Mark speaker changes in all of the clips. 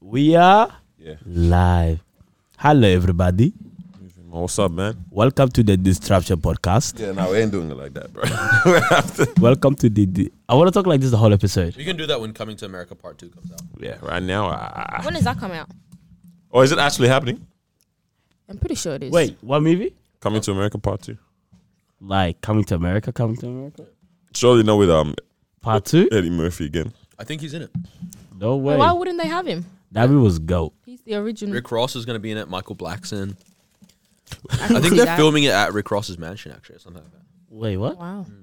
Speaker 1: We are
Speaker 2: Yeah.
Speaker 1: live. Hello, everybody.
Speaker 2: What's up, man?
Speaker 1: Welcome to the Disruption Podcast.
Speaker 2: Yeah, no, we ain't doing it like that, bro. We have to-
Speaker 1: Welcome to the. the- I want to talk like this the whole episode.
Speaker 3: We can do that when Coming to America Part Two comes out.
Speaker 2: yeah, right now. I, I,
Speaker 4: When does that come out?
Speaker 2: oh, is it actually happening?
Speaker 4: I'm pretty sure it is.
Speaker 1: Wait, what movie?
Speaker 2: Coming to America Part Two.
Speaker 1: Like coming to America, coming to America,
Speaker 2: Surely not with um
Speaker 1: part two.
Speaker 2: Eddie Murphy again.
Speaker 3: I think he's in it.
Speaker 1: No way.
Speaker 4: Well, why wouldn't they have him?
Speaker 1: That movie was goat.
Speaker 4: He's the original.
Speaker 3: Rick Ross is going to be in it. Michael Blackson.
Speaker 4: can
Speaker 3: I think
Speaker 4: see
Speaker 3: they're
Speaker 4: that.
Speaker 3: filming it at Rick Ross's mansion, actually, or something like that.
Speaker 1: Wait, what?
Speaker 4: Oh, Wow.
Speaker 3: Mm.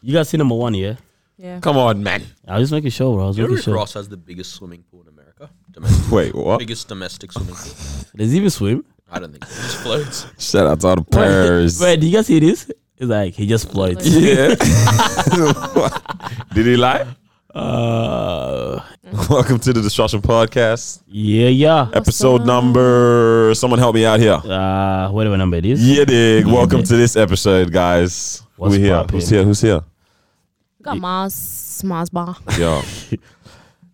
Speaker 1: You guys seen number one, yeah?
Speaker 4: Yeah.
Speaker 2: Come on, man.
Speaker 1: I was just making sure, bro. I was
Speaker 3: You know
Speaker 1: making
Speaker 3: Rick
Speaker 1: sure.
Speaker 3: Ross has the biggest swimming pool in America. Domestic.
Speaker 2: Wait, what?
Speaker 3: biggest domestic swimming pool.
Speaker 1: Does he even swim?
Speaker 3: I don't think so. he just floats.
Speaker 2: Shout out to all the players.
Speaker 1: Wait, do you guys see this? It's like he just floats.
Speaker 2: Yeah. Did he lie?
Speaker 1: Uh,
Speaker 2: Welcome to the Destruction Podcast,
Speaker 1: yeah, yeah.
Speaker 2: episode
Speaker 4: up?
Speaker 2: number. Someone help me out here.
Speaker 1: Uh, whatever number it is.
Speaker 2: Yeah, dig. Welcome
Speaker 1: dig.
Speaker 2: to this episode, guys.
Speaker 1: What's
Speaker 2: we here.
Speaker 1: poppin'?
Speaker 2: Who's here? Who's here?
Speaker 4: We got Mars, Mars Bar.
Speaker 2: Yo, why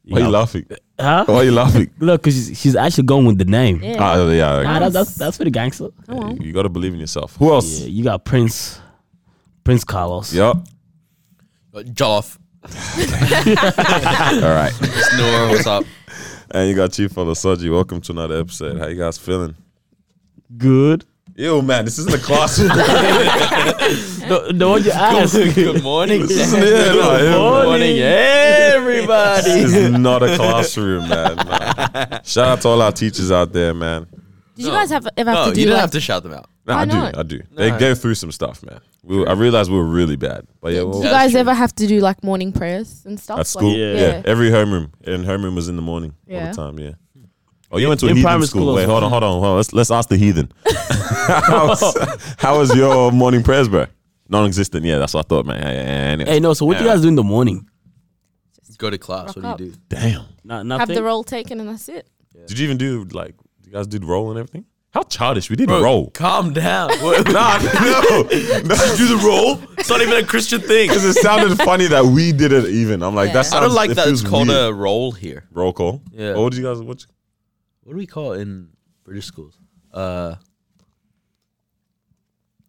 Speaker 1: Yeah.
Speaker 2: you laughing?
Speaker 1: Huh?
Speaker 2: Why you laughing?
Speaker 1: Look, cause she's, she's actually going with the name.
Speaker 3: Uh,
Speaker 4: Yeah.
Speaker 2: Ah, yeah.
Speaker 1: Ah,
Speaker 2: okay.
Speaker 1: that, that's that's for the gangster.
Speaker 4: Come on.
Speaker 2: You gotta believe in yourself. Who else?
Speaker 1: Yeah, you got Prince, Prince Carlos.
Speaker 2: Yup.
Speaker 3: Uh, Jollof.
Speaker 2: All right.
Speaker 3: Snore. What's up?
Speaker 2: And you got Chief Father Soji. Welcome to another episode. How you guys feeling?
Speaker 1: Good.
Speaker 2: Ew, man, this isn't a classroom.
Speaker 1: No, no one you ask.
Speaker 3: Good morning.
Speaker 2: This isn't- yeah, no, ew, man.
Speaker 1: Morning,
Speaker 2: This
Speaker 1: everybody.
Speaker 2: is not a classroom, man. Nah. Shout out to all our teachers out there, man.
Speaker 4: Did you
Speaker 3: No.
Speaker 4: guys have ever have
Speaker 3: No,
Speaker 4: to do
Speaker 3: you didn't
Speaker 4: like,
Speaker 3: have to shout them out.
Speaker 2: Nah,
Speaker 4: Why
Speaker 2: I do,
Speaker 4: not?
Speaker 2: I do. They
Speaker 3: Nah.
Speaker 2: go through some stuff, man. We were, I realized we were really bad, but yeah, well,
Speaker 4: Did you
Speaker 3: That's
Speaker 4: guys
Speaker 3: true.
Speaker 4: ever have to do like morning prayers and stuff?
Speaker 2: at
Speaker 4: Like-
Speaker 2: school, yeah.
Speaker 1: Yeah.
Speaker 4: Yeah.
Speaker 2: every homeroom and homeroom was in the morning all
Speaker 4: Yeah.
Speaker 2: the time, yeah. Oh, you went to a
Speaker 1: In
Speaker 2: heathen
Speaker 1: primary
Speaker 2: school.
Speaker 1: school as
Speaker 2: Wait, hold on, hold on, hold on. Let's let's ask the heathen. how, was, how was your morning prayers, bro? Non-existent. Yeah, that's what I thought, man. Yeah, yeah, yeah. Anyway.
Speaker 1: Hey, no. So what do you guys do in the morning?
Speaker 3: Go to class.
Speaker 4: Rock
Speaker 3: what do
Speaker 4: up.
Speaker 3: you do?
Speaker 2: Damn.
Speaker 1: Not
Speaker 4: Have
Speaker 1: nothing.
Speaker 4: the roll taken and that's it.
Speaker 2: Did you even do like you guys did roll and everything? How childish! We did
Speaker 3: Bro,
Speaker 2: roll.
Speaker 3: Calm down. What-
Speaker 2: Nah, no, no.
Speaker 3: do the roll. It's not even a Christian thing.
Speaker 2: Because it sounded funny that we did it. Even I'm like,
Speaker 4: Yeah.
Speaker 2: that's
Speaker 3: I don't like
Speaker 2: it
Speaker 3: that.
Speaker 2: feels
Speaker 3: It's called
Speaker 2: weird. Oh,
Speaker 3: a roll here.
Speaker 2: roll call.
Speaker 3: Yeah.
Speaker 2: What did you guys? What? you-
Speaker 3: what do we call it in British schools? Uh,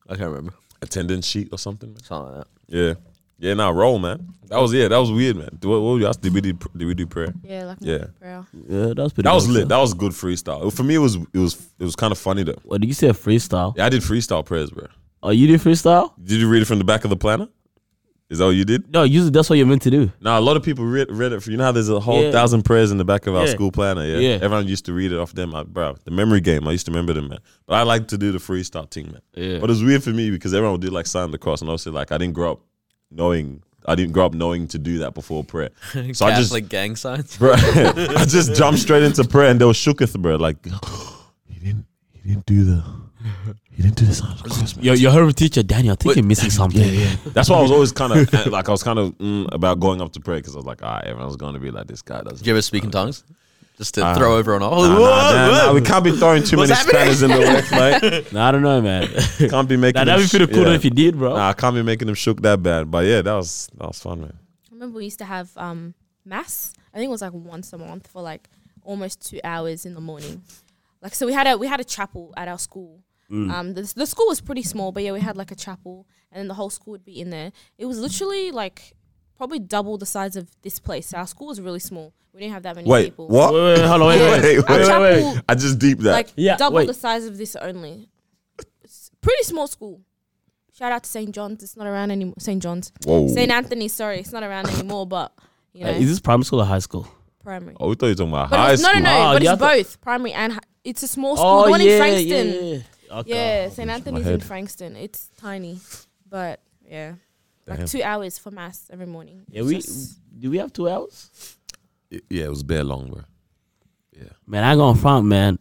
Speaker 3: I can't remember.
Speaker 2: Attendance sheet or something? Man?
Speaker 3: Something like that.
Speaker 2: Yeah. Yeah. Nah, roll, man. That was yeah. That was weird, man. Do, what, what you asked? Did we do, did we do prayer?
Speaker 4: Yeah, like
Speaker 2: Yeah.
Speaker 4: morning prayer.
Speaker 1: Yeah, that was pretty.
Speaker 2: That was
Speaker 1: awesome.
Speaker 2: lit. That was good freestyle. For me, it was it was it was kind of funny though.
Speaker 1: What did you say? Freestyle?
Speaker 2: Yeah, I did freestyle prayers, bro.
Speaker 1: Oh, you did freestyle?
Speaker 2: Did you read it from the back of the planner? Is that what you did?
Speaker 1: No, usually that's what you're meant to do.
Speaker 2: Nah, a lot of people read, read it. For, you know how there's a whole
Speaker 1: Yeah.
Speaker 2: thousand prayers in the back of our
Speaker 1: Yeah.
Speaker 2: school planner. Yeah?
Speaker 1: Yeah.
Speaker 2: everyone used to read it off them. I, bro, the memory game. I used to remember them, man. But I like to do the freestyle thing, man.
Speaker 1: Yeah.
Speaker 2: But it's weird for me because everyone would do like sign the cross, and obviously, like I didn't grow up knowing. I didn't grow up knowing to do that before prayer. So I just,
Speaker 3: Catholic gang signs.
Speaker 2: bro, I just jumped straight into prayer, and they were shooketh, bro. Like he didn't, he didn't do the, he didn't do the sign of the cross, man.
Speaker 1: Your your herb teacher Daniel, I think
Speaker 3: Wait,
Speaker 1: you're missing something.
Speaker 2: That's why I was always kind of like I was kind of mm, about going up to prayer because I was like, all right, everyone's going to be like this guy doesn't.
Speaker 3: Did you ever speak in tongues? Just to
Speaker 2: Uh,
Speaker 3: throw everyone off.
Speaker 2: Nah, nah,
Speaker 3: Oh,
Speaker 2: nah, nah,
Speaker 3: whoa,
Speaker 2: we
Speaker 3: whoa.
Speaker 2: can't be throwing too many
Speaker 3: What's happening?
Speaker 2: spanners in the works, mate.
Speaker 1: No, I don't know, man.
Speaker 2: Can't be making.
Speaker 1: Nah, that'd be
Speaker 2: them
Speaker 1: pretty
Speaker 2: sh-
Speaker 1: cool
Speaker 2: yeah.
Speaker 1: if you did, bro.
Speaker 2: Nah, I can't be making them shook that bad. But yeah, that was that was fun, man.
Speaker 4: I remember we used to have um mass. I think it was like once a month for like almost two hours in the morning. Like so, we had a we had a chapel at our school.
Speaker 2: Mm.
Speaker 4: Um, the, the school was pretty small, but yeah, we had like a chapel, and then the whole school would be in there. It was literally like probably double the size of this place. Our school was really small. We didn't have that many
Speaker 2: Wait,
Speaker 4: people.
Speaker 2: what?
Speaker 1: Wait, wait, hold on, wait, wait,
Speaker 2: Wait,
Speaker 4: Our
Speaker 2: wait,
Speaker 4: chapel
Speaker 1: wait.
Speaker 2: I just deep that.
Speaker 4: like
Speaker 1: Yeah,
Speaker 4: double
Speaker 1: wait.
Speaker 4: the size of this only. It's pretty small school. Shout out to St. John's. It's not around anymore. St. John's.
Speaker 2: Whoa.
Speaker 4: St. Anthony's. Sorry, it's not around anymore. But you know,
Speaker 1: Hey, is this primary school or high school?
Speaker 4: primary.
Speaker 2: Oh, we thought you were talking about
Speaker 4: But
Speaker 2: high
Speaker 4: it's, no,
Speaker 2: school.
Speaker 4: no, no.
Speaker 1: Oh,
Speaker 4: but
Speaker 1: yeah, I
Speaker 4: it's
Speaker 1: thought-
Speaker 4: both primary and hi- it's a small Oh, school.
Speaker 1: Oh,
Speaker 4: the one in Frankston. Yeah,
Speaker 1: Okay.
Speaker 4: St. Anthony's in Frankston. It's tiny, but yeah,
Speaker 2: Damn.
Speaker 4: like two hours for mass every morning.
Speaker 1: Yeah,
Speaker 4: It's
Speaker 1: we
Speaker 4: just-
Speaker 1: do we have two hours?
Speaker 2: Yeah, it was bare long, bro.
Speaker 1: Man, I gonna front, man.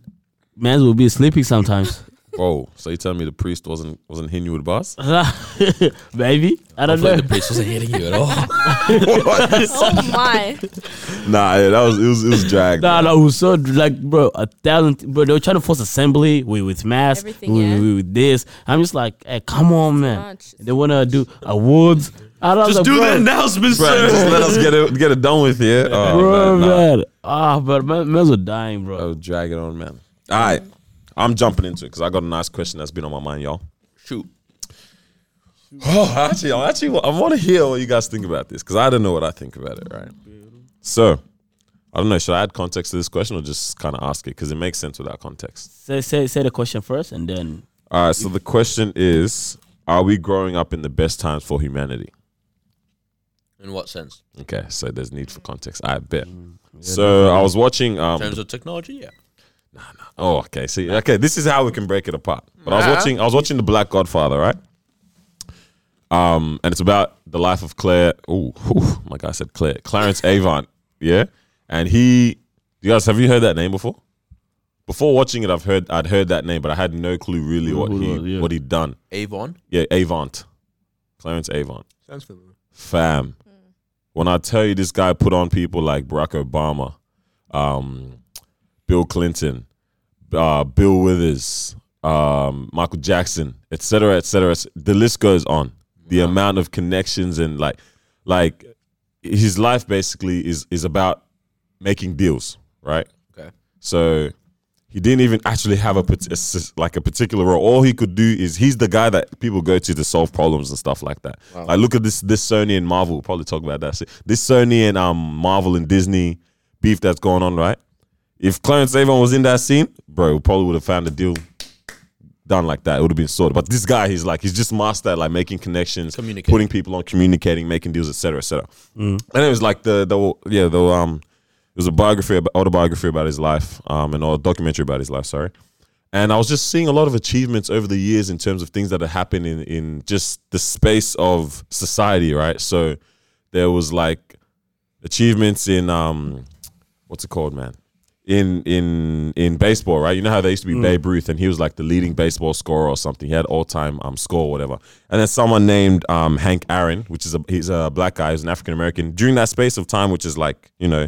Speaker 1: Mans will be sleeping sometimes.
Speaker 2: Bro, so you telling me the priest wasn't wasn't hitting you with bars?
Speaker 1: Maybe I don't know.
Speaker 3: the priest wasn't hitting you at all.
Speaker 4: oh my!
Speaker 2: nah, yeah, that was it was it was drag.
Speaker 1: Nah, nah, it was so like, bro, a thousand, bro. They were trying to force assembly with with masks,
Speaker 4: Everything,
Speaker 1: with,
Speaker 4: yeah.
Speaker 1: with, with this. I'm just like, hey, come on, man.
Speaker 4: much.
Speaker 1: They wanna do awards. I don't
Speaker 3: Just
Speaker 1: know,
Speaker 3: do
Speaker 1: bro.
Speaker 3: the announcement,
Speaker 2: Bruh,
Speaker 3: sir.
Speaker 2: just let us get it get it done with, yeah. Oh,
Speaker 1: bro,
Speaker 2: man, nah.
Speaker 1: man. Ah, but man, man's are dying, bro.
Speaker 2: Oh, drag it on, man. All right, I'm jumping into it because I got a nice question that's been on my mind, y'all.
Speaker 3: Shoot.
Speaker 2: Oh, actually, I actually wa- I want to hear what you guys think about this because I don't know what I think about it, right? So, I don't know. Should I add context to this question or just kind of ask it because it makes sense without context?
Speaker 1: Say, say, say the question first, and then
Speaker 2: All right. So the question is: Are we growing up in the best times for humanity?
Speaker 3: In what sense?
Speaker 2: Okay, so there's need for context. I bet.
Speaker 1: Mm,
Speaker 2: So I was watching. Um,
Speaker 3: In terms of technology, yeah.
Speaker 2: Oh, okay. See, okay, this is how we can break it apart. But I was watching, I was watching The Black Godfather, right? Um, and it's about the life of Claire. Oh, my guy said Claire, Clarence Avant, yeah. And he, you guys, have you heard that name before? Before watching it, I've heard, I'd heard that name, but I had no clue really what
Speaker 1: Who it
Speaker 2: he,
Speaker 1: was, yeah.
Speaker 2: what he'd done.
Speaker 3: Avon
Speaker 2: Yeah, Avant, Clarence Avant,
Speaker 3: sounds familiar.
Speaker 2: fam. When I tell you this guy put on people like Barack Obama, um, Bill Clinton, uh, Bill Withers, um, Michael Jackson, et cetera, et cetera. et cetera. The list goes on. The amount of connections and like, like, his life basically is is about making deals, right?
Speaker 3: Okay.
Speaker 2: So he didn't even actually have a pat- a s- like a particular role. All he could do is he's the guy that people go to to solve problems and stuff like that. Like look at this this Sony and Marvel. We'll probably talk about that. shit. This Sony and um Marvel and Disney beef that's going on, right? If Clarence Avon was in that scene, bro, we probably would have found a deal done like that. It would have been sorted. But this guy, he's like, he's just master at like making connections,
Speaker 3: Communicating.
Speaker 2: putting people on, communicating, making deals, etc., etc. And it was like the the yeah the um it was a biography about, autobiography about his life um and a documentary about his life. Sorry. And I was just seeing a lot of achievements over the years in terms of things that had happened in, in just the space of society, right? So there was like achievements in um what's it called, man? In in in baseball, right? You know how they used to be Babe Ruth, and he was like the leading baseball scorer or something. He had all time um score or whatever. And then someone named um Hank Aaron, which is a he's a black guy, he's an African American. During that space of time, which is like you know,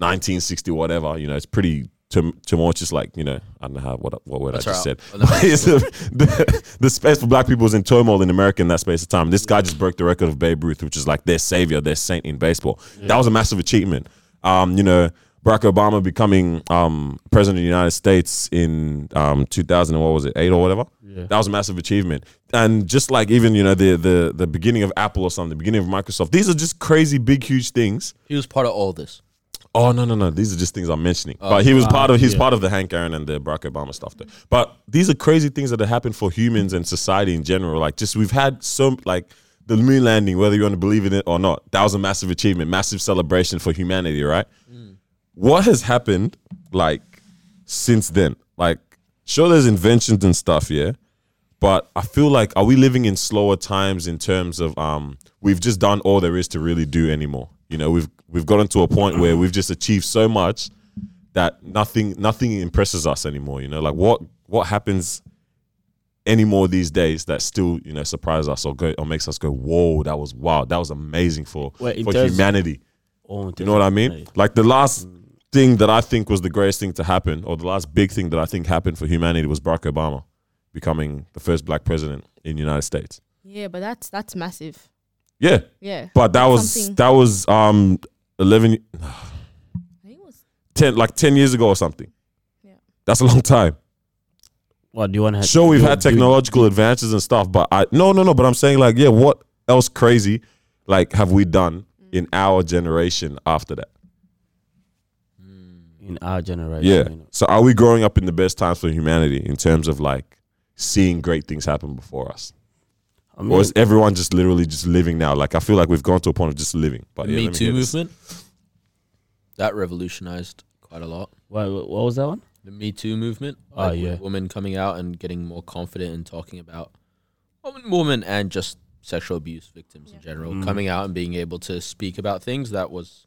Speaker 2: 1960 whatever, you know, it's pretty tum- tumultuous. Like you know, I don't know how what what word I just
Speaker 3: right.
Speaker 2: said. It's the, the, the space for black people was in turmoil in America in that space of time. This guy just broke the record of Babe Ruth, which is like their savior, their saint in baseball. That was a massive achievement. Um, you know, Barack Obama becoming um, president of the United States in um, 2000 and what was it, eight or whatever. That was a massive achievement. And just like even you know the the the beginning of Apple or something, the beginning of Microsoft. These are just crazy, big, huge things.
Speaker 3: He was part of all this.
Speaker 2: Oh no no no! These are just things I'm mentioning. but he was part of he's part of the Hank Aaron and the Barack Obama stuff. Though. But these are crazy things that have happened for humans and society in general. Like just we've had so like the moon landing, whether you want to believe in it or not, that was a massive achievement, massive celebration for humanity, right? What has happened like since then? Like sure, there's inventions and stuff, yeah. But I feel like are we living in slower times in terms of um we've just done all there is to really do anymore. You know, we've we've gotten to a point where we've just achieved so much that nothing nothing impresses us anymore. You know, like what what happens anymore these days that still you know surprise us or go or makes us go whoa that was wow that was amazing for
Speaker 1: Wait, in
Speaker 2: for
Speaker 1: terms-
Speaker 2: humanity.
Speaker 1: oh,
Speaker 2: You know what I mean? Like the last thing that I think was the greatest thing to happen, or the last big thing that I think happened for humanity was Barack Obama becoming the first black president in the United States.
Speaker 4: Yeah, but that's that's massive.
Speaker 2: Yeah.
Speaker 4: Yeah.
Speaker 2: But that was
Speaker 4: Something.
Speaker 2: that was um eleven
Speaker 4: I think it was
Speaker 2: 10 like ten years ago or something.
Speaker 4: Yeah.
Speaker 2: That's a long time.
Speaker 1: What do you want to?
Speaker 2: Sure, we've had technological advances and stuff, but I no no no. But I'm saying like, yeah, what else crazy like have we done in our generation after that?
Speaker 1: in our generation.
Speaker 2: Yeah.
Speaker 1: you know.
Speaker 2: So are we growing up in the best times for humanity in terms of like seeing great things happen before us?
Speaker 1: I mean,
Speaker 2: Or is everyone just literally just living now? Like I feel like we've gone to a point of just living. But
Speaker 3: The
Speaker 2: yeah,
Speaker 3: Me
Speaker 2: let
Speaker 3: Too
Speaker 2: hear this.
Speaker 3: movement. That revolutionized quite a lot.
Speaker 1: what, what was that one?
Speaker 3: The Me Too movement.
Speaker 1: Ah,
Speaker 3: with
Speaker 1: yeah.
Speaker 3: Women coming out and getting more confident and talking about women, women and just sexual abuse victims in general.
Speaker 1: Mm.
Speaker 3: Coming out and being able to speak about things that was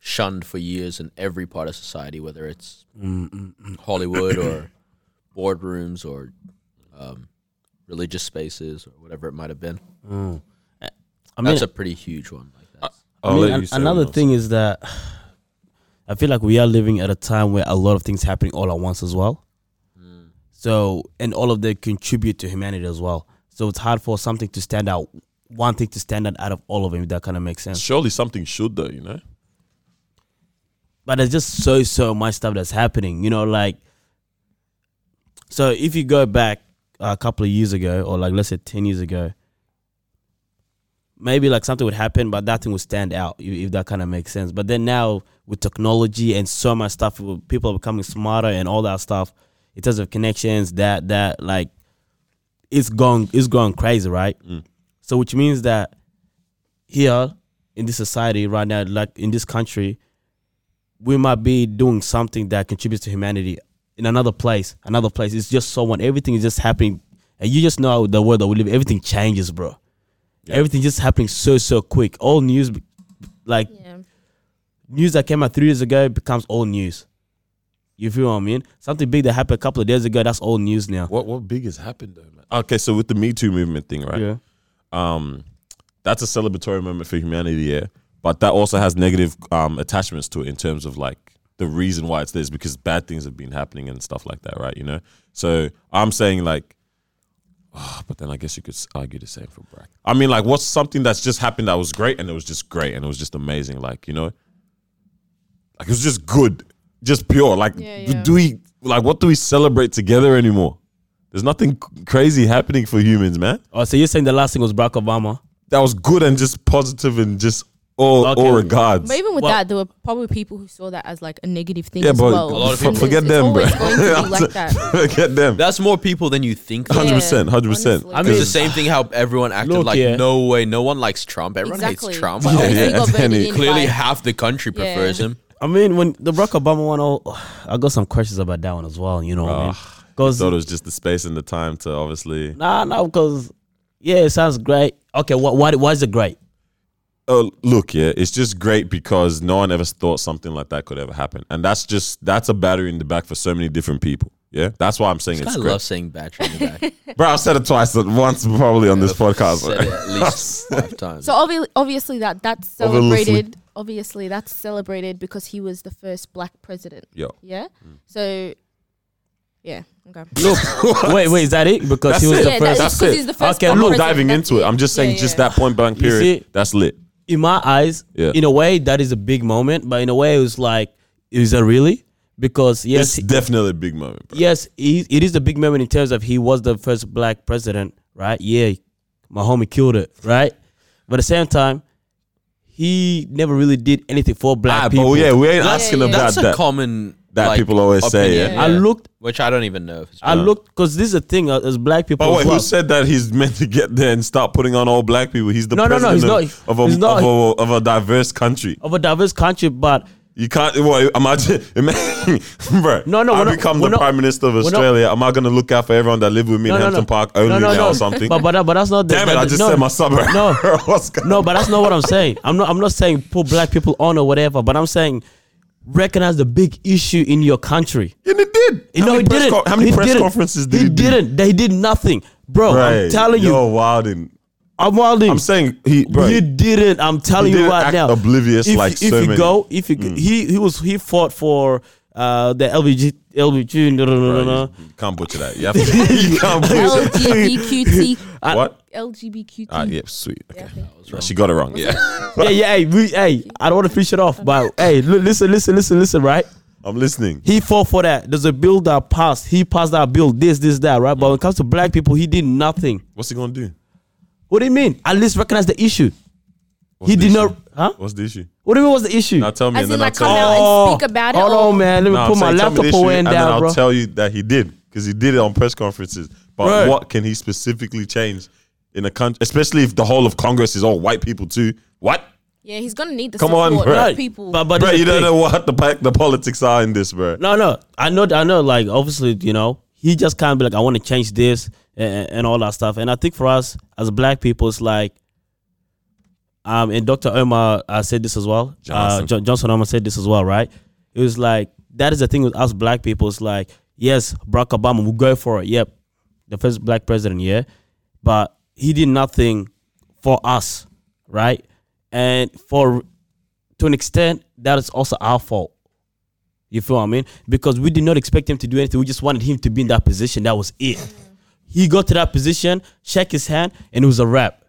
Speaker 3: shunned for years in every part of society, whether it's Hollywood or boardrooms or um, religious spaces or whatever it might have been.
Speaker 1: I mean, uh,
Speaker 3: that's a pretty huge one. Like that.
Speaker 1: I
Speaker 2: I'll
Speaker 1: mean,
Speaker 2: let
Speaker 1: an-
Speaker 2: Oh, you say
Speaker 1: another
Speaker 2: what else.
Speaker 1: thing is that I feel like we are living at a time where a lot of things happening all at once as well. So, and all of them contribute to humanity as well. So it's hard for something to stand out one thing to stand out out of all of them. If that kind of makes sense.
Speaker 2: Surely something should though, you know.
Speaker 1: but there's just so so much stuff that's happening you know like so if you go back a couple of years ago or like let's say 10 years ago maybe like something would happen but that thing would stand out if, if that kind of makes sense but then now with technology and so much stuff with people are becoming smarter and all that stuff in terms of connections that that like it's gone it's gone crazy right so which means that here in this society right now like in this country we might be doing something that contributes to humanity in another place, another place. It's just so on. Everything is just happening. And you just know the world that we live, everything changes, bro. Everything just happening so, so quick. All news, be- like
Speaker 4: Yeah.
Speaker 1: news that came out three years ago becomes old news. You feel what I mean? Something big that happened a couple of days ago, that's old news now.
Speaker 2: What what big has happened though, man? Okay, so with the Me Too movement thing, right?
Speaker 1: Yeah.
Speaker 2: Um, that's a celebratory moment for humanity, yeah. But that also has negative um attachments to it in terms of like the reason why it's there is because bad things have been happening and stuff like that, right? You know. So I'm saying like. ah, But then I guess you could s- argue the same for Brack. I mean, like, what's something that's just happened that was great and it was just great and it was just amazing? Like, you know, like it was just good, just pure. Like,
Speaker 4: Yeah,
Speaker 2: do-
Speaker 4: yeah.
Speaker 2: do we like what do we celebrate together anymore? There's nothing c- crazy happening for humans, man.
Speaker 1: Oh, so you're saying the last thing was Barack Obama?
Speaker 2: That was good and just positive and just all
Speaker 1: Okay.
Speaker 2: all regards.
Speaker 4: But even with
Speaker 1: Well-
Speaker 4: that, there were probably people who saw that as like a negative thing
Speaker 2: yeah,
Speaker 4: as
Speaker 2: but
Speaker 4: well.
Speaker 3: A lot of
Speaker 2: f-
Speaker 3: people-
Speaker 2: forget
Speaker 4: It's
Speaker 2: them, bro.
Speaker 4: always going to be like that.
Speaker 2: forget them.
Speaker 3: That's more people than you think. though.
Speaker 2: Hundred percent, hundred percent.
Speaker 4: honestly.
Speaker 3: I mean, it's the same thing how everyone acted
Speaker 1: Look,
Speaker 3: like,
Speaker 1: yeah.
Speaker 3: no way, no one likes Trump. Everyone
Speaker 4: Exactly.
Speaker 3: hates Trump.
Speaker 4: But also
Speaker 2: yeah,
Speaker 4: you got
Speaker 2: and then
Speaker 4: voted
Speaker 2: it
Speaker 4: in
Speaker 3: Clearly,
Speaker 4: by-
Speaker 3: half the country
Speaker 4: Yeah.
Speaker 3: prefers him.
Speaker 1: I mean, when the Barack Obama one, oh, I got some questions about that one as well, Ah, you know what I mean? Because
Speaker 2: So it was just the space and the time to obviously.
Speaker 1: Nah, nah, because yeah, it sounds great. Okay, what why why is it great?
Speaker 2: Oh, look, yeah, it's just great because no one ever thought something like that could ever happen, and that's just that's a battery in the back for so many different people. Yeah, that's why I'm saying
Speaker 3: I
Speaker 2: it's
Speaker 3: love
Speaker 2: great,
Speaker 3: saying battery in the back.
Speaker 2: bro. I've said it twice, once probably on this podcast.
Speaker 3: Said it at least five times.
Speaker 4: So obvi- obviously that that's
Speaker 2: Obviously.
Speaker 4: celebrated. Obviously that's celebrated because he was the first black president.
Speaker 2: Yeah.
Speaker 4: Yeah. So, yeah. Okay.
Speaker 1: wait, wait, is that it? Because he was
Speaker 2: That's
Speaker 1: the
Speaker 4: Yeah,
Speaker 1: first.
Speaker 4: that- just 'cause he's the first
Speaker 1: Okay,
Speaker 4: black
Speaker 2: I'm
Speaker 1: look,
Speaker 2: not
Speaker 4: president,
Speaker 2: diving
Speaker 4: that's
Speaker 2: into it. I'm just saying,
Speaker 4: Yeah,
Speaker 2: just
Speaker 4: yeah.
Speaker 2: that point blank
Speaker 1: You
Speaker 2: period.
Speaker 1: see-
Speaker 2: that's lit.
Speaker 1: in my eyes,
Speaker 2: Yeah.
Speaker 1: in a way, that is a big moment. But in a way, it was like, is that really? Because yes,
Speaker 2: It's definitely a big moment. Bro.
Speaker 1: yes, he, it is the big moment in terms of he was the first black president, right? Yeah, my homie killed it, right? But at the same time, he never really did anything for black
Speaker 2: Ah,
Speaker 1: people.
Speaker 2: but yeah, we ain't asking
Speaker 4: yeah, yeah.
Speaker 2: about
Speaker 3: That's a
Speaker 2: that.
Speaker 3: common
Speaker 2: that
Speaker 3: like,
Speaker 2: people always say,
Speaker 3: opinion,
Speaker 2: yeah.
Speaker 1: I looked,
Speaker 3: which I don't even know. If it's
Speaker 1: I looked, because this is a thing uh, as black people.
Speaker 2: But
Speaker 1: as
Speaker 2: Oh, wait,
Speaker 1: well.
Speaker 2: who said that he's meant to get there and start putting on all black people? He's the
Speaker 1: No, no, no,
Speaker 2: president
Speaker 1: he's
Speaker 2: of,
Speaker 1: not.
Speaker 2: of a,
Speaker 1: He's not.
Speaker 2: Of, a, of a diverse country.
Speaker 1: of a diverse country, but
Speaker 2: You can't. Well, imagine, imagine bro.
Speaker 1: No, no,
Speaker 2: I
Speaker 1: we're not-
Speaker 2: become
Speaker 1: we're
Speaker 2: the
Speaker 1: not-
Speaker 2: prime minister of
Speaker 1: we're not-
Speaker 2: Australia. Am I going to look out for everyone that live with me in Hampton Park only
Speaker 1: no, no,
Speaker 2: now
Speaker 1: no.
Speaker 2: or something?
Speaker 1: But, but but that's not. the-
Speaker 2: Damn it! I
Speaker 1: the-
Speaker 2: just
Speaker 1: no,
Speaker 2: said my suburb.
Speaker 1: No,
Speaker 2: What's going
Speaker 1: no, but that's not what I'm saying. I'm not. I'm not saying put black people on or whatever. But I'm saying recognize the big issue in your country.
Speaker 2: And it did.
Speaker 1: You
Speaker 2: how
Speaker 1: know,
Speaker 2: many
Speaker 1: he
Speaker 2: press
Speaker 1: didn't.
Speaker 2: co- how many
Speaker 1: He
Speaker 2: press
Speaker 1: didn't.
Speaker 2: conferences did
Speaker 1: he,
Speaker 2: he, do?
Speaker 1: didn't? They did nothing, bro. I'm
Speaker 2: Right.
Speaker 1: telling you,
Speaker 2: You're wilding.
Speaker 1: I'm wilding.
Speaker 2: I'm saying he. Bro,
Speaker 1: You didn't. I'm telling
Speaker 2: didn't
Speaker 1: you right
Speaker 2: act
Speaker 1: now.
Speaker 2: oblivious
Speaker 1: if,
Speaker 2: like
Speaker 1: if
Speaker 2: so
Speaker 1: you
Speaker 2: many. Mm.
Speaker 1: go, if you go- he he was he fought for uh the LBG LBG. No, no, no, no,
Speaker 2: bro,
Speaker 1: no.
Speaker 2: you can't butcher that. You, have to, you can't butcher.
Speaker 4: LGBTQT.
Speaker 2: what?
Speaker 4: LGBTQT.
Speaker 2: Ah, yeah, sweet. Okay.
Speaker 4: Yeah,
Speaker 2: Yeah, she got it wrong. Yeah.
Speaker 1: yeah, yeah. Hey, we, hey, I don't want to finish it off, but hey, li- listen, listen, listen, listen. Right.
Speaker 2: I'm listening.
Speaker 1: He fought for that. There's a bill that passed. He passed that bill. This, this, that, right? But when it comes to black people, he did nothing.
Speaker 2: What's he gonna do?
Speaker 1: What do you mean? At least recognize the issue.
Speaker 2: What's
Speaker 1: he
Speaker 2: the
Speaker 1: did
Speaker 2: issue?
Speaker 1: not. Huh?
Speaker 2: What's the issue?
Speaker 1: What do you mean? What's the issue?
Speaker 2: Now tell me,
Speaker 4: As
Speaker 2: and
Speaker 4: in,
Speaker 2: then
Speaker 4: like,
Speaker 2: I'll
Speaker 4: come
Speaker 2: tell
Speaker 4: out
Speaker 2: you.
Speaker 1: Oh,
Speaker 4: and speak about it.
Speaker 1: Hold
Speaker 4: or-
Speaker 1: on, man. Let me
Speaker 2: Nah, I'm
Speaker 1: put my
Speaker 2: saying tell me the
Speaker 1: laptop
Speaker 2: issue,
Speaker 1: away and
Speaker 2: and then
Speaker 1: down,
Speaker 2: I'll
Speaker 1: bro.
Speaker 2: tell you that he did because he did it on press conferences. But
Speaker 1: Bro.
Speaker 2: what can he specifically change in a country, especially if the whole of Congress is all white people too? What?
Speaker 4: Yeah, he's gonna need the
Speaker 2: Come on,
Speaker 4: support
Speaker 2: bro.
Speaker 4: of
Speaker 1: Right.
Speaker 4: people.
Speaker 1: But, but
Speaker 2: Bro,
Speaker 1: this
Speaker 2: you
Speaker 1: is the
Speaker 2: don't
Speaker 1: thing.
Speaker 2: know what the pa- the politics are in this, bro.
Speaker 1: No, no. I know. I know. Like, obviously, you know, he just can't be like, I want to change this and, and all that stuff. And I think for us as black people, it's like, um, and Dr. Omar uh, said this as well. Uh,
Speaker 2: Johnson.
Speaker 1: Jo- Johnson Omar said this as well, right? It was like that is the thing with us black people. It's like, yes, Barack Obama, we'll go for it. Yep, the first black president, yeah, but he did nothing for us, right? And for to an extent, that is also our fault. You feel what I mean? Because we did not expect him to do anything. We just wanted him to be in that position. That was it. He got to that position, shake his hand, and it was a wrap.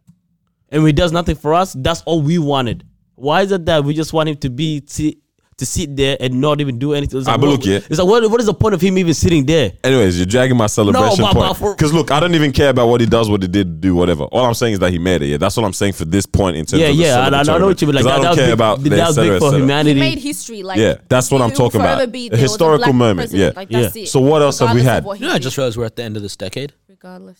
Speaker 1: and he does nothing for us, that's all we wanted. Why is it that we just want him to be to, to sit there and not even do anything? It's
Speaker 2: Ah,
Speaker 1: like,
Speaker 2: but
Speaker 1: what-
Speaker 2: look, yeah.
Speaker 1: it's like what, what is the point of him even sitting there?
Speaker 2: Anyways, you're dragging my celebration
Speaker 1: but- but for-
Speaker 2: point. Because look, I don't even care about what he does, what he did, do, whatever. All I'm saying is that he made it. Yeah, that's what I'm saying for this point in terms
Speaker 1: Yeah,
Speaker 2: of the
Speaker 1: yeah, and I, I know what you mean. Like
Speaker 2: celebratory
Speaker 1: that, that was
Speaker 2: event. 'Cause I don't care
Speaker 1: big,
Speaker 2: about the
Speaker 1: that was big
Speaker 2: et
Speaker 1: for
Speaker 2: cetera, et cetera.
Speaker 1: humanity.
Speaker 4: made history. Like
Speaker 2: Yeah, that's what I'm
Speaker 4: he will
Speaker 2: talking about.
Speaker 4: forever be-
Speaker 2: A
Speaker 4: there was
Speaker 2: historical
Speaker 4: black
Speaker 2: moment,
Speaker 4: president,
Speaker 2: yeah.
Speaker 4: like,
Speaker 1: Yeah.
Speaker 4: that's it,
Speaker 2: So what else have we
Speaker 4: regardless of
Speaker 2: had?
Speaker 4: what he
Speaker 3: You know, I
Speaker 4: did,
Speaker 3: just realized we're at the end of this decade.
Speaker 4: regardless.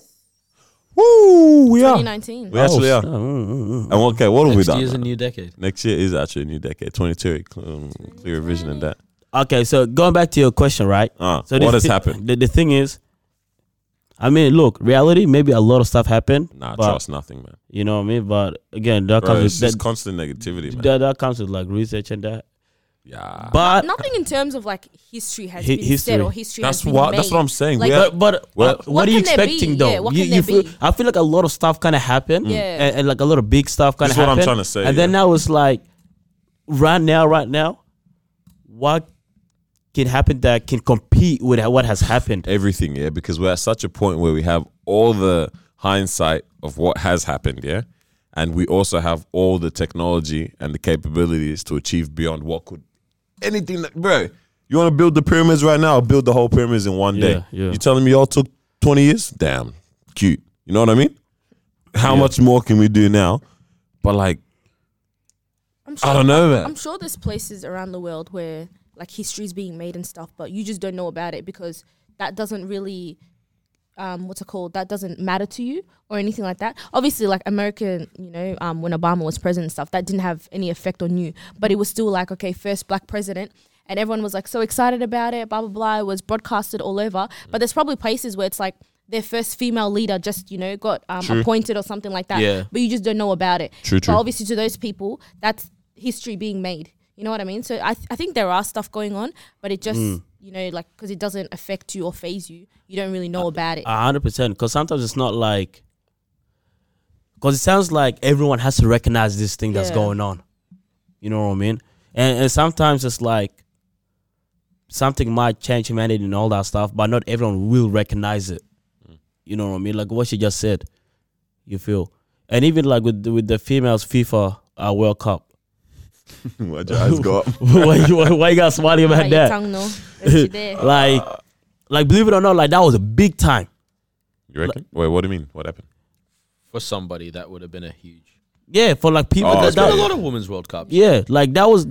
Speaker 2: Woo, we are.
Speaker 4: 2019.
Speaker 2: We
Speaker 1: Oh,
Speaker 2: actually are.
Speaker 1: Mm,
Speaker 2: And okay, what have we
Speaker 3: Next year's a
Speaker 2: done?
Speaker 3: new decade.
Speaker 2: Next year is actually a new decade. 22, um, clear vision and that.
Speaker 1: Okay, so going back to your question, right?
Speaker 2: Uh,
Speaker 1: so
Speaker 2: what
Speaker 1: the
Speaker 2: has
Speaker 1: thi-
Speaker 2: happened?
Speaker 1: The, the thing is, I mean, look, reality. Maybe a lot of stuff happened.
Speaker 2: Nah,
Speaker 1: but,
Speaker 2: trust nothing, man.
Speaker 1: You know what I mean? But again, that
Speaker 2: Bro, it's
Speaker 1: comes with
Speaker 2: just
Speaker 1: that,
Speaker 2: constant negativity, man.
Speaker 1: that, that comes with like research and that.
Speaker 2: yeah.
Speaker 1: But
Speaker 4: Nothing in terms of like history has
Speaker 1: Hi-
Speaker 4: been
Speaker 1: history.
Speaker 4: said or history.
Speaker 2: That's
Speaker 4: has been
Speaker 2: what-
Speaker 4: Made.
Speaker 2: that's what I'm saying.
Speaker 4: Like,
Speaker 2: We are-
Speaker 1: But but
Speaker 2: Well-
Speaker 1: uh, what are you
Speaker 4: can there be?
Speaker 1: expecting though?
Speaker 4: Yeah, what
Speaker 1: You-
Speaker 4: can
Speaker 1: you feel-
Speaker 4: there be?
Speaker 1: I feel like a lot of stuff kind of happened,
Speaker 4: Yeah.
Speaker 1: and, and like a lot of big stuff kind
Speaker 2: This
Speaker 1: of
Speaker 2: is what I'm
Speaker 1: happened.
Speaker 2: trying to say,
Speaker 1: And then
Speaker 2: yeah.
Speaker 1: now it's like, right now, right now, what can happen that can compete with what has happened?
Speaker 2: everything, yeah, because we're at such a point where we have all the hindsight of what has happened, yeah, and we also have all the technology and the capabilities to achieve beyond what could anything that, bro. You want to build the pyramids right now? Build the whole pyramids in one day.
Speaker 1: Yeah, yeah.
Speaker 2: You telling me y'all took twenty years? Damn, cute. You know what I mean? How much more can we do now? But like,
Speaker 4: I'm sure,
Speaker 2: I don't know, man.
Speaker 4: I'm sure there's places around the world where like history's being made and stuff, but you just don't know about it because that doesn't really, um, what's it called? That doesn't matter to you or anything like that. Obviously, like America, you know, um, when Obama was president and stuff, that didn't have any effect on you, but it was still like, okay, first black president. And everyone was like so excited about it, blah, blah, blah. It was broadcasted all over. But there's probably places where it's like their first female leader just, you know, got um, appointed or something like that.
Speaker 3: Yeah.
Speaker 4: But you just don't know about it.
Speaker 2: True,
Speaker 4: But
Speaker 2: true.
Speaker 4: obviously to those people that's history being made you know what i mean so i, th- I think there are stuff going on but it just
Speaker 2: Mm.
Speaker 4: you know like because it doesn't affect you or phase you you don't really
Speaker 2: Uh,
Speaker 4: know about it
Speaker 1: A hundred percent. Because sometimes it's not like, because it sounds like everyone has to recognize this thing that's
Speaker 4: Yeah.
Speaker 1: going on. You know what I mean? And and sometimes it's like something might change humanity and all that stuff, but not everyone will recognize it. You know what I mean? Like what she just said. You feel, and even like with the, with the females FIFA uh, World Cup.
Speaker 2: Why'd your eyes go up?
Speaker 1: why, you, why you got smiling
Speaker 4: Like,
Speaker 1: about
Speaker 4: your
Speaker 1: that?
Speaker 4: tongue, no, it's you there.
Speaker 1: Like, like believe it or not, like that was a big time.
Speaker 2: You reckon? Wait, what do you mean? What happened?
Speaker 3: For somebody, that would have been a huge.
Speaker 1: Yeah, for like people.
Speaker 2: Oh,
Speaker 1: that-
Speaker 3: There's
Speaker 1: that,
Speaker 3: been a lot of women's World Cups.
Speaker 1: Yeah, like that was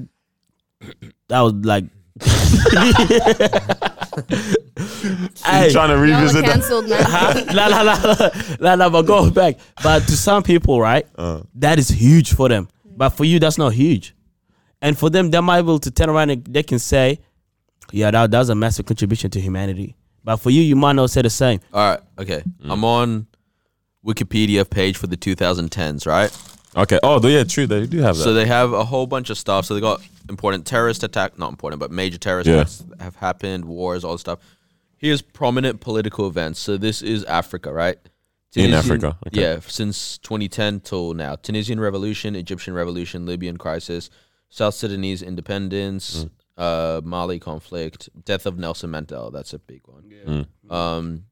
Speaker 1: that was like Hey,
Speaker 2: trying to
Speaker 4: Y'all are
Speaker 2: revisit that.
Speaker 4: cancelled, man.
Speaker 1: huh? la, la, la, la, la, la, but go back. But to some people, right, that is huge for them. But for you, that's not huge. And for them, they might be able to turn around and they can say, yeah, that, that was a massive contribution to humanity. But for you, you might not say the same.
Speaker 3: All right. Okay. I'm on Wikipedia page for the 2010s, right?
Speaker 2: Okay. Oh, yeah, true. They do have that.
Speaker 3: So they have a whole bunch of stuff. So they got important terrorist attack, not important, but major terrorist
Speaker 2: Yeah.
Speaker 3: attacks that have happened, wars, all this stuff. Here's prominent political events. So this is Africa, right?
Speaker 2: In Africa, okay.
Speaker 3: Yeah, since 2010 till now. Tunisian revolution, Egyptian revolution, Libyan crisis, South Sudanese independence,
Speaker 2: Mm.
Speaker 3: uh, Mali conflict, death of Nelson Mandela. That's a big one.
Speaker 2: Mm.
Speaker 3: Um,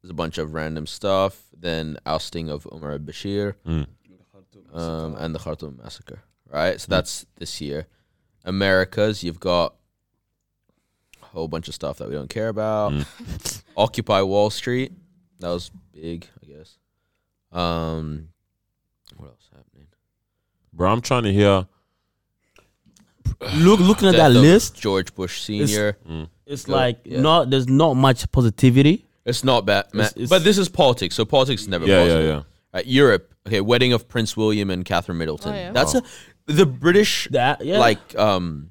Speaker 3: there's a bunch of random stuff. Then ousting of Umar al-Bashir
Speaker 2: Hmm.
Speaker 3: um, and the Khartoum massacre. Right,
Speaker 1: Hmm.
Speaker 3: so that's this year. Americas, you've got a whole bunch of stuff that we don't care about.
Speaker 1: Hmm.
Speaker 3: Occupy Wall Street, that was big, I guess. Um, what else happening?
Speaker 2: Bro, I'm trying to hear.
Speaker 1: Look, looking at that
Speaker 3: Death of
Speaker 1: list,
Speaker 3: George Bush Senior.
Speaker 2: Mm.
Speaker 1: it's
Speaker 3: Go-
Speaker 1: like
Speaker 3: yeah.
Speaker 1: not there's not much positivity.
Speaker 3: It's not bad, man.
Speaker 1: It's- it's-
Speaker 3: but this is politics, so politics is never.
Speaker 2: Yeah, yeah,
Speaker 3: positive.
Speaker 2: yeah.
Speaker 3: Right, Europe, okay, wedding of Prince William and Catherine Middleton.
Speaker 4: Oh, yeah.
Speaker 3: That's a, the British,
Speaker 1: That yeah,
Speaker 3: like um,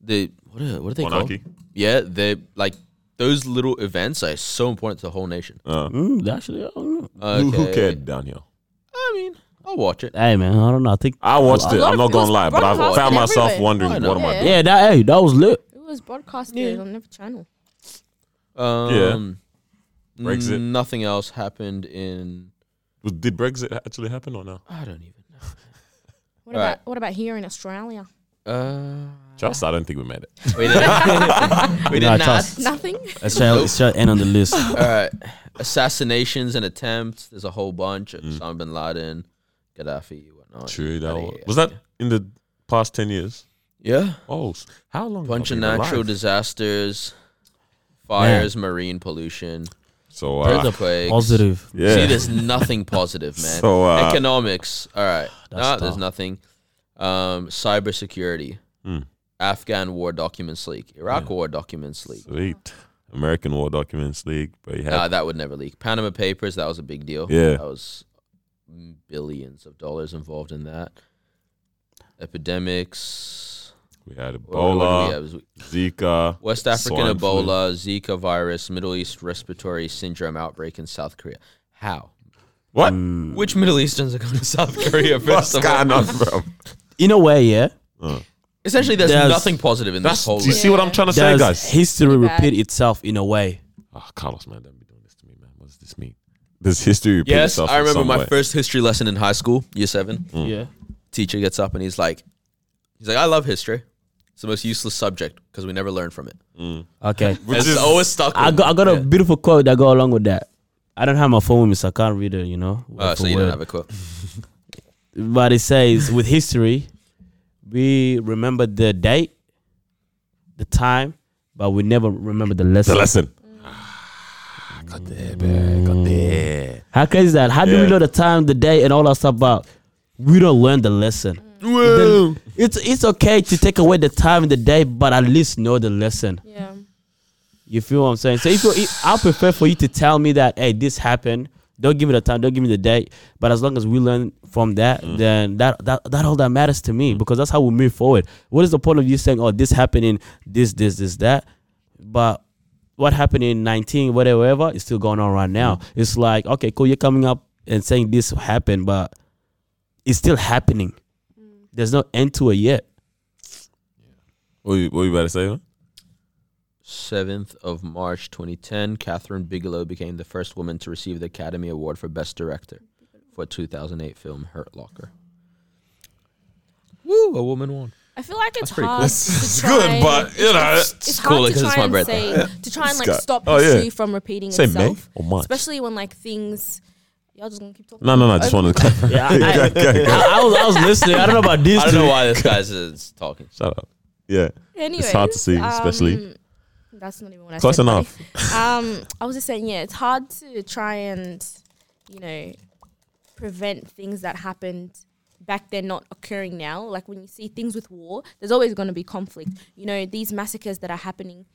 Speaker 3: the what are, what are they
Speaker 2: Monarchy.
Speaker 3: called? Yeah, they like those little events are so important to the whole nation.
Speaker 1: Mm, actually, I don't know.
Speaker 3: Okay.
Speaker 2: Uh, Who, who cared down here?
Speaker 3: I mean, I'll watch it.
Speaker 1: hey man, I don't know. I think
Speaker 2: I watched
Speaker 1: A
Speaker 2: it.
Speaker 4: lot
Speaker 2: I'm
Speaker 4: of
Speaker 2: not
Speaker 4: people's
Speaker 2: gonna lie, but I
Speaker 4: broadcast
Speaker 2: found
Speaker 4: it
Speaker 2: myself
Speaker 4: everywhere.
Speaker 2: wondering,
Speaker 3: I know.
Speaker 2: what am I
Speaker 4: Yeah.
Speaker 2: doing?
Speaker 1: yeah, that hey, that was lit.
Speaker 4: it was broadcasted on every channel
Speaker 3: Um,
Speaker 2: Brexit.
Speaker 3: Nothing else happened in.
Speaker 2: Was- Did Brexit actually happen or no?
Speaker 3: I don't even know.
Speaker 4: what
Speaker 3: Alright.
Speaker 4: about what about here in australia
Speaker 3: Uh,
Speaker 2: Just I don't think we made it.
Speaker 3: we did. we did
Speaker 1: I
Speaker 3: not.
Speaker 1: trust.
Speaker 4: nothing
Speaker 1: Let's try, let's try end on the list.
Speaker 3: All right. assassinations and attempts. There's a whole bunch. Osama bin Laden, Gaddafi, whatnot.
Speaker 2: Mm. True. That
Speaker 3: Yada,
Speaker 2: was,
Speaker 3: yada,
Speaker 2: was that
Speaker 3: yada.
Speaker 2: in the past ten years.
Speaker 3: Yeah,
Speaker 2: Oh, s- how long? have
Speaker 3: bunch
Speaker 2: I
Speaker 3: of
Speaker 2: been alive?
Speaker 3: natural disasters, fires, marine pollution,
Speaker 2: So
Speaker 3: birds
Speaker 2: uh,
Speaker 3: of plagues.
Speaker 1: Positive.
Speaker 2: yeah.
Speaker 3: See, there's nothing positive, man.
Speaker 2: So, uh,
Speaker 3: Economics. All right.
Speaker 1: That's
Speaker 3: No, there's
Speaker 1: tough.
Speaker 3: nothing. Um, cybersecurity.
Speaker 2: Mm.
Speaker 3: Afghan war documents leak. Iraq war documents leak.
Speaker 2: Sweet. American War Documents League, but you had
Speaker 3: Nah, that would never leak. Panama Papers, that was a big deal.
Speaker 2: Yeah.
Speaker 3: That was billions of dollars involved in that. Epidemics.
Speaker 2: we had
Speaker 3: What- what do
Speaker 2: Ebola,
Speaker 3: we have?
Speaker 2: Zika,
Speaker 3: West African
Speaker 2: swine flu.
Speaker 3: Ebola, Zika virus, Middle East respiratory syndrome outbreak in South Korea. How?
Speaker 2: What?
Speaker 3: Which Middle Easterners are going to South Korea first
Speaker 2: Hmm. What's
Speaker 3: of all?
Speaker 2: going on, bro?
Speaker 1: In a way, yeah.
Speaker 3: Essentially, there's,
Speaker 1: There's-
Speaker 3: nothing positive in
Speaker 2: That's,
Speaker 3: this
Speaker 2: do
Speaker 3: whole
Speaker 2: you
Speaker 3: list.
Speaker 2: see what I'm trying to say,
Speaker 1: Does
Speaker 2: guys?
Speaker 1: history
Speaker 4: Pretty bad.
Speaker 1: repeat itself in a way?
Speaker 2: Ah, Carlos, man, don't be doing this to me, man. What does this mean? Does history repeat
Speaker 3: Yes,
Speaker 2: itself?
Speaker 3: I
Speaker 2: in
Speaker 3: remember
Speaker 2: some
Speaker 3: my
Speaker 2: way?
Speaker 3: first history lesson in high school, year seven.
Speaker 1: Yeah.
Speaker 3: Teacher gets up and he's like, he's like, I love history. It's the most useless subject because we never learn from it.
Speaker 1: Okay.
Speaker 2: Which
Speaker 3: it's
Speaker 2: is-
Speaker 3: always stuck.
Speaker 1: I
Speaker 3: with
Speaker 1: got I
Speaker 3: me.
Speaker 1: got
Speaker 3: Yeah.
Speaker 1: a beautiful quote that go along with that. I don't have my phone with me, so I can't read it. You know. word
Speaker 3: Oh,
Speaker 1: for
Speaker 3: so you don't
Speaker 1: word.
Speaker 3: have a quote.
Speaker 2: Mm.
Speaker 1: but it says with history, we remember the date, the time, but we never remember the lesson.
Speaker 2: The lesson. Ah, Got there, man.
Speaker 3: Mm.
Speaker 2: Got there.
Speaker 1: How crazy is that? How do
Speaker 2: Yeah.
Speaker 1: we know the time, the date, and all that stuff? But we don't learn the lesson.
Speaker 3: Whoa.
Speaker 1: It's it's okay to take away the time and the day, but at least know the lesson.
Speaker 4: Yeah.
Speaker 1: You feel what I'm saying? So if you, I prefer for you to tell me that, hey, this happened. Don't give me the time. Don't give me the date. But as long as we learn from that, then that, that that all that matters to me because that's how we move forward. What is the point of you saying, oh, this happened in this, this, this, that? But what happened in 19, whatever, whatever, is still going on right now. It's like, okay, cool, you're coming up and saying this happened, but it's still happening. There's no end to it yet.
Speaker 2: What you, what you about to say? man?
Speaker 3: 7th of March 2010, Catherine Bigelow became the first woman to receive the Academy Award for Best Director for 2008 film Hurt Locker. Woo, a woman won.
Speaker 4: I feel like it's
Speaker 3: pretty cool.
Speaker 4: hard. to
Speaker 2: It's
Speaker 4: try
Speaker 2: good,
Speaker 4: and-
Speaker 2: but you know,
Speaker 4: it's
Speaker 3: cool
Speaker 4: hard to
Speaker 3: 'cause
Speaker 4: try
Speaker 3: it's my
Speaker 4: and
Speaker 3: bread.
Speaker 4: say to try and like
Speaker 2: Scott.
Speaker 4: stop
Speaker 2: Oh, yeah.
Speaker 4: history from repeating
Speaker 2: say May
Speaker 4: itself,
Speaker 2: or March.
Speaker 4: especially when like things. Y'all just gonna keep talking.
Speaker 2: No, no, no. I just
Speaker 4: Okay.
Speaker 2: wanted to clarify.
Speaker 1: Yeah, I, I, I was, I was listening. I don't know about this.
Speaker 3: I don't know why this guy's is talking.
Speaker 2: Shut up. Yeah.
Speaker 4: Anyways,
Speaker 2: It's hard to see, especially-
Speaker 4: um, That's not even what I
Speaker 2: Close
Speaker 4: said. buddy.
Speaker 2: enough.
Speaker 4: Um, I was just saying, yeah, it's hard to try and, you know, prevent things that happened back then not occurring now. Like when you see things with war, there's always going to be conflict. You know, these massacres that are happening,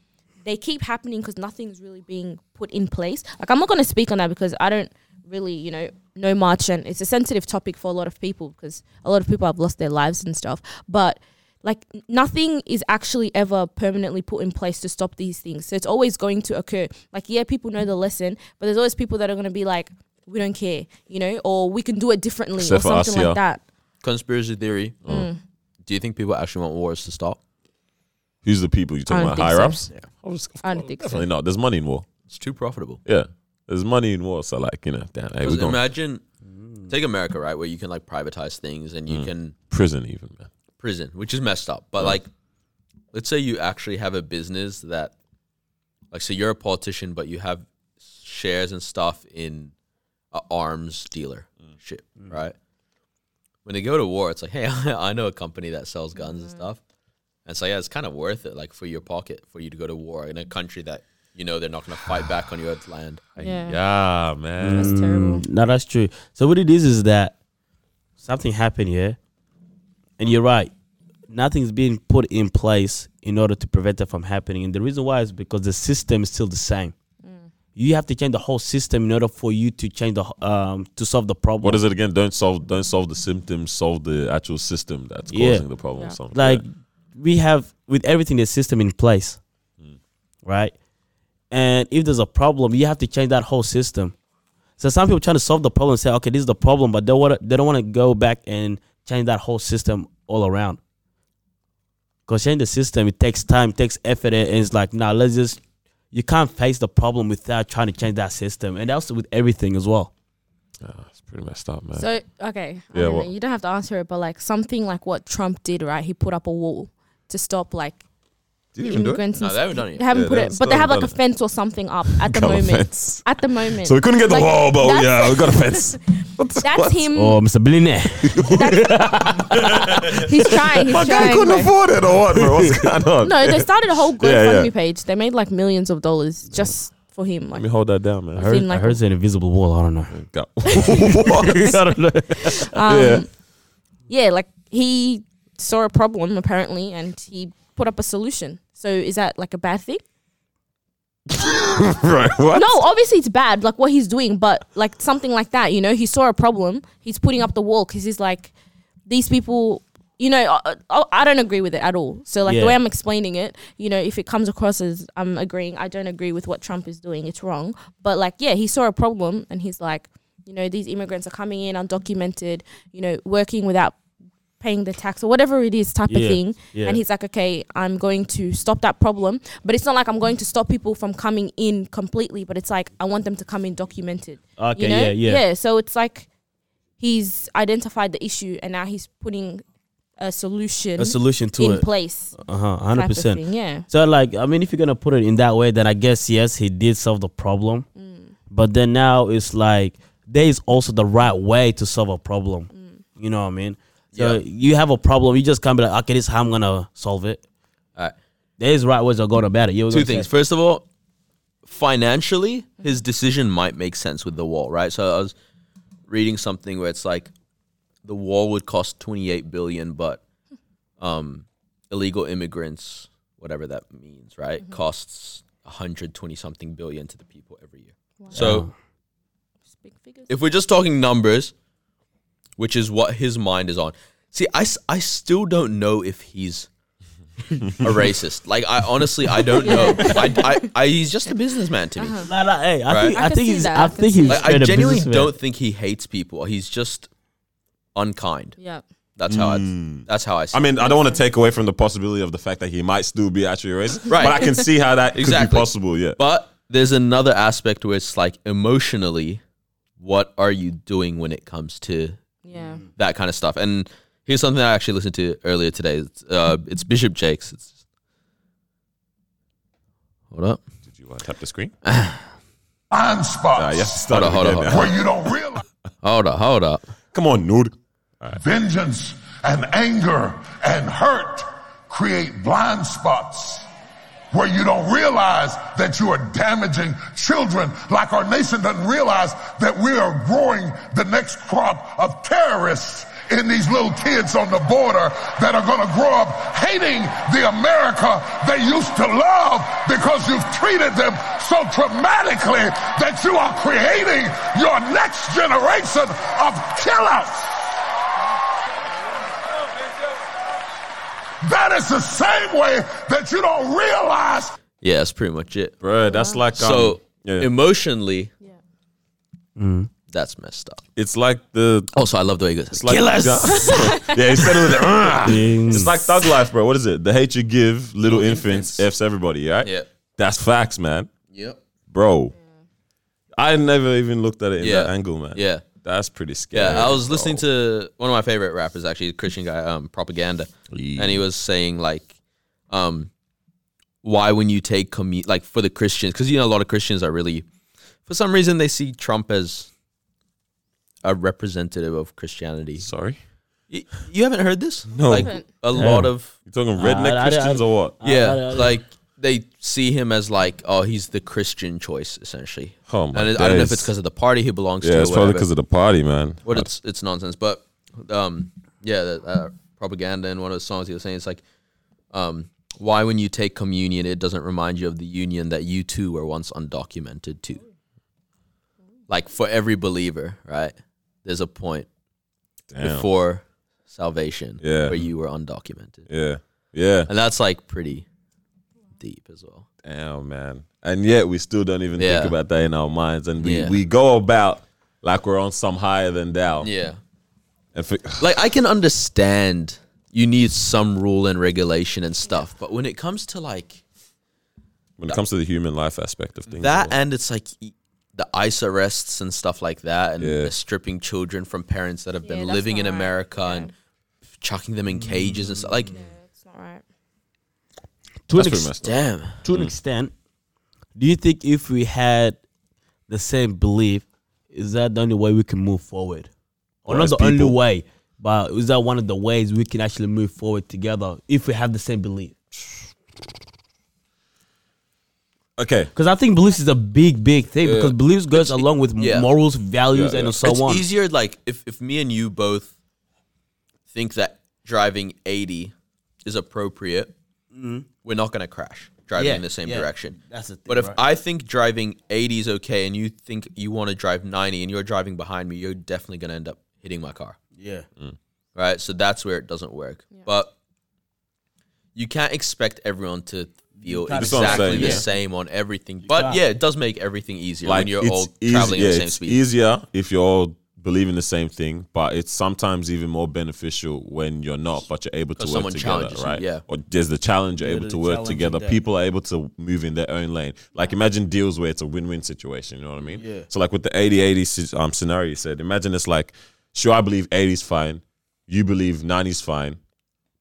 Speaker 4: they keep happening because nothing's really being put in place. Like I'm not going to speak on that because I don't really, you know, know much, and it's a sensitive topic for a lot of people because a lot of people have lost their lives and stuff. But like n- nothing is actually ever permanently put in place to stop these things. So it's always going to occur. Like yeah, people know the lesson, but there's always people that are going to be like, we don't care, you know, or we can do it differently
Speaker 2: Except
Speaker 4: or
Speaker 2: for us,
Speaker 4: something like
Speaker 2: yeah.
Speaker 4: that.
Speaker 3: Conspiracy theory.
Speaker 2: Oh,
Speaker 4: Mm.
Speaker 3: Do you think people actually want wars to stop?
Speaker 2: Who's the people you
Speaker 4: I
Speaker 2: talking
Speaker 4: don't
Speaker 2: about?
Speaker 4: think
Speaker 2: Higher
Speaker 4: so.
Speaker 2: ups?
Speaker 3: Yeah.
Speaker 2: I was-
Speaker 4: I don't think so.
Speaker 2: Definitely not. There's money in war.
Speaker 3: It's too profitable.
Speaker 2: Yeah. There's money in war. So like you know, damn. Hey, we're
Speaker 3: 'Cause
Speaker 2: going to
Speaker 3: imagine, take America, right, where you can like privatize things and
Speaker 2: Mm.
Speaker 3: you can
Speaker 2: prison even, man.
Speaker 3: prison, which is messed up. But like, let's say you actually have a business that, like, so you're a politician, but you have shares and stuff in a arms dealer ship, right? When they go to war, it's like, hey, I know a company that sells guns
Speaker 4: Mm.
Speaker 3: and stuff. And so yeah, it's kind of worth it, like for your pocket, for you to go to war in a country that you know they're not going to fight back on your land.
Speaker 4: Yeah.
Speaker 2: Yeah, man.
Speaker 3: Mm.
Speaker 4: That's terrible.
Speaker 1: Mm, No, that's true. So what it is is that something happened here, and you're right. Nothing's being put in place in order to prevent that from happening, and the reason why is because the system is still the same.
Speaker 4: Mm.
Speaker 1: You have to change the whole system in order for you to change the h- um to solve the problem.
Speaker 2: What is it again? Don't solve don't solve the symptoms, solve the actual system that's
Speaker 1: Yeah.
Speaker 2: causing the problem.
Speaker 4: Yeah.
Speaker 2: Something
Speaker 1: like we have with everything the system in place, right? And if there's a problem, you have to change that whole system. So some people trying to solve the problem say, okay, this is the problem, but they want they don't want to go back and change that whole system all around. Cause change the system, it takes time, it takes effort, and it's like, nah, let's just you can't face the problem without trying to change that system, and that's with everything as well.
Speaker 2: yeah. Ah, it's pretty messed up, man.
Speaker 4: So okay, I
Speaker 2: Yeah,
Speaker 4: don't know,
Speaker 2: what-
Speaker 4: you don't have to answer it, but like something like what Trump did, right? He put up a wall to stop like
Speaker 2: Did you even do it?
Speaker 4: immigrants.
Speaker 3: No,
Speaker 4: and
Speaker 3: they haven't done it.
Speaker 4: They haven't
Speaker 2: Yeah,
Speaker 4: put
Speaker 2: they
Speaker 4: it,
Speaker 2: haven't
Speaker 4: but they
Speaker 2: still
Speaker 4: have like a
Speaker 2: done it.
Speaker 4: fence or something up at the
Speaker 2: Got a
Speaker 4: moment.
Speaker 2: fence.
Speaker 4: At the moment,
Speaker 2: So we couldn't get the
Speaker 4: Like,
Speaker 2: wall, but oh,
Speaker 4: that's-
Speaker 2: yeah, we got a fence.
Speaker 4: that's him.
Speaker 1: Oh, Mr. Billionaire.
Speaker 4: He's trying. He's
Speaker 2: My guy
Speaker 4: trying.
Speaker 2: couldn't
Speaker 4: bro.
Speaker 2: afford it or what, bro? What's going on?
Speaker 4: No, they started a whole GoFundMe
Speaker 2: Yeah, yeah.
Speaker 4: page. They made like millions of dollars just for him. Like,
Speaker 2: Let me hold that down, man.
Speaker 1: I heard,
Speaker 4: Seem like
Speaker 1: I heard it's an invisible wall. I don't know.
Speaker 2: Go. What?
Speaker 1: I don't know.
Speaker 4: um,
Speaker 2: Yeah.
Speaker 4: yeah. like he saw a problem apparently, and he put up a solution. So is that like a bad thing?
Speaker 2: right, what?
Speaker 4: No, obviously it's bad, like what he's doing, but like something like that, you know, he saw a problem, he's putting up the wall because he's like, these people, you know, I, I, I don't agree with it at all. So, like,
Speaker 1: Yeah.
Speaker 4: the way I'm explaining it, you know, if it comes across as I'm agreeing, I don't agree with what Trump is doing, it's wrong. But, like, yeah, he saw a problem and he's like, you know, these immigrants are coming in undocumented, you know, working without paying the tax or whatever it is type
Speaker 1: Yeah,
Speaker 4: of thing.
Speaker 1: yeah.
Speaker 4: And he's like, okay, I'm going to stop that problem. But it's not like I'm going to stop people from coming in completely, but it's like I want them to come in documented.
Speaker 1: Okay,
Speaker 4: you know?
Speaker 1: yeah, yeah.
Speaker 4: Yeah, so it's like he's identified the issue and now he's putting a solution,
Speaker 1: A solution to
Speaker 4: in
Speaker 1: it.
Speaker 4: place.
Speaker 1: Uh huh.
Speaker 4: type
Speaker 1: Hundred
Speaker 4: of
Speaker 1: percent.
Speaker 4: thing, Yeah.
Speaker 1: So like, I mean, if you're gonna put it in that way, then I guess yes, he did solve the problem.
Speaker 4: Mm.
Speaker 1: But then now it's like there is also the right way to solve a problem.
Speaker 4: Mm.
Speaker 1: You know what I mean? So
Speaker 3: Yeah.
Speaker 1: you have a problem, you just can't be like, okay, this is how I'm gonna solve it.
Speaker 3: All right.
Speaker 1: There is right ways of going about it. You were
Speaker 3: Two
Speaker 1: gonna say-
Speaker 3: things. First of all, financially, his decision might make sense with the wall, right? So I was reading something where it's like the wall would cost 28 billion, but um, illegal immigrants, whatever that means, right, costs 120 something billion to the people every year. So
Speaker 4: It's big figures.
Speaker 3: if we're just talking numbers, which is what his mind is on. See, I, s- I still don't know if he's a racist. Like, I honestly, I don't know. I, I, I, he's just a businessman to me.
Speaker 1: Nah, nah, hey, I
Speaker 3: Right.
Speaker 1: think
Speaker 4: I
Speaker 1: I,
Speaker 4: can
Speaker 1: think
Speaker 4: see
Speaker 1: he's
Speaker 4: that.
Speaker 1: I
Speaker 4: I can
Speaker 1: think
Speaker 4: see
Speaker 1: he's
Speaker 4: that.
Speaker 3: Like,
Speaker 1: straight
Speaker 3: I
Speaker 1: up
Speaker 3: genuinely
Speaker 1: businessman.
Speaker 3: don't think he hates people. He's just unkind.
Speaker 4: yeah.
Speaker 3: That's how I, that's how I see
Speaker 2: I
Speaker 3: it.
Speaker 2: mean, I don't want to take away from the possibility of the fact that he might still be actually racist,
Speaker 3: Right.
Speaker 2: But I can see how that could be
Speaker 3: Exactly.
Speaker 2: possible. Yeah,
Speaker 3: But there's another aspect where it's like emotionally, what are you doing when it comes to
Speaker 4: Yeah.
Speaker 1: Mm.
Speaker 3: that kind of stuff. And here's something I actually listened to earlier today. It's, uh, it's Bishop Jakes. It's, hold up.
Speaker 2: did you uh, tap the screen?
Speaker 5: blind
Speaker 2: Uh,
Speaker 5: spots
Speaker 2: yeah, start
Speaker 3: on,
Speaker 2: it
Speaker 3: hold on,
Speaker 2: again
Speaker 3: hold
Speaker 2: now.
Speaker 5: where you don't realize
Speaker 3: Hold up. Hold up.
Speaker 2: Come on, nude.
Speaker 5: vengeance and anger and hurt create blind spots where you don't realize that you are damaging children like our nation doesn't realize that we are growing the next crop of terrorists in these little kids on the border that are going to grow up hating the America they used to love because you've treated them so traumatically that you are creating your next generation of killers. That is the same way that you don't realize
Speaker 3: Yeah, that's pretty much it.
Speaker 2: Bro, that's like um,
Speaker 3: So
Speaker 2: yeah.
Speaker 3: emotionally,
Speaker 4: Yeah.
Speaker 3: that's messed up.
Speaker 2: it's like the
Speaker 3: Also, I love the way he goes.
Speaker 2: it's like killers. yeah, he said it with the, "Uh." It's like thug life, bro. What is it? The hate you give little infants f's everybody. Right?
Speaker 3: Yeah.
Speaker 2: that's facts, man,
Speaker 3: Yep.
Speaker 2: bro. I never even looked at it in
Speaker 3: Mm. Yeah.
Speaker 2: that angle, man.
Speaker 3: Yeah.
Speaker 2: that's pretty scary.
Speaker 3: Yeah, I was listening to one of my favorite rappers, actually, a Christian guy, um, Propaganda, and he was saying like, um, why when you take commu- like for the Christians, because you know a lot of Christians are really, for some reason, they see Trump as a representative of Christianity.
Speaker 2: Sorry,
Speaker 3: Y- you haven't heard this?
Speaker 2: No.
Speaker 3: like
Speaker 4: Haven't.
Speaker 3: a lot of
Speaker 2: you talking redneck
Speaker 1: I- I- I-
Speaker 2: Christians or what?
Speaker 3: yeah,
Speaker 1: I- I-
Speaker 3: like they see him as like, oh, he's the Christian choice essentially.
Speaker 2: Oh, my
Speaker 3: and I don't know if
Speaker 2: days.
Speaker 3: it's because of the party he belongs to.
Speaker 2: Yeah,
Speaker 3: or
Speaker 2: it's probably
Speaker 3: whatever.
Speaker 2: because of the party, man.
Speaker 3: But it's it's nonsense. But um, yeah, the, uh, propaganda in one of the songs he was saying it's like, um, why when you take communion, it doesn't remind you of the union that you too were once undocumented to. Like for every believer, right? There's a point
Speaker 2: Damn.
Speaker 3: before salvation
Speaker 2: Yeah.
Speaker 3: where you were undocumented,
Speaker 2: Yeah, yeah.
Speaker 3: and that's like pretty deep as well.
Speaker 2: Damn, man. And yet we still don't even
Speaker 3: Yeah.
Speaker 2: think about that in our minds. And we,
Speaker 3: Yeah.
Speaker 2: we go about like we're on some higher than thou.
Speaker 3: Yeah.
Speaker 2: And fi-
Speaker 3: like I can understand you need some rule and regulation and stuff, but when it comes to like
Speaker 2: when it comes to the human life aspect of things.
Speaker 3: that,
Speaker 2: well,
Speaker 3: and it's like e- the ICE arrests and stuff like that, and
Speaker 2: Yeah.
Speaker 3: they're stripping children from parents that have been
Speaker 4: Yeah, that's
Speaker 3: living in
Speaker 4: not right.
Speaker 3: America and chucking them in cages and stuff. Like
Speaker 4: It's not right.
Speaker 1: to an
Speaker 2: That's pretty messed up.
Speaker 1: extent, to
Speaker 2: Hmm.
Speaker 1: an extent, do you think if we had the same belief, is that the only way we can move forward, or
Speaker 2: Well,
Speaker 1: not
Speaker 2: as
Speaker 1: the only
Speaker 2: people-
Speaker 1: way, but is that one of the ways we can actually move forward together if we have the same belief?
Speaker 2: Okay.
Speaker 1: Because I think beliefs is a big, big thing. Because beliefs goes along with
Speaker 3: yeah.
Speaker 1: morals, values,
Speaker 2: Yeah, yeah.
Speaker 1: and so
Speaker 3: it's
Speaker 1: on.
Speaker 3: easier like if, if me and you both think that driving 80 is appropriate we're not going to crash
Speaker 1: Mm-hmm.
Speaker 3: driving
Speaker 1: Yeah,
Speaker 3: in the same
Speaker 1: yeah.
Speaker 3: direction
Speaker 1: That's the thing,
Speaker 3: but if
Speaker 1: right.
Speaker 3: i think driving 80 is okay and you think you want to drive 90 and you're driving behind me you're definitely going to end up hitting my car Mm.
Speaker 1: Yeah,
Speaker 3: right so that's where it doesn't work but you can't expect everyone to feel
Speaker 1: can't.
Speaker 2: That's what I'm
Speaker 3: exactly
Speaker 2: saying,
Speaker 3: the
Speaker 2: yeah.
Speaker 3: same on everything but
Speaker 1: can't.
Speaker 3: yeah it does make everything easier
Speaker 2: Like
Speaker 3: when you're
Speaker 2: it's
Speaker 3: all
Speaker 2: easy-
Speaker 3: traveling
Speaker 2: yeah,
Speaker 3: at the same
Speaker 2: it's
Speaker 3: speed
Speaker 2: easier if you all believe in the same thing, but it's sometimes even more beneficial when you're not, but you're able to
Speaker 3: 'Cause
Speaker 2: work
Speaker 3: someone
Speaker 2: together,
Speaker 3: challenges you,
Speaker 2: right?
Speaker 3: yeah.
Speaker 2: Or there's the challenge you're able
Speaker 1: the
Speaker 2: to work
Speaker 1: challenge
Speaker 2: together.
Speaker 1: is there.
Speaker 2: People are able to move in their own lane. Like imagine deals where it's a win-win situation. You know what I mean? Yeah. So like with the 80-80 si- um, scenario you said, imagine it's like, sure, I believe 80's fine, you believe 90's fine,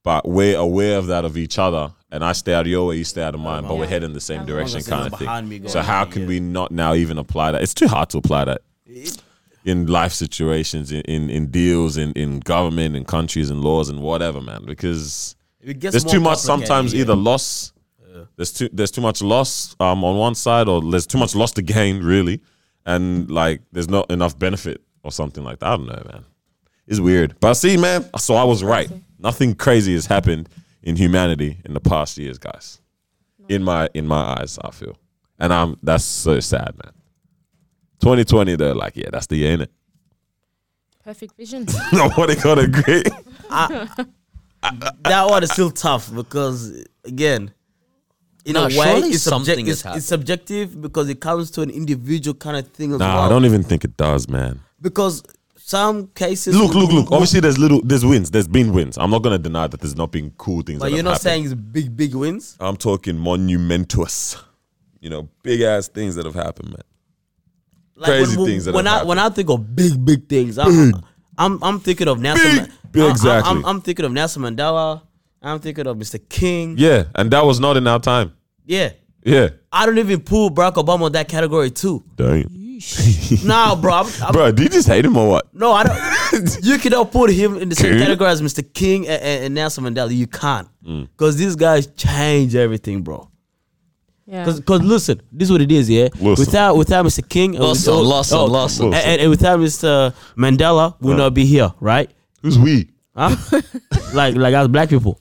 Speaker 2: but we're aware of that of each other. And I stay out of your way, you stay out of mine, but we're heading the same direction,
Speaker 1: as they're
Speaker 2: kind
Speaker 1: not
Speaker 2: of
Speaker 1: behind me
Speaker 2: thing.
Speaker 1: going
Speaker 2: So how
Speaker 1: at me,
Speaker 2: can
Speaker 1: yeah.
Speaker 2: we not now even apply that? It's too hard to apply that in life situations, in in, in deals, in in government, in countries, and laws, and whatever, man. Because
Speaker 1: it gets
Speaker 2: there's
Speaker 1: more
Speaker 2: too much
Speaker 1: complicated,
Speaker 2: sometimes
Speaker 1: yeah.
Speaker 2: either loss. There's too there's too much loss um, on one side, or there's too much loss to gain, really, and like there's not enough benefit or something like that. I don't know, man. It's weird, but I see, man. So I was right. Nothing crazy has happened in humanity in the past years, guys. In my in my eyes, I feel, and I'm that's so sad, man. 2020, they're like, yeah, that's the year, innit?
Speaker 4: Perfect vision.
Speaker 2: Nobody gonna agree.
Speaker 1: that one is still tough because again, in a
Speaker 3: No,
Speaker 1: way,
Speaker 3: surely
Speaker 1: it's, subject,
Speaker 3: something has
Speaker 1: it's, it's subjective because it comes to an individual kind of thing as
Speaker 2: Nah,
Speaker 1: well.
Speaker 2: I don't even think it does, man.
Speaker 1: because some cases
Speaker 2: Look, look, look. Obviously, there's little, there's wins. There's been wins. I'm not gonna deny that there's not been cool things.
Speaker 1: But
Speaker 2: that
Speaker 1: you're
Speaker 2: have
Speaker 1: not
Speaker 2: happened.
Speaker 1: saying it's big, big wins.
Speaker 2: I'm talking monumentous. You know, big ass things that have happened, man.
Speaker 1: Like
Speaker 2: Crazy
Speaker 1: when,
Speaker 2: things that
Speaker 1: when I
Speaker 2: have
Speaker 1: when I think of big, big things, I'm I'm, I'm thinking of Nelson.
Speaker 2: Big.
Speaker 1: Man-
Speaker 2: Yeah,
Speaker 1: I'm- I'm-
Speaker 2: exactly.
Speaker 1: I'm, I'm thinking of Nelson Mandela. I'm thinking of Mr. King. Yeah.
Speaker 2: Yeah, and that was not in our time. Yeah,
Speaker 1: I don't even pull Barack Obama in that category too.
Speaker 2: dang,
Speaker 1: nah, bro. I'm, I'm,
Speaker 2: bro, did you just hate him or what?
Speaker 1: No, I don't. you cannot put him in the same
Speaker 2: Cool.
Speaker 1: category as Mr. King and, and, and Nelson Mandela. You can't,
Speaker 2: Mm.
Speaker 1: because these guys change everything, bro.
Speaker 4: Yeah.
Speaker 1: Because listen, this is what it is, yeah.
Speaker 2: Listen.
Speaker 1: Without without Mr. King, and
Speaker 3: Lawson,
Speaker 1: without-
Speaker 3: Lawson, Lawson.
Speaker 1: And, and- and without Mr. Mandela, we'll not be here, right?
Speaker 2: Who's we?
Speaker 1: Huh? like like as black people,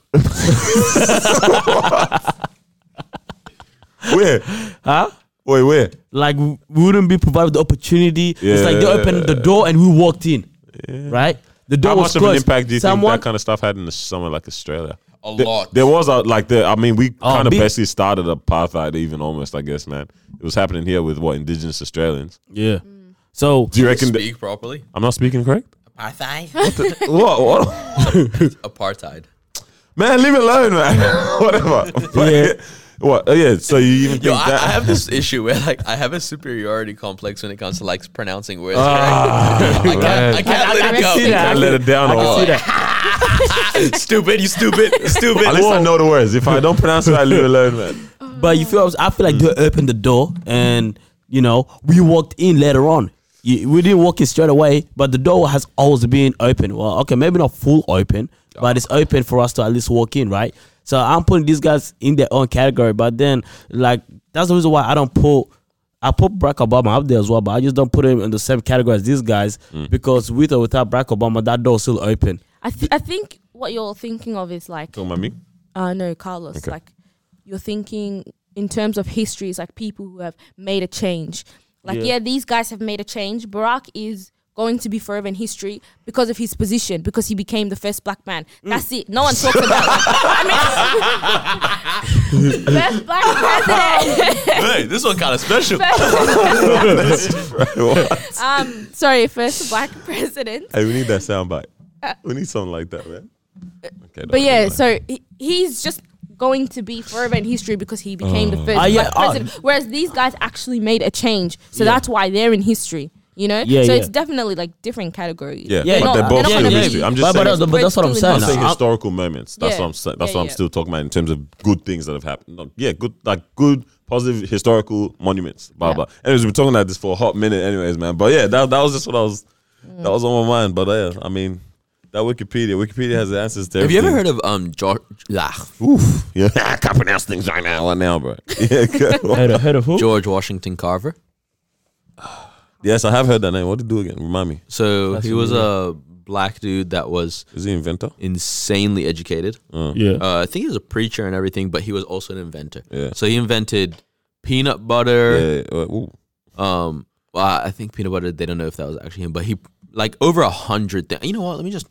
Speaker 2: Where?
Speaker 1: huh?
Speaker 2: Wait, where?
Speaker 1: Like we wouldn't be provided the opportunity. It's like they opened the door and we walked in, right? The door
Speaker 2: How
Speaker 1: was
Speaker 2: much of
Speaker 1: closed.
Speaker 2: an impact do you
Speaker 1: Someone,
Speaker 2: think that kind of stuff had in somewhere like Australia?
Speaker 3: a
Speaker 2: There-
Speaker 3: lot
Speaker 2: There was a like the I mean we
Speaker 1: Oh,
Speaker 2: kind of
Speaker 1: big-
Speaker 2: basically started apartheid even almost I guess man it was happening here with what indigenous Australians.
Speaker 1: yeah. So
Speaker 2: Do you reckon? that-
Speaker 3: speak properly
Speaker 2: I'm not speaking correct.
Speaker 3: Apartheid.
Speaker 2: what? what?
Speaker 3: Apartheid.
Speaker 2: Man, leave it alone, man. Whatever. But,
Speaker 1: Yeah.
Speaker 2: What? Oh, yeah. So you even
Speaker 3: Yo,
Speaker 2: think
Speaker 3: I,
Speaker 2: that?
Speaker 3: I have this issue where like I have a superiority complex when it comes to like pronouncing words. correctly. I can't, I can't
Speaker 1: I- I
Speaker 3: let
Speaker 1: can see
Speaker 3: it
Speaker 1: that.
Speaker 3: go. Ah,
Speaker 2: Can't Ah, let it down
Speaker 1: I
Speaker 2: or what?
Speaker 1: see that.
Speaker 3: Stupid, you stupid, stupid.
Speaker 2: At least I know the words. If I don't pronounce it, I leave it alone, man.
Speaker 1: But you feel I feel like
Speaker 2: Mm.
Speaker 1: they opened the door and you know we walked in later on. You- We didn't walk in straight away, but the door has always been open. Well, okay, maybe not full open, but it's open for us to at least walk in, right? So I'm putting these guys in their own category, but then like that's the reason why I don't put I put Barack Obama up there as well, but I just don't put him in the same category as these guys
Speaker 2: Mm.
Speaker 1: because with or without Barack Obama, that door's still open.
Speaker 4: I, th- I think what you're thinking of is like,
Speaker 2: Talking about me?
Speaker 4: uh, no, Carlos, like you're thinking in terms of history, it's like people who have made a change. Like, yeah. these guys have made a change. Barack is going to be forever in history because of his position, because he became the first black man. That's it. No one talks about that. I mean, first black president.
Speaker 3: hey, this one kind of special.
Speaker 4: um, sorry, first black president.
Speaker 2: Hey, we need that sound bite. We need something like that, man. Okay,
Speaker 4: But yeah, so he, he's just going to be forever in history because he became the first
Speaker 1: Ah, yeah,
Speaker 4: black
Speaker 1: ah.
Speaker 4: president. Whereas these guys actually made a change, so that's why they're in history. You know,
Speaker 1: Yeah,
Speaker 4: so
Speaker 1: yeah.
Speaker 4: it's definitely like different categories.
Speaker 2: Yeah,
Speaker 1: Yeah,
Speaker 2: but
Speaker 1: no,
Speaker 2: they're
Speaker 1: I-
Speaker 2: both
Speaker 1: yeah,
Speaker 2: still
Speaker 1: yeah,
Speaker 2: history.
Speaker 1: yeah.
Speaker 2: I'm just
Speaker 1: But- but
Speaker 2: saying,
Speaker 1: that's- but that's what I'm
Speaker 4: Still
Speaker 1: saying.
Speaker 2: I'm saying
Speaker 1: I'm-
Speaker 2: historical moments. That's
Speaker 4: Yeah.
Speaker 2: what I'm saying. That's
Speaker 4: Yeah,
Speaker 2: what I'm
Speaker 4: yeah.
Speaker 2: still talking about in terms of good things that have happened. No, yeah, good like good positive historical monuments. Blah
Speaker 4: Yeah.
Speaker 2: blah. Anyways, we're talking about this for a hot minute. Anyways, man. But yeah, that that was just what I was.
Speaker 4: Mm.
Speaker 2: That was on my mind. But yeah, I mean. That Wikipedia, Wikipedia has the answers to
Speaker 3: Have you
Speaker 2: everything.
Speaker 3: ever heard of um George?
Speaker 2: Oof, yeah, I can't pronounce things right now, right now, bro. Yeah, go.
Speaker 1: Heard of, heard of who?
Speaker 3: George Washington Carver?
Speaker 2: yes, I have heard that name. What did he do again? Remind me.
Speaker 3: So he was a black dude that was
Speaker 2: Is he an inventor?
Speaker 3: insanely educated.
Speaker 2: Oh.
Speaker 1: Yeah.
Speaker 3: Uh, I think he was a preacher and everything, but he was also an inventor.
Speaker 2: Yeah.
Speaker 3: So he invented peanut butter.
Speaker 2: Yeah. uh, ooh.
Speaker 3: Um, well, I I think peanut butter. They don't know if that was actually him, but he like over a hundred. Th- you know what? Let me just.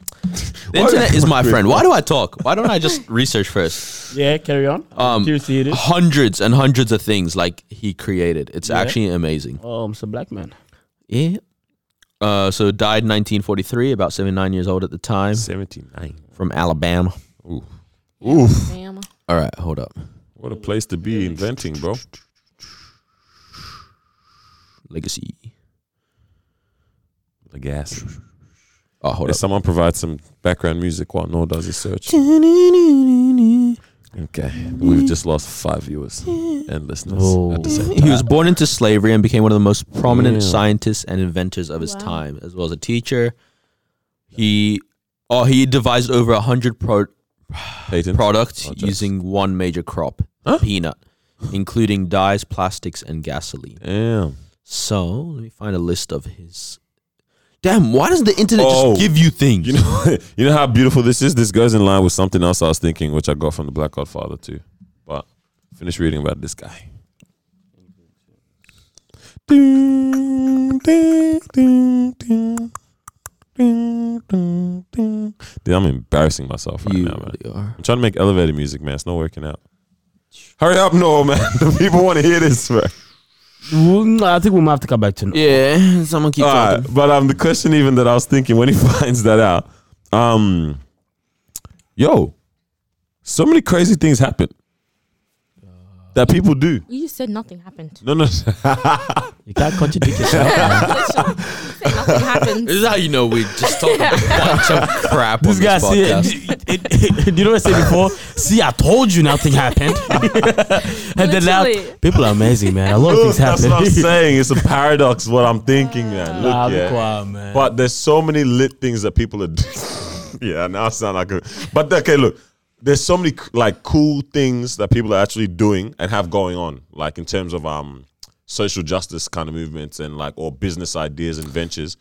Speaker 3: The internet is my friend. Why do I talk? Why don't I just research first?
Speaker 1: yeah, carry on. Um, Curious to hear this.
Speaker 3: Hundreds and hundreds of things like he created. It's actually amazing.
Speaker 1: Oh, I'm a black man.
Speaker 3: Yeah. Uh, so died 1943, about 79 years old at the time,
Speaker 2: 79.
Speaker 3: from Alabama.
Speaker 2: Oof.
Speaker 4: Damn.
Speaker 3: All right, hold up.
Speaker 2: What a place to be inventing, bro.
Speaker 3: Legacy.
Speaker 2: The gas.
Speaker 3: Oh, hold
Speaker 2: If
Speaker 3: up.
Speaker 2: someone provides some background music while Noah does his search. Okay. We've just lost five viewers and listeners at the same
Speaker 3: Oh. He was born into slavery and became one of the most prominent
Speaker 2: Yeah.
Speaker 3: scientists and inventors of his time, as well as a teacher. He, oh, he devised over a hundred pro-
Speaker 2: patent.
Speaker 3: products
Speaker 2: Projects.
Speaker 3: using one major crop, peanut, including dyes, plastics, and gasoline.
Speaker 2: Damn.
Speaker 3: So let me find a list of his. Damn! Why does the internet
Speaker 2: Oh.
Speaker 3: just give you things?
Speaker 2: You know, you know how beautiful this is? This goes in line with something else I was thinking, which I got from the Black Godfather too. But finish reading about this guy. Ding, ding, ding, ding. Ding, ding, ding. Dude, I'm embarrassing myself right
Speaker 3: You
Speaker 2: now, man.
Speaker 3: really are.
Speaker 2: I'm trying to make elevator music, man. It's not working out. Hurry up, Noah, man. The people want to hear this, man.
Speaker 1: Mm, I think we might have to come back to
Speaker 3: Yeah, someone keep
Speaker 2: All right, but um, the question even that I was thinking when he finds that out, um, yo, so many crazy things happen that people do.
Speaker 4: You just said nothing happened.
Speaker 2: No, no,
Speaker 1: You can't contradict yourself.
Speaker 4: Literally. You said nothing happened.
Speaker 3: This is how you know we just talk about a bunch of crap
Speaker 1: this
Speaker 3: on
Speaker 1: guy
Speaker 3: this podcast.
Speaker 1: said, it, it, it, you know what I said before? See, I told you nothing happened. and then now,
Speaker 4: Literally.
Speaker 1: people are amazing, man. A lot of
Speaker 2: look,
Speaker 1: things
Speaker 2: that's
Speaker 1: happen.
Speaker 2: what I'm saying. It's a paradox. What I'm thinking, man. Look,
Speaker 1: Ah, look
Speaker 2: yeah.
Speaker 1: why, man.
Speaker 2: But there's so many lit things that people are. doing. yeah, now I sound like a. But okay, look, there's so many like cool things that people are actually doing and have going on, like in terms of um social justice kind of movements and like or business ideas and ventures.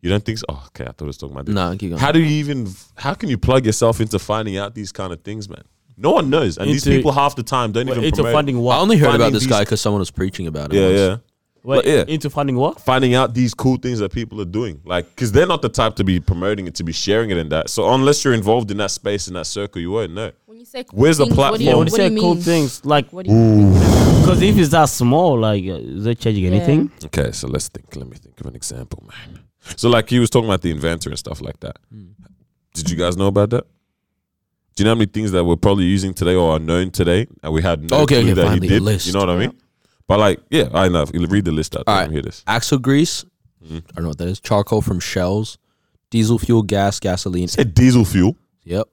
Speaker 2: You don't think so? Oh, okay, I thought I was talking about this.
Speaker 3: No, keep going.
Speaker 2: How do you even? How can you plug yourself into finding out these kind of things, man? No one knows, and these
Speaker 1: Into-
Speaker 2: people half the time don't even
Speaker 1: into
Speaker 2: promote.
Speaker 1: funding
Speaker 3: I
Speaker 1: what?
Speaker 3: only heard about
Speaker 2: finding
Speaker 3: this
Speaker 2: these-
Speaker 3: guy because someone was preaching about it.
Speaker 2: Yeah,
Speaker 3: once.
Speaker 2: yeah
Speaker 1: Wait,
Speaker 2: but yeah.
Speaker 1: Into funding what?
Speaker 2: finding out these cool things that people are doing. Like, because they're not the type to be promoting it, to be sharing it in that. So unless you're involved in that space, in that circle, you won't know.
Speaker 4: When you say cool
Speaker 2: Where's the
Speaker 4: things, What do you,
Speaker 1: Yeah, when
Speaker 4: what
Speaker 1: you
Speaker 4: do you
Speaker 1: say cool
Speaker 4: mean?
Speaker 1: things, like,
Speaker 4: What do you mean?
Speaker 1: because if it's that small, like, uh, is it changing anything?
Speaker 2: Okay, so let's think. Let me think of an example, man. So like he was talking about the inventor and stuff like that.
Speaker 3: Hmm.
Speaker 2: Did you guys know about that? Do you know how many things that we're probably using today or are known today and we had no
Speaker 3: Okay,
Speaker 2: clue
Speaker 3: okay,
Speaker 2: that he
Speaker 3: finally, a
Speaker 2: did?
Speaker 3: list.
Speaker 2: You know what I mean? But like, yeah, I know. You Read the list out.
Speaker 3: All
Speaker 2: All
Speaker 3: right.
Speaker 2: right. Hear this.
Speaker 3: Axle grease.
Speaker 2: Mm-hmm.
Speaker 3: I don't know what that is. Charcoal from shells. Diesel fuel, gas, gasoline.
Speaker 2: Say diesel fuel.
Speaker 3: Yep.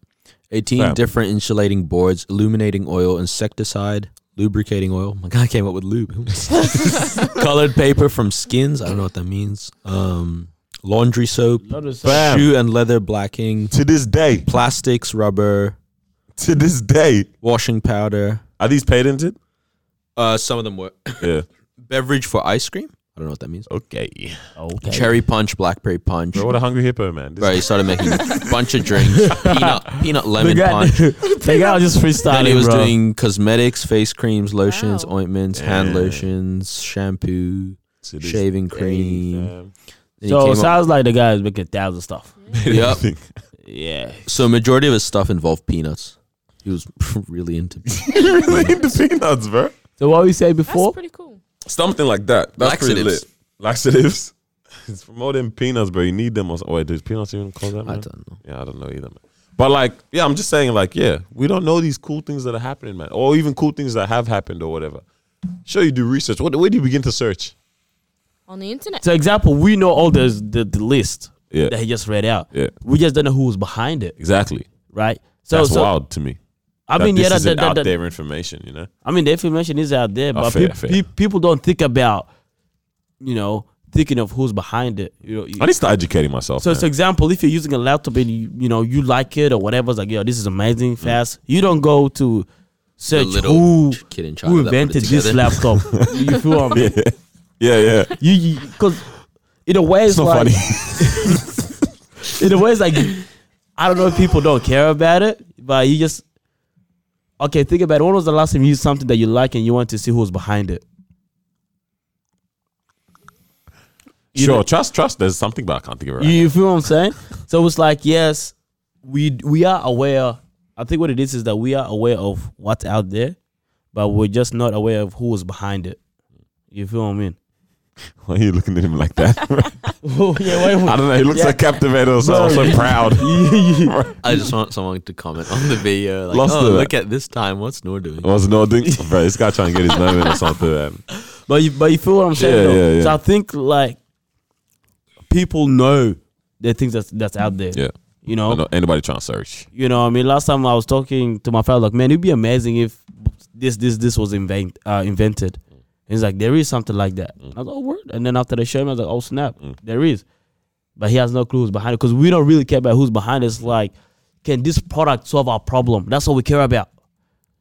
Speaker 3: 18
Speaker 2: Fam.
Speaker 3: different insulating boards, illuminating oil, insecticide, lubricating oil. My guy came up with lube. Colored paper from skins. I don't know what that means. Um, laundry soap,
Speaker 2: Bam.
Speaker 3: shoe and leather blacking,
Speaker 2: To this day,
Speaker 3: plastics, rubber,
Speaker 2: to this day,
Speaker 3: washing powder.
Speaker 2: are these patented?
Speaker 3: Uh, some of them were
Speaker 2: Yeah.
Speaker 3: beverage for ice cream. I don't know what that means.
Speaker 2: Okay.
Speaker 1: Okay.
Speaker 3: Cherry punch, blackberry punch.
Speaker 2: Bro, what a hungry hippo, man. This
Speaker 3: Bro, he started making a bunch of drinks, peanut, peanut
Speaker 1: The
Speaker 3: lemon
Speaker 1: guy,
Speaker 3: punch.
Speaker 1: the guy was just freestyling,
Speaker 3: Then he was
Speaker 1: bro.
Speaker 3: doing cosmetics, face creams, lotions,
Speaker 4: Wow.
Speaker 3: ointments, hand lotions, shampoo,
Speaker 2: So this-
Speaker 3: shaving cream.
Speaker 2: Um,
Speaker 3: Then he
Speaker 1: uh, so it
Speaker 3: came up-
Speaker 1: sounds like the guy is making a thousand stuff.
Speaker 3: Yep.
Speaker 2: think-
Speaker 1: Yeah.
Speaker 3: So majority of his stuff involved peanuts. He was really into
Speaker 2: you really into peanuts, bro.
Speaker 1: So what we said before?
Speaker 4: That's pretty cool.
Speaker 2: Something like that. That's pretty
Speaker 3: Laxatives.
Speaker 2: lit. Laxatives. It's promoting peanuts, bro. You need them. Or so- Wait, does peanuts even call that? Man?
Speaker 3: I don't know.
Speaker 2: Yeah, I don't know either, man. But like, yeah, I'm just saying, like, yeah, we don't know these cool things that are happening, man, or even cool things that have happened or whatever. Sure, you do research. What, where do you begin to search?
Speaker 4: on the internet.
Speaker 1: So, example, we know all the the, the list
Speaker 2: Yeah.
Speaker 1: that he just read out.
Speaker 2: Yeah.
Speaker 1: We just don't know who was behind it,
Speaker 2: Exactly.
Speaker 1: right? So,
Speaker 2: That's
Speaker 1: so
Speaker 2: wild to me.
Speaker 1: I
Speaker 2: That
Speaker 1: mean,
Speaker 2: this
Speaker 1: yeah, that,
Speaker 2: isn't
Speaker 1: that, that,
Speaker 2: out
Speaker 1: that-
Speaker 2: there information, you know.
Speaker 1: I mean, the information is out there, but
Speaker 2: fair,
Speaker 1: peop-
Speaker 2: fair.
Speaker 1: peop- people don't think about, you know, thinking of who's behind it. You know, you-
Speaker 2: I need to start educating myself.
Speaker 1: So,
Speaker 2: man.
Speaker 1: for example, if you're using a laptop and you, you know you like it or whatever, it's like yo, this is
Speaker 2: Mm.
Speaker 1: amazing, fast. You don't go to search
Speaker 3: little
Speaker 1: who,
Speaker 3: ch- kid in China
Speaker 1: who
Speaker 3: that put it
Speaker 1: invented this
Speaker 3: together.
Speaker 1: laptop. you feel what I mean?
Speaker 2: yeah, yeah. It's
Speaker 1: You because in a way it's,
Speaker 2: not
Speaker 1: like
Speaker 2: funny.
Speaker 1: in a way it's like I don't know if people don't care about it, but you just okay. Think about it. When was the last time you used something that you like and you want to see who's behind it? You
Speaker 2: sure,
Speaker 1: know-
Speaker 2: trust, trust. There's something, but I can't think of it. Right
Speaker 1: You, you feel what I'm saying? So it's like yes, we we are aware. I think what it is is that we are aware of what's out there, but we're just not aware of who was behind it. You feel what I mean?
Speaker 2: now. Why are you looking at him like that?
Speaker 1: oh yeah,
Speaker 2: I don't know. He looks
Speaker 1: Yeah.
Speaker 2: like captivated or so,
Speaker 1: Bro.
Speaker 2: so proud.
Speaker 3: I just want someone to comment on the video. Like,
Speaker 2: Lost
Speaker 3: oh,
Speaker 2: it.
Speaker 3: look at this time. What's Noor
Speaker 4: Oh,
Speaker 3: doing?
Speaker 2: Was no doing, bro. This guy trying to get his moment or something. Man.
Speaker 1: But you, but you feel what I'm saying?
Speaker 2: Yeah,
Speaker 1: though?
Speaker 2: yeah, yeah.
Speaker 1: So I think like people know the things that's that's out there.
Speaker 2: Yeah.
Speaker 1: You
Speaker 2: I
Speaker 1: know,
Speaker 2: don't know anybody trying to search.
Speaker 1: you know. what I mean, last time I was talking to my father, like, man, it'd be amazing if this this this was invent uh, invented. And he's like, there is something like that. I was like, oh word. And then after the show, I was like, oh snap, there is. But he has no clue who's behind it because we don't really care about who's behind it. It's like, can this product solve our problem? That's what we care about.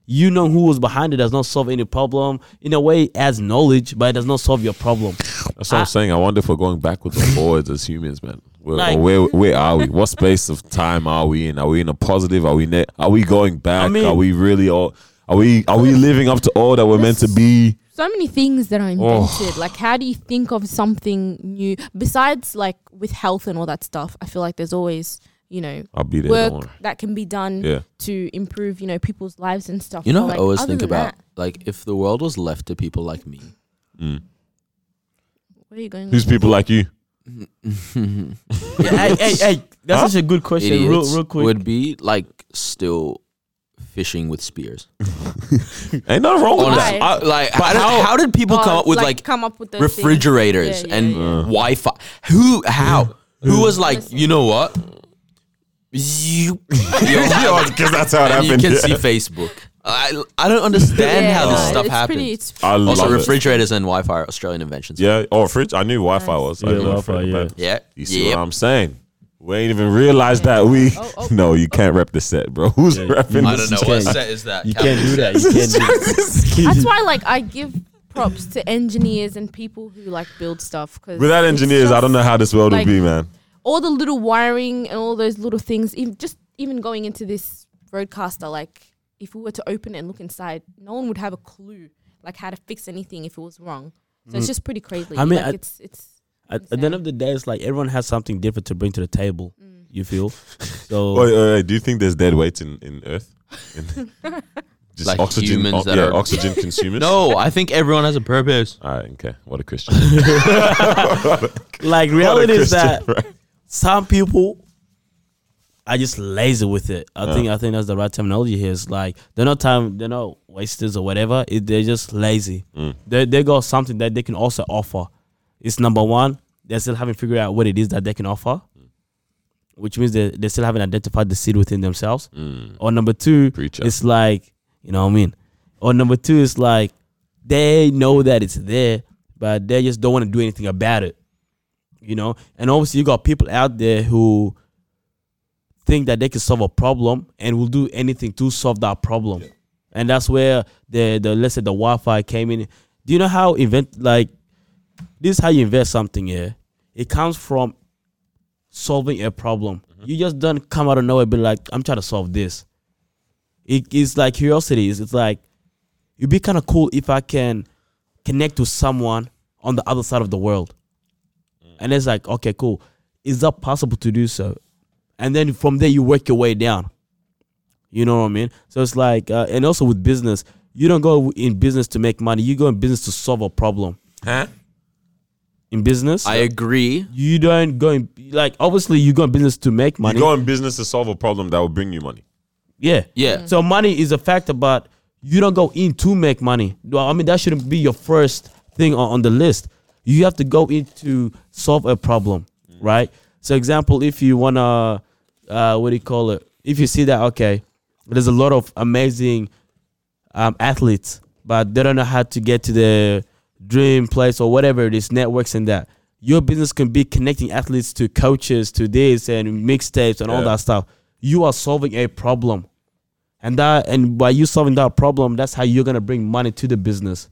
Speaker 1: You know who was behind it does not solve any problem. In a way, it adds knowledge, but it does not solve your problem.
Speaker 2: That's what I, am saying. I wonder if we're going backwards or forwards as humans, man. Where,
Speaker 1: Like-
Speaker 2: or where where are we? What space of time are we in? Are we in a positive? Are we ne- Are we going back?
Speaker 1: mean-
Speaker 2: are we really all? Are we are we living up to all that we're meant to be?
Speaker 4: So many things
Speaker 3: Oh.
Speaker 4: that are invented. Like, how do you think of something new besides like with health and all that stuff? I feel like there's always you know
Speaker 3: Oh,
Speaker 2: I'll be there. don't
Speaker 4: work
Speaker 2: worry.
Speaker 4: that can be done
Speaker 2: Yeah.
Speaker 4: to improve you know people's lives and stuff.
Speaker 3: You know,
Speaker 4: But,
Speaker 3: what I
Speaker 4: like,
Speaker 3: always
Speaker 4: other
Speaker 3: think
Speaker 4: than
Speaker 3: about
Speaker 4: that,
Speaker 3: like if the world was left to people like me.
Speaker 4: where are you going?
Speaker 2: Who's
Speaker 4: with
Speaker 2: people like you?
Speaker 1: hey, hey, hey, that's
Speaker 2: Huh?
Speaker 1: such a good question. Real,
Speaker 3: idiots
Speaker 1: real quick.
Speaker 3: would be like still fishing with spears.
Speaker 2: Ain't nothing wrong with that.
Speaker 4: Why?
Speaker 2: I-
Speaker 3: like,
Speaker 2: But
Speaker 3: how, did-
Speaker 2: how-
Speaker 3: how did people
Speaker 4: Oh,
Speaker 3: come up with
Speaker 4: like,
Speaker 3: like,
Speaker 4: come up with those things.
Speaker 3: refrigerators
Speaker 4: Yeah, yeah,
Speaker 3: and Uh.
Speaker 4: yeah.
Speaker 3: Wi-Fi? Who? How? Who was like, you know what? You,
Speaker 2: Yeah, because that's how it
Speaker 3: and you
Speaker 2: happened.
Speaker 3: can
Speaker 2: yeah.
Speaker 3: see Facebook. I I don't understand
Speaker 4: Yeah,
Speaker 3: how this
Speaker 4: no,
Speaker 3: stuff
Speaker 4: it's
Speaker 3: happens.
Speaker 4: Pretty, it's
Speaker 2: I love
Speaker 3: also,
Speaker 2: it.
Speaker 3: refrigerators and Wi-Fi are Australian inventions.
Speaker 2: Yeah, or fridge. I knew Wi-Fi was. I
Speaker 1: Yeah,
Speaker 2: didn't know
Speaker 1: Wi-Fi,
Speaker 2: fridge,
Speaker 1: yeah.
Speaker 2: but
Speaker 3: Yeah.
Speaker 2: You see
Speaker 3: Yep.
Speaker 2: what I'm saying? We ain't even realized that we.
Speaker 4: Oh, oh,
Speaker 2: no, you can't rep the set, bro. Who's repping the
Speaker 3: I don't know
Speaker 2: set?
Speaker 3: what set is that.
Speaker 1: You can't do that. You can't do that.
Speaker 4: That's why, like, I give props to engineers and people who like build stuff. Because
Speaker 2: Without engineers, I don't know how this world
Speaker 4: like-
Speaker 2: would be, man.
Speaker 4: all the little wiring and all those little things. Even just even going into this roadcaster, like, if we were to open it and look inside, no one would have a clue like how to fix anything if it was wrong. So it's just pretty crazy.
Speaker 1: Mm. I mean,
Speaker 4: like,
Speaker 1: I-
Speaker 4: it's it's
Speaker 1: At, at the end of the day, it's like everyone has something different to bring to the table. You feel? So
Speaker 2: Wait, wait, wait, do you think there's dead weight in, in Earth? In- just
Speaker 3: Like
Speaker 2: oxygen,
Speaker 3: humans
Speaker 2: o-
Speaker 3: that
Speaker 2: yeah,
Speaker 3: are-
Speaker 2: oxygen consumers.
Speaker 3: No, I think everyone has a purpose.
Speaker 2: All right, okay. What a Christian.
Speaker 1: like
Speaker 2: what a
Speaker 1: reality is
Speaker 2: Christian,
Speaker 1: that
Speaker 2: bro.
Speaker 1: some people are just lazy with it. I think I think that's the right terminology here. It's like they're not time they're not wasters or whatever. It, they're just lazy. They they got something that they can also offer. It's number one, they still haven't figured out what it is that they can offer. Which means they, they still haven't identified the seed within themselves. Or number two,
Speaker 2: Preacher.
Speaker 1: it's like, you know what I mean? Or number two, it's like they know that it's there, but they just don't want to do anything about it you know and obviously you got people out there who think that they can solve a problem and will do anything to solve that problem and that's where the the let's say the wi-fi came in do you know how invent like this is how you invest something yeah it comes from solving a problem you just don't come out of nowhere and be like i'm trying to solve this it, it's like curiosity it's, it's like it'd be kind of cool if i can connect to someone on the other side of the world and it's like, okay, cool. Is that possible to do so? And then from there, you work your way down. You know what I mean? So it's like, uh, and also with business, you don't go in business to make money. You go in business to solve a problem.
Speaker 2: Huh?
Speaker 1: In business,
Speaker 3: I agree.
Speaker 1: you don't go in, like, obviously, you go in business to make
Speaker 2: You
Speaker 1: money.
Speaker 2: go in business to solve a problem that will bring you money.
Speaker 1: yeah.
Speaker 3: Yeah.
Speaker 1: So money is a factor, but you don't go in to make money. Well, I mean, that shouldn't be your first thing on, on the list. You have to go in to solve a problem, right? So, example, if you wanna, uh, what do you call it? If you see that okay, there's a lot of amazing um, athletes, but they don't know how to get to the dream place or whatever it is, networks and that. Your business can be connecting athletes to coaches, to this and mixtapes and all
Speaker 2: Yeah.
Speaker 1: that stuff. You are solving a problem, and that and by you solving that problem, that's how you're gonna bring money to the business.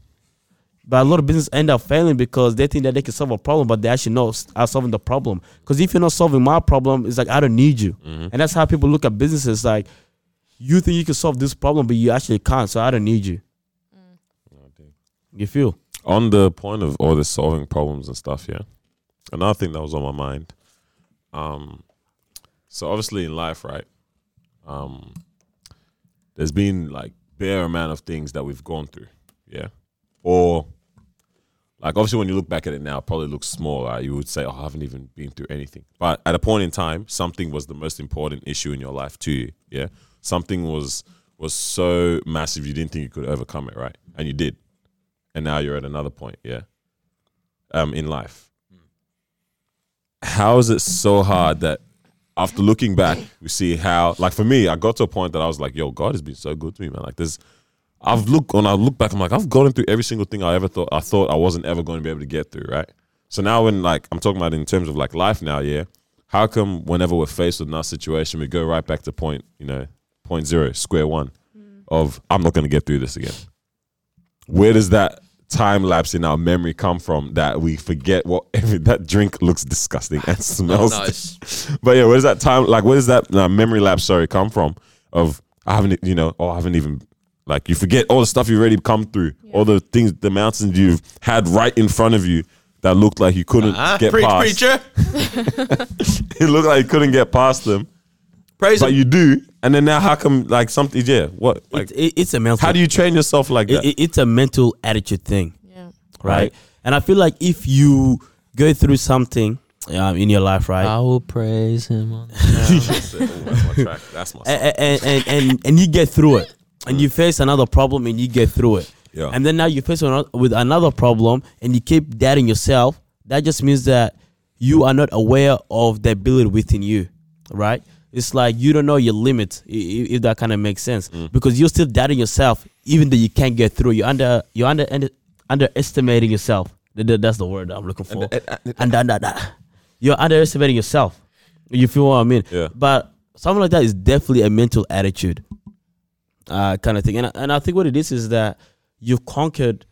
Speaker 1: But a lot of business end up failing because they think that they can solve a problem, but they actually not are solving the problem. Because if you're not solving my problem, it's like I don't need you, and that's how people look at businesses. Like you think you can solve this problem, but you actually can't. So I don't need you. You feel?
Speaker 2: on the point of all the solving problems and stuff, yeah. Another thing that was on my mind. Um, so obviously in life, right? Um, there's been like bare amount of things that we've gone through, yeah. Or like obviously when you look back at it now, it probably looks small. Right? You would say, "Oh, I haven't even been through anything." But at a point in time, something was the most important issue in your life to you, yeah. Something was was so massive you didn't think you could overcome it, right? And you did and now you're at another point, yeah, um, in life. How is it so hard that after looking back, we see how, like for me, I got to a point that I was like, yo, God has been so good to me, man. Like there's, I've looked, when I look back, I'm like, I've gotten through every single thing I ever thought, I thought I wasn't ever going to be able to get through, right? So now when like, I'm talking about in terms of like life now, yeah, how come whenever we're faced with another situation, we go right back to point, you know, point zero, square one of I'm not going to get through this again where does that time lapse in our memory come from that we forget what every that drink looks disgusting and smells
Speaker 3: nice.
Speaker 2: but yeah where does that time like where does that uh, memory lapse sorry come from of i haven't you know oh i haven't even like you forget all the stuff you've already come through all the things the mountains you've had right in front of you that looked like you couldn't
Speaker 1: Uh-huh.
Speaker 3: Ah,
Speaker 2: get
Speaker 3: preach,
Speaker 2: past
Speaker 3: preacher.
Speaker 2: it looked like you couldn't get past them
Speaker 3: Praise
Speaker 2: but
Speaker 3: him.
Speaker 2: you do and then now how come like something yeah what like
Speaker 1: It, it- it's a mental.
Speaker 2: how do you train yourself like
Speaker 1: It,
Speaker 2: that
Speaker 1: it- it's a mental attitude thing,
Speaker 4: Yeah.
Speaker 1: right?
Speaker 2: Right.
Speaker 1: And I feel like if you go through something um, in your life, right,
Speaker 3: will praise him. On
Speaker 2: that's, it. Ooh, that's my track that's my
Speaker 1: and and, and, and and you get through it, and you face another problem, and you get through it,
Speaker 2: Yeah.
Speaker 1: and then now you face another, with another problem, and you keep doubting yourself. That just means that you are not aware of the ability within you, right? It's like you don't know your limits, i- i- if that kind of makes sense, because you're still doubting yourself, even though you can't get through. You under you under, under underestimating yourself. Th- th- That's the word I'm looking for. And you're underestimating yourself. You feel what I mean?
Speaker 2: Yeah.
Speaker 1: But something like that is definitely a mental attitude, uh, kind of thing. And I- and I think what it is is that you've conquered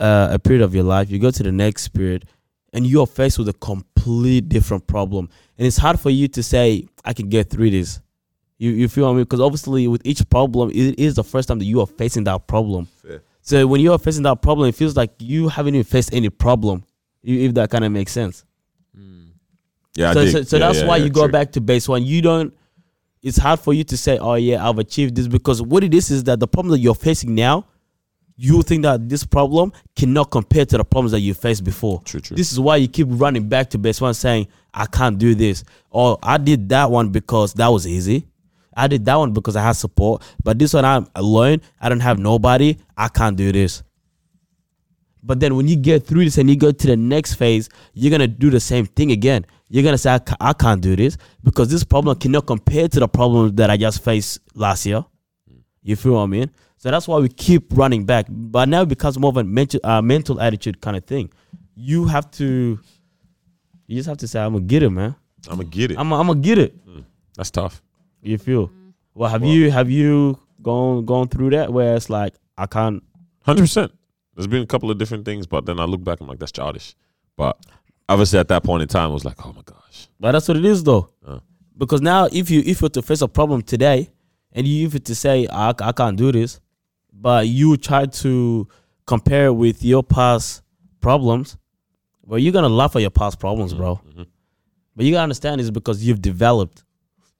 Speaker 1: uh, a period of your life, you go to the next period, and you are faced with a complete different problem. And it's hard for you to say, I can get through this. You, you feel what I mean? Because obviously, with each problem, it is the first time that you are facing that problem. So when you are facing that problem, it feels like you haven't even faced any problem, i- if that kind of makes sense.
Speaker 2: Yeah, I
Speaker 1: so
Speaker 2: dig.
Speaker 1: so, so
Speaker 2: Yeah,
Speaker 1: that's
Speaker 2: yeah,
Speaker 1: why
Speaker 2: yeah,
Speaker 1: you go
Speaker 2: true.
Speaker 1: back to base one. You don't. It's hard for you to say, "Oh yeah, I've achieved this," because what it is is that the problem that you're facing now, you think that this problem cannot compare to the problems that you faced before.
Speaker 2: True, true.
Speaker 1: This is why you keep running back to base one, saying, "I can't do this," or "I did that one because that was easy." I did that one because I had support, but this one I'm alone. I don't have nobody. I can't do this. But then when you get through this and you go to the next phase, you're gonna do the same thing again. You're gonna say, I, ca- I can't do this because this problem cannot compare to the problem that I just faced last year. You feel what I mean? So that's why we keep running back. But now it becomes more of a mental, uh, mental attitude kind of thing. You have to, you just have to say, I'm gonna get it, man.
Speaker 2: I'm gonna get it.
Speaker 1: I'm, I'm gonna get it.
Speaker 2: That's tough.
Speaker 1: You feel? Well, have you have you gone gone through that where it's like I can't?
Speaker 2: Hundred percent. There's been a couple of different things, but then I look back, I'm like, that's childish. But obviously, at that point in time, I was like, oh my gosh.
Speaker 1: But that's what it is though.
Speaker 2: Uh.
Speaker 1: Because now, if you if you're to face a problem today, and you if you're to say "Ah, I, I can't do this, but you try to compare it with your past problems, well, you're gonna laugh at your past problems,
Speaker 3: Mm-hmm.
Speaker 1: bro. But you gotta understand is because you've developed.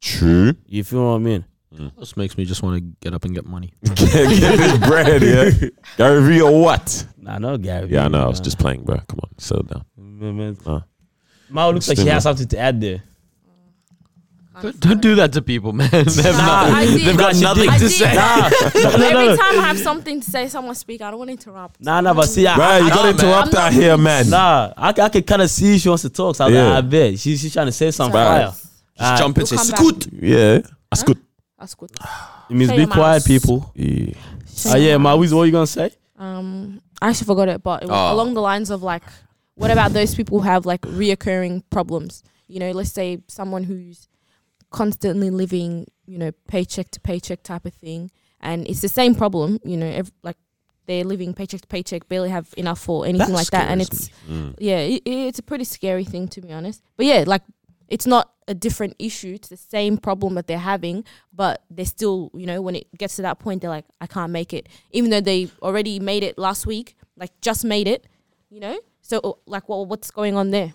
Speaker 2: True.
Speaker 1: You feel what I mean?
Speaker 3: This makes me just want to get up and get money.
Speaker 2: get, get this bread, yeah. Gary Vee or what?
Speaker 1: Nah, no, Gary.
Speaker 2: Yeah, I know. I was
Speaker 1: Nah.
Speaker 2: just playing, bro. Come on, settle down.
Speaker 1: Man, man.
Speaker 2: Uh.
Speaker 1: Mao looks like he
Speaker 2: Still-
Speaker 1: has something to add there.
Speaker 4: Honestly.
Speaker 3: Don't, don't do that to people, man. They've, nothing,
Speaker 4: I did.
Speaker 3: they've got
Speaker 4: I
Speaker 3: nothing
Speaker 4: did.
Speaker 3: to say.
Speaker 1: Nah, no, no,
Speaker 4: Every
Speaker 1: no.
Speaker 4: time I have something to say, someone speak. I don't want to interrupt.
Speaker 1: Nah, nah, but see, I,
Speaker 2: Right, you
Speaker 1: I,
Speaker 2: gotta
Speaker 3: I'm not-
Speaker 2: interrupt out here, man.
Speaker 1: nah, I, I could kind of see she wants to talk. So I was
Speaker 2: Yeah.
Speaker 1: like, I bet she, she's trying to say something.
Speaker 2: Right.
Speaker 1: Fire.
Speaker 3: Just jump and say,
Speaker 4: We'll come back.
Speaker 3: scoot. Ah,
Speaker 2: Yeah. That's good.
Speaker 4: That's good.
Speaker 1: It means
Speaker 4: Say
Speaker 1: be
Speaker 4: your
Speaker 1: quiet,
Speaker 4: mouse.
Speaker 1: people.
Speaker 2: Uh, Yeah.
Speaker 1: Oh yeah, my what you gonna say?
Speaker 4: Um, I actually forgot it, but it was
Speaker 3: Oh.
Speaker 4: along the lines of like, what about those people who have like reoccurring problems? You know, let's say someone who's constantly living, you know, paycheck to paycheck type of thing, and it's the same problem. You know, ev- like they're living paycheck to paycheck, barely have enough for anything like that, and it's
Speaker 1: Mm.
Speaker 4: yeah, i i- it's a pretty scary thing to be honest. But yeah, like it's not a different issue; it's the same problem that they're having, but they're still, you know, when it gets to that point, they're like, I can't make it, even though they already made it last week, like just made it, you know. So uh, like, what what's going on there?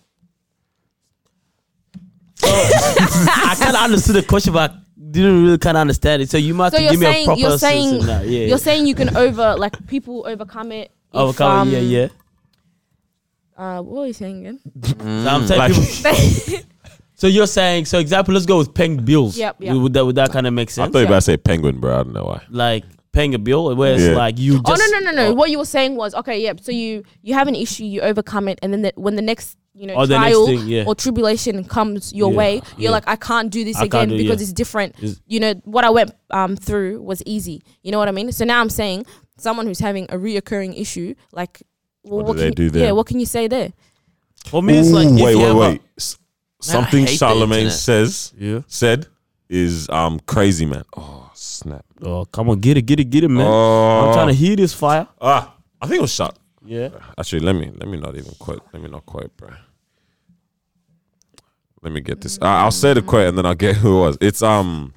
Speaker 1: I kind of understood the question, but I didn't really kind of understand it. So you might
Speaker 4: So
Speaker 1: have to
Speaker 4: you're
Speaker 1: give me a
Speaker 4: saying
Speaker 1: proper
Speaker 4: you're
Speaker 1: solution
Speaker 4: saying
Speaker 1: now. yeah, yeah.
Speaker 4: you're saying you can over like people overcome it. if,
Speaker 1: Oh, come on, yeah,
Speaker 4: um,
Speaker 1: yeah.
Speaker 4: Uh, what were you saying again?
Speaker 1: So I'm saying
Speaker 2: Like-
Speaker 1: people- So you're saying, so example, let's go with paying bills.
Speaker 4: Yep, yep.
Speaker 1: Would that would that kind of make
Speaker 2: I
Speaker 1: sense?
Speaker 2: thought you were about to say penguin, bro. I don't know why.
Speaker 1: like paying a bill, where it's
Speaker 2: Yeah.
Speaker 1: like you just
Speaker 4: oh no no no no! What you were saying was okay. Yep. So you you have an issue, you overcome it, and then the, when the next you know
Speaker 1: Or the next
Speaker 4: trial
Speaker 1: thing, yeah.
Speaker 4: or tribulation comes your
Speaker 1: Yeah,
Speaker 4: way, you're
Speaker 1: yeah.
Speaker 4: like, I can't do this
Speaker 1: I can't
Speaker 4: again
Speaker 1: do-
Speaker 4: because
Speaker 1: yeah.
Speaker 4: it's different.
Speaker 1: Is-
Speaker 4: you know what I went um through was easy. You know what I mean? So now I'm saying someone who's having a reoccurring issue, like well,
Speaker 2: What do
Speaker 4: what
Speaker 2: they
Speaker 4: can,
Speaker 2: do
Speaker 4: Yeah,
Speaker 2: then?
Speaker 4: what can you say there?
Speaker 1: For me, it's like
Speaker 2: Ooh,
Speaker 1: if
Speaker 2: wait,
Speaker 1: you
Speaker 2: wait,
Speaker 1: have a-
Speaker 2: wait. S- Something
Speaker 3: hate the
Speaker 2: Charlemagne
Speaker 3: internet.
Speaker 2: says
Speaker 1: Yeah.
Speaker 2: said is um crazy, man. Oh snap!
Speaker 1: Oh, come on, get it, get it, get it, man.
Speaker 2: Oh.
Speaker 1: I'm trying to hear this fire.
Speaker 2: Ah, I think it was shot.
Speaker 1: Yeah.
Speaker 2: Actually, let me let me not even quote. Let me not quote, bro. Let me get this. I I'll say the quote and then I'll get who it was. It's um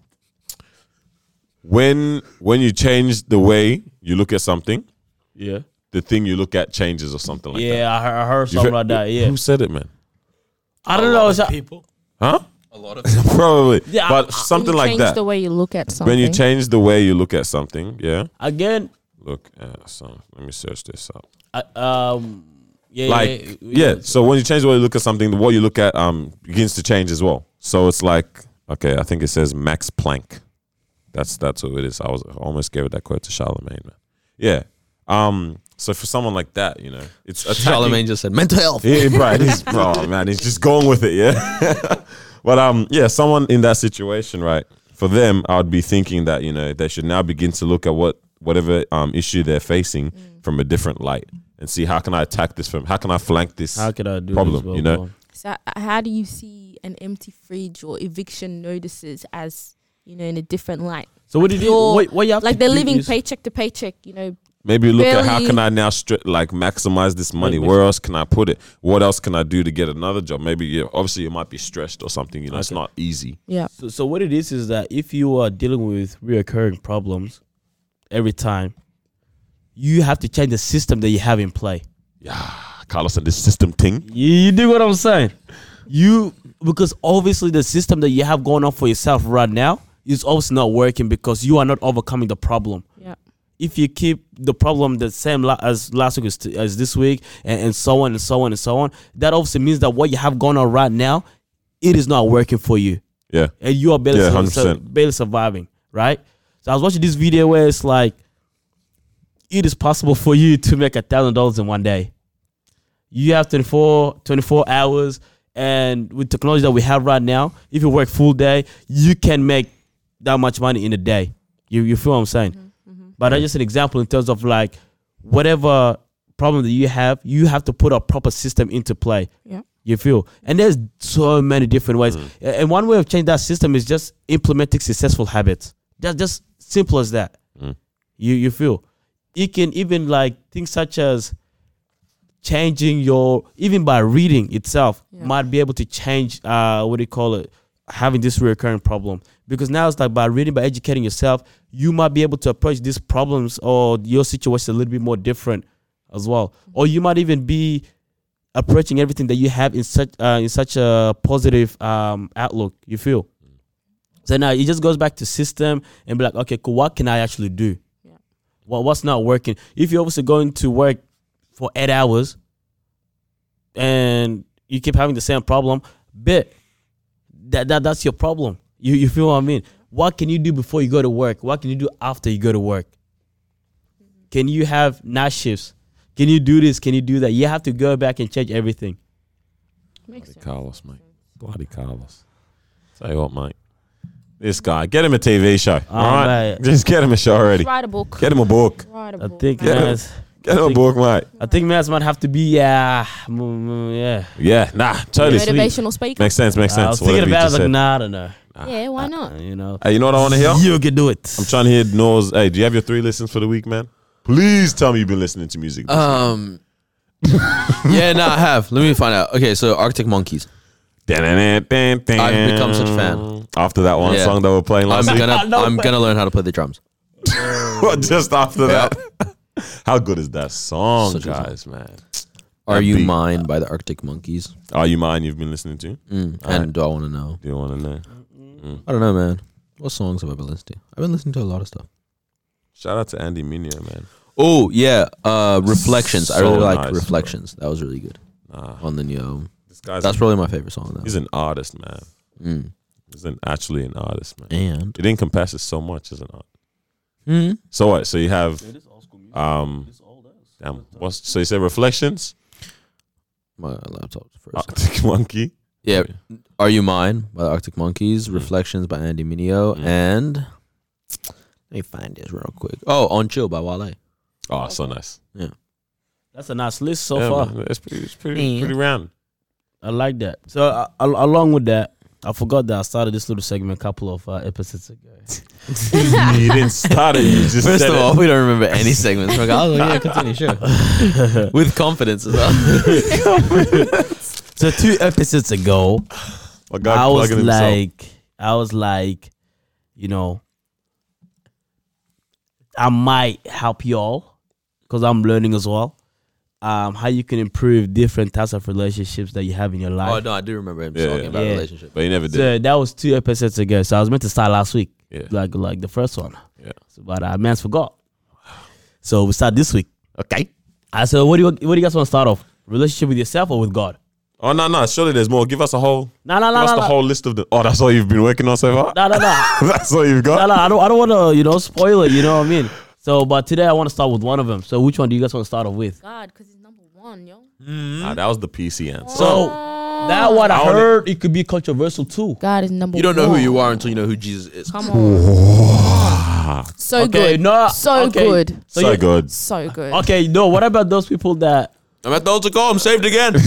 Speaker 2: when when you change the way you look at something,
Speaker 1: Yeah.
Speaker 2: the thing you look at changes or something like that.
Speaker 1: Yeah, I heard, I heard
Speaker 2: You
Speaker 1: something
Speaker 2: fe-
Speaker 1: like that. Yeah.
Speaker 2: Who said it, man?
Speaker 1: I don't know. it's-
Speaker 3: people.
Speaker 2: Huh?
Speaker 3: A lot of people.
Speaker 2: Probably.
Speaker 1: Yeah,
Speaker 2: but
Speaker 1: I-
Speaker 2: something
Speaker 4: you
Speaker 2: like
Speaker 4: change
Speaker 2: that.
Speaker 4: the way you look at something.
Speaker 2: When you change the way you look at something, yeah.
Speaker 1: Again,
Speaker 2: Look at some. Let me search this up.
Speaker 1: I, um, yeah,
Speaker 2: like yeah,
Speaker 1: yeah, yeah.
Speaker 2: so when you change the way you look at something the way you look at um begins to change as well so it's like okay i think it says max planck that's that's who it is i was I almost gave that quote to charlemagne man. yeah um so for someone like that you know it's attacking-
Speaker 3: Charlemagne just said mental health.
Speaker 2: yeah, bro, he's, oh man, he's just going with it, yeah. but um, yeah, someone in that situation, right? For them, I'd be thinking that you know they should now begin to look at what whatever um issue they're facing from a different light and see how can I attack this from how can I flank this
Speaker 1: How could I do this
Speaker 2: problem,
Speaker 1: well,
Speaker 2: you know?
Speaker 1: bro?
Speaker 4: So h- how do you see an empty fridge or eviction notices as you know in a different light?
Speaker 1: So what did you?
Speaker 4: Your-
Speaker 1: What, what you have
Speaker 4: like
Speaker 1: to
Speaker 4: they're
Speaker 1: do
Speaker 4: living
Speaker 1: is-
Speaker 4: paycheck to paycheck, you know,
Speaker 2: Maybe look at how
Speaker 4: Really?
Speaker 2: can I now stri- like maximize this money?
Speaker 1: Maybe.
Speaker 2: Where else can I put it? What else can I do to get another job? Maybe yeah, obviously it might be stressed or something. You know, it's
Speaker 1: Okay.
Speaker 2: not easy.
Speaker 4: Yeah.
Speaker 1: So, so what it is is that if you are dealing with reoccurring problems every time, you have to change the system that you have in play.
Speaker 2: Carlos and this system thing.
Speaker 1: You, you dig what I'm saying? You because obviously the system that you have going on for yourself right now is obviously not working because you are not overcoming the problem.
Speaker 4: Yeah.
Speaker 1: If you keep the problem the same la- as last week as, t- as this week and, and so on and so on and so on, that obviously means that what you have going on right now, it is not working for you
Speaker 2: Yeah,
Speaker 1: and you are barely,
Speaker 2: Yeah,
Speaker 1: sur-
Speaker 2: 100%.
Speaker 1: sur- barely surviving, right? So I was watching this video where it's like, it is possible for you to make a thousand dollars in one day. You have 24, 24 hours, and with technology that we have right now, if you work full day, you can make that much money in a day. You you feel what I'm saying? But that's just an example in terms of like whatever problem that you have, you have to put a proper system into play.
Speaker 4: Yeah.
Speaker 1: You feel? And there's so many different ways. A- And one way of changing that system is just implementing successful habits. That's just simple as that. You you feel? You can even like things such as changing your even by reading itself might be able to change uh what do you call it having this recurring problem because now it's like by reading by educating yourself you might be able to approach these problems or your situation a little bit more different as well or you might even be approaching everything that you have in such uh, in such a positive um outlook you feel so now it just goes back to system and be like okay cool what can i actually do
Speaker 4: Yeah.
Speaker 1: what what's not working if you're obviously going to work for eight hours and you keep having the same problem, bit that, that that's your problem. You you feel what I mean? What can you do before you go to work? What can you do after you go to work? Can you have night shifts? Can you do this? Can you do that? You have to go back and change everything.
Speaker 4: Makes sense.
Speaker 2: Carlos, mate. Bloody Carlos. Tell you what, mate. This guy, get him a TV show. all right,
Speaker 1: mate.
Speaker 2: just get him a show already.
Speaker 4: Write a book.
Speaker 2: Get him a book.
Speaker 4: Write a
Speaker 1: I
Speaker 4: book.
Speaker 1: think
Speaker 4: man.
Speaker 1: man,
Speaker 2: Get him a book, mate.
Speaker 1: I think man might have to be yeah, mm, mm, yeah.
Speaker 2: Yeah, nah, totally.
Speaker 4: Motivational speaker.
Speaker 2: Makes sense. Makes sense.
Speaker 1: I was
Speaker 2: Whatever
Speaker 1: thinking
Speaker 2: you
Speaker 1: about it
Speaker 2: just
Speaker 1: like
Speaker 2: said.
Speaker 1: nah, I don't know.
Speaker 4: yeah,
Speaker 3: Ah,
Speaker 4: why not?
Speaker 1: You know,
Speaker 2: Hey, you know what I want to hear?
Speaker 1: you can do it.
Speaker 2: I'm trying to hear Noah's. Hey, do you have your three listens for the week, man? Please tell me you've been listening to music.
Speaker 3: Um. yeah, no, I have. Let me find out. Okay, so Arctic Monkeys.
Speaker 2: I've
Speaker 3: I've
Speaker 2: become
Speaker 3: become such a fan.
Speaker 2: After that one
Speaker 3: Yeah.
Speaker 2: song that we're playing
Speaker 3: I'm
Speaker 2: last week,
Speaker 3: gonna,
Speaker 1: No
Speaker 3: I'm
Speaker 1: way.
Speaker 3: gonna learn how to play the drums.
Speaker 2: just after that. How good is that song,
Speaker 3: Such a song.
Speaker 2: guys, man?
Speaker 3: Are you
Speaker 2: beat.
Speaker 3: mine by the Arctic Monkeys?
Speaker 2: Are you mine? You've been listening to?
Speaker 3: Mm, and do I want to know?
Speaker 2: Do you want to know?
Speaker 1: Mm-hmm.
Speaker 2: Mm.
Speaker 3: I don't know, man. What songs have I been listening to? I've been listening to a lot of stuff.
Speaker 2: Shout out to Andy Munio, man.
Speaker 3: Oh yeah, uh, Reflections. I
Speaker 2: So
Speaker 3: really like
Speaker 2: nice, bro.
Speaker 3: Reflections. That was really good on the new album.
Speaker 2: This guy's
Speaker 3: That's probably my favorite song. Though.
Speaker 2: he's an artist, man.
Speaker 3: Mm.
Speaker 2: He's an actually an artist, man.
Speaker 3: And
Speaker 2: It encompasses so much, isn't it?
Speaker 3: mm,
Speaker 2: So what? So you have um, damn, what's so you said reflections?
Speaker 3: my laptop's frozen.
Speaker 2: Arctic Monkey.
Speaker 3: yeah, Are You Mine by the Arctic Monkeys,
Speaker 2: Mm.
Speaker 3: Reflections by Andy Mineo, and let me find this real quick. Oh, On Chill by Wale.
Speaker 2: Oh, so nice.
Speaker 1: That's a nice list so
Speaker 2: Yeah,
Speaker 1: far.
Speaker 2: man, it's pretty, it's pretty,
Speaker 3: Yeah.
Speaker 2: pretty round.
Speaker 1: I like that. So uh, al- along with that, I forgot that I started this little segment a couple of uh, episodes ago.
Speaker 2: you didn't start it. You just
Speaker 3: First
Speaker 2: said
Speaker 3: of
Speaker 2: it.
Speaker 3: all, we don't remember any segments. We're like, oh, yeah, continue, sure. With confidence as well.
Speaker 1: So two episodes ago,
Speaker 2: My guy
Speaker 1: I was
Speaker 2: plugging himself.
Speaker 1: like, I was like, you know, I might help y'all because I'm learning as well. Um, how you can improve different types of relationships that you have in your life.
Speaker 3: Oh, no, I do remember him
Speaker 2: Yeah,
Speaker 3: talking
Speaker 2: yeah.
Speaker 3: about
Speaker 1: Yeah.
Speaker 3: relationship.
Speaker 2: but he never did.
Speaker 1: So that was two episodes ago. So I was meant to start last week,
Speaker 2: Yeah.
Speaker 1: like like the first one.
Speaker 2: Yeah.
Speaker 1: So, but uh, I man's forgot. So we start this week.
Speaker 2: okay.
Speaker 1: I said, what do you what do you guys want to start off? Relationship with yourself or with God?
Speaker 2: Oh no, no. Surely there's more. Give us a whole.
Speaker 1: No, no,
Speaker 2: give
Speaker 1: no,
Speaker 2: us
Speaker 1: no,
Speaker 2: the
Speaker 1: no.
Speaker 2: whole list of the. Oh, that's all you've been working on so far.
Speaker 1: no, no, no,
Speaker 2: that's all you've
Speaker 1: no,
Speaker 2: got.
Speaker 1: no. I don't I don't want to you know spoil it. You know what I mean? So, but today I want to start with one of them. So, which one do you guys want to start off with?
Speaker 4: God, because he's number one, yo.
Speaker 2: Nah, that was the PC answer.
Speaker 1: So that one I,
Speaker 2: I only-
Speaker 1: heard it could be controversial too.
Speaker 4: God is number.
Speaker 3: You don't know who you are until you know who Jesus is.
Speaker 4: Come on. so
Speaker 1: Okay,
Speaker 4: good.
Speaker 1: no,
Speaker 4: so
Speaker 1: okay.
Speaker 4: good.
Speaker 1: So,
Speaker 2: so
Speaker 1: you-
Speaker 2: good.
Speaker 4: So good.
Speaker 1: Okay, no. What about those people that?
Speaker 3: I'm at the altar call. I'm saved again.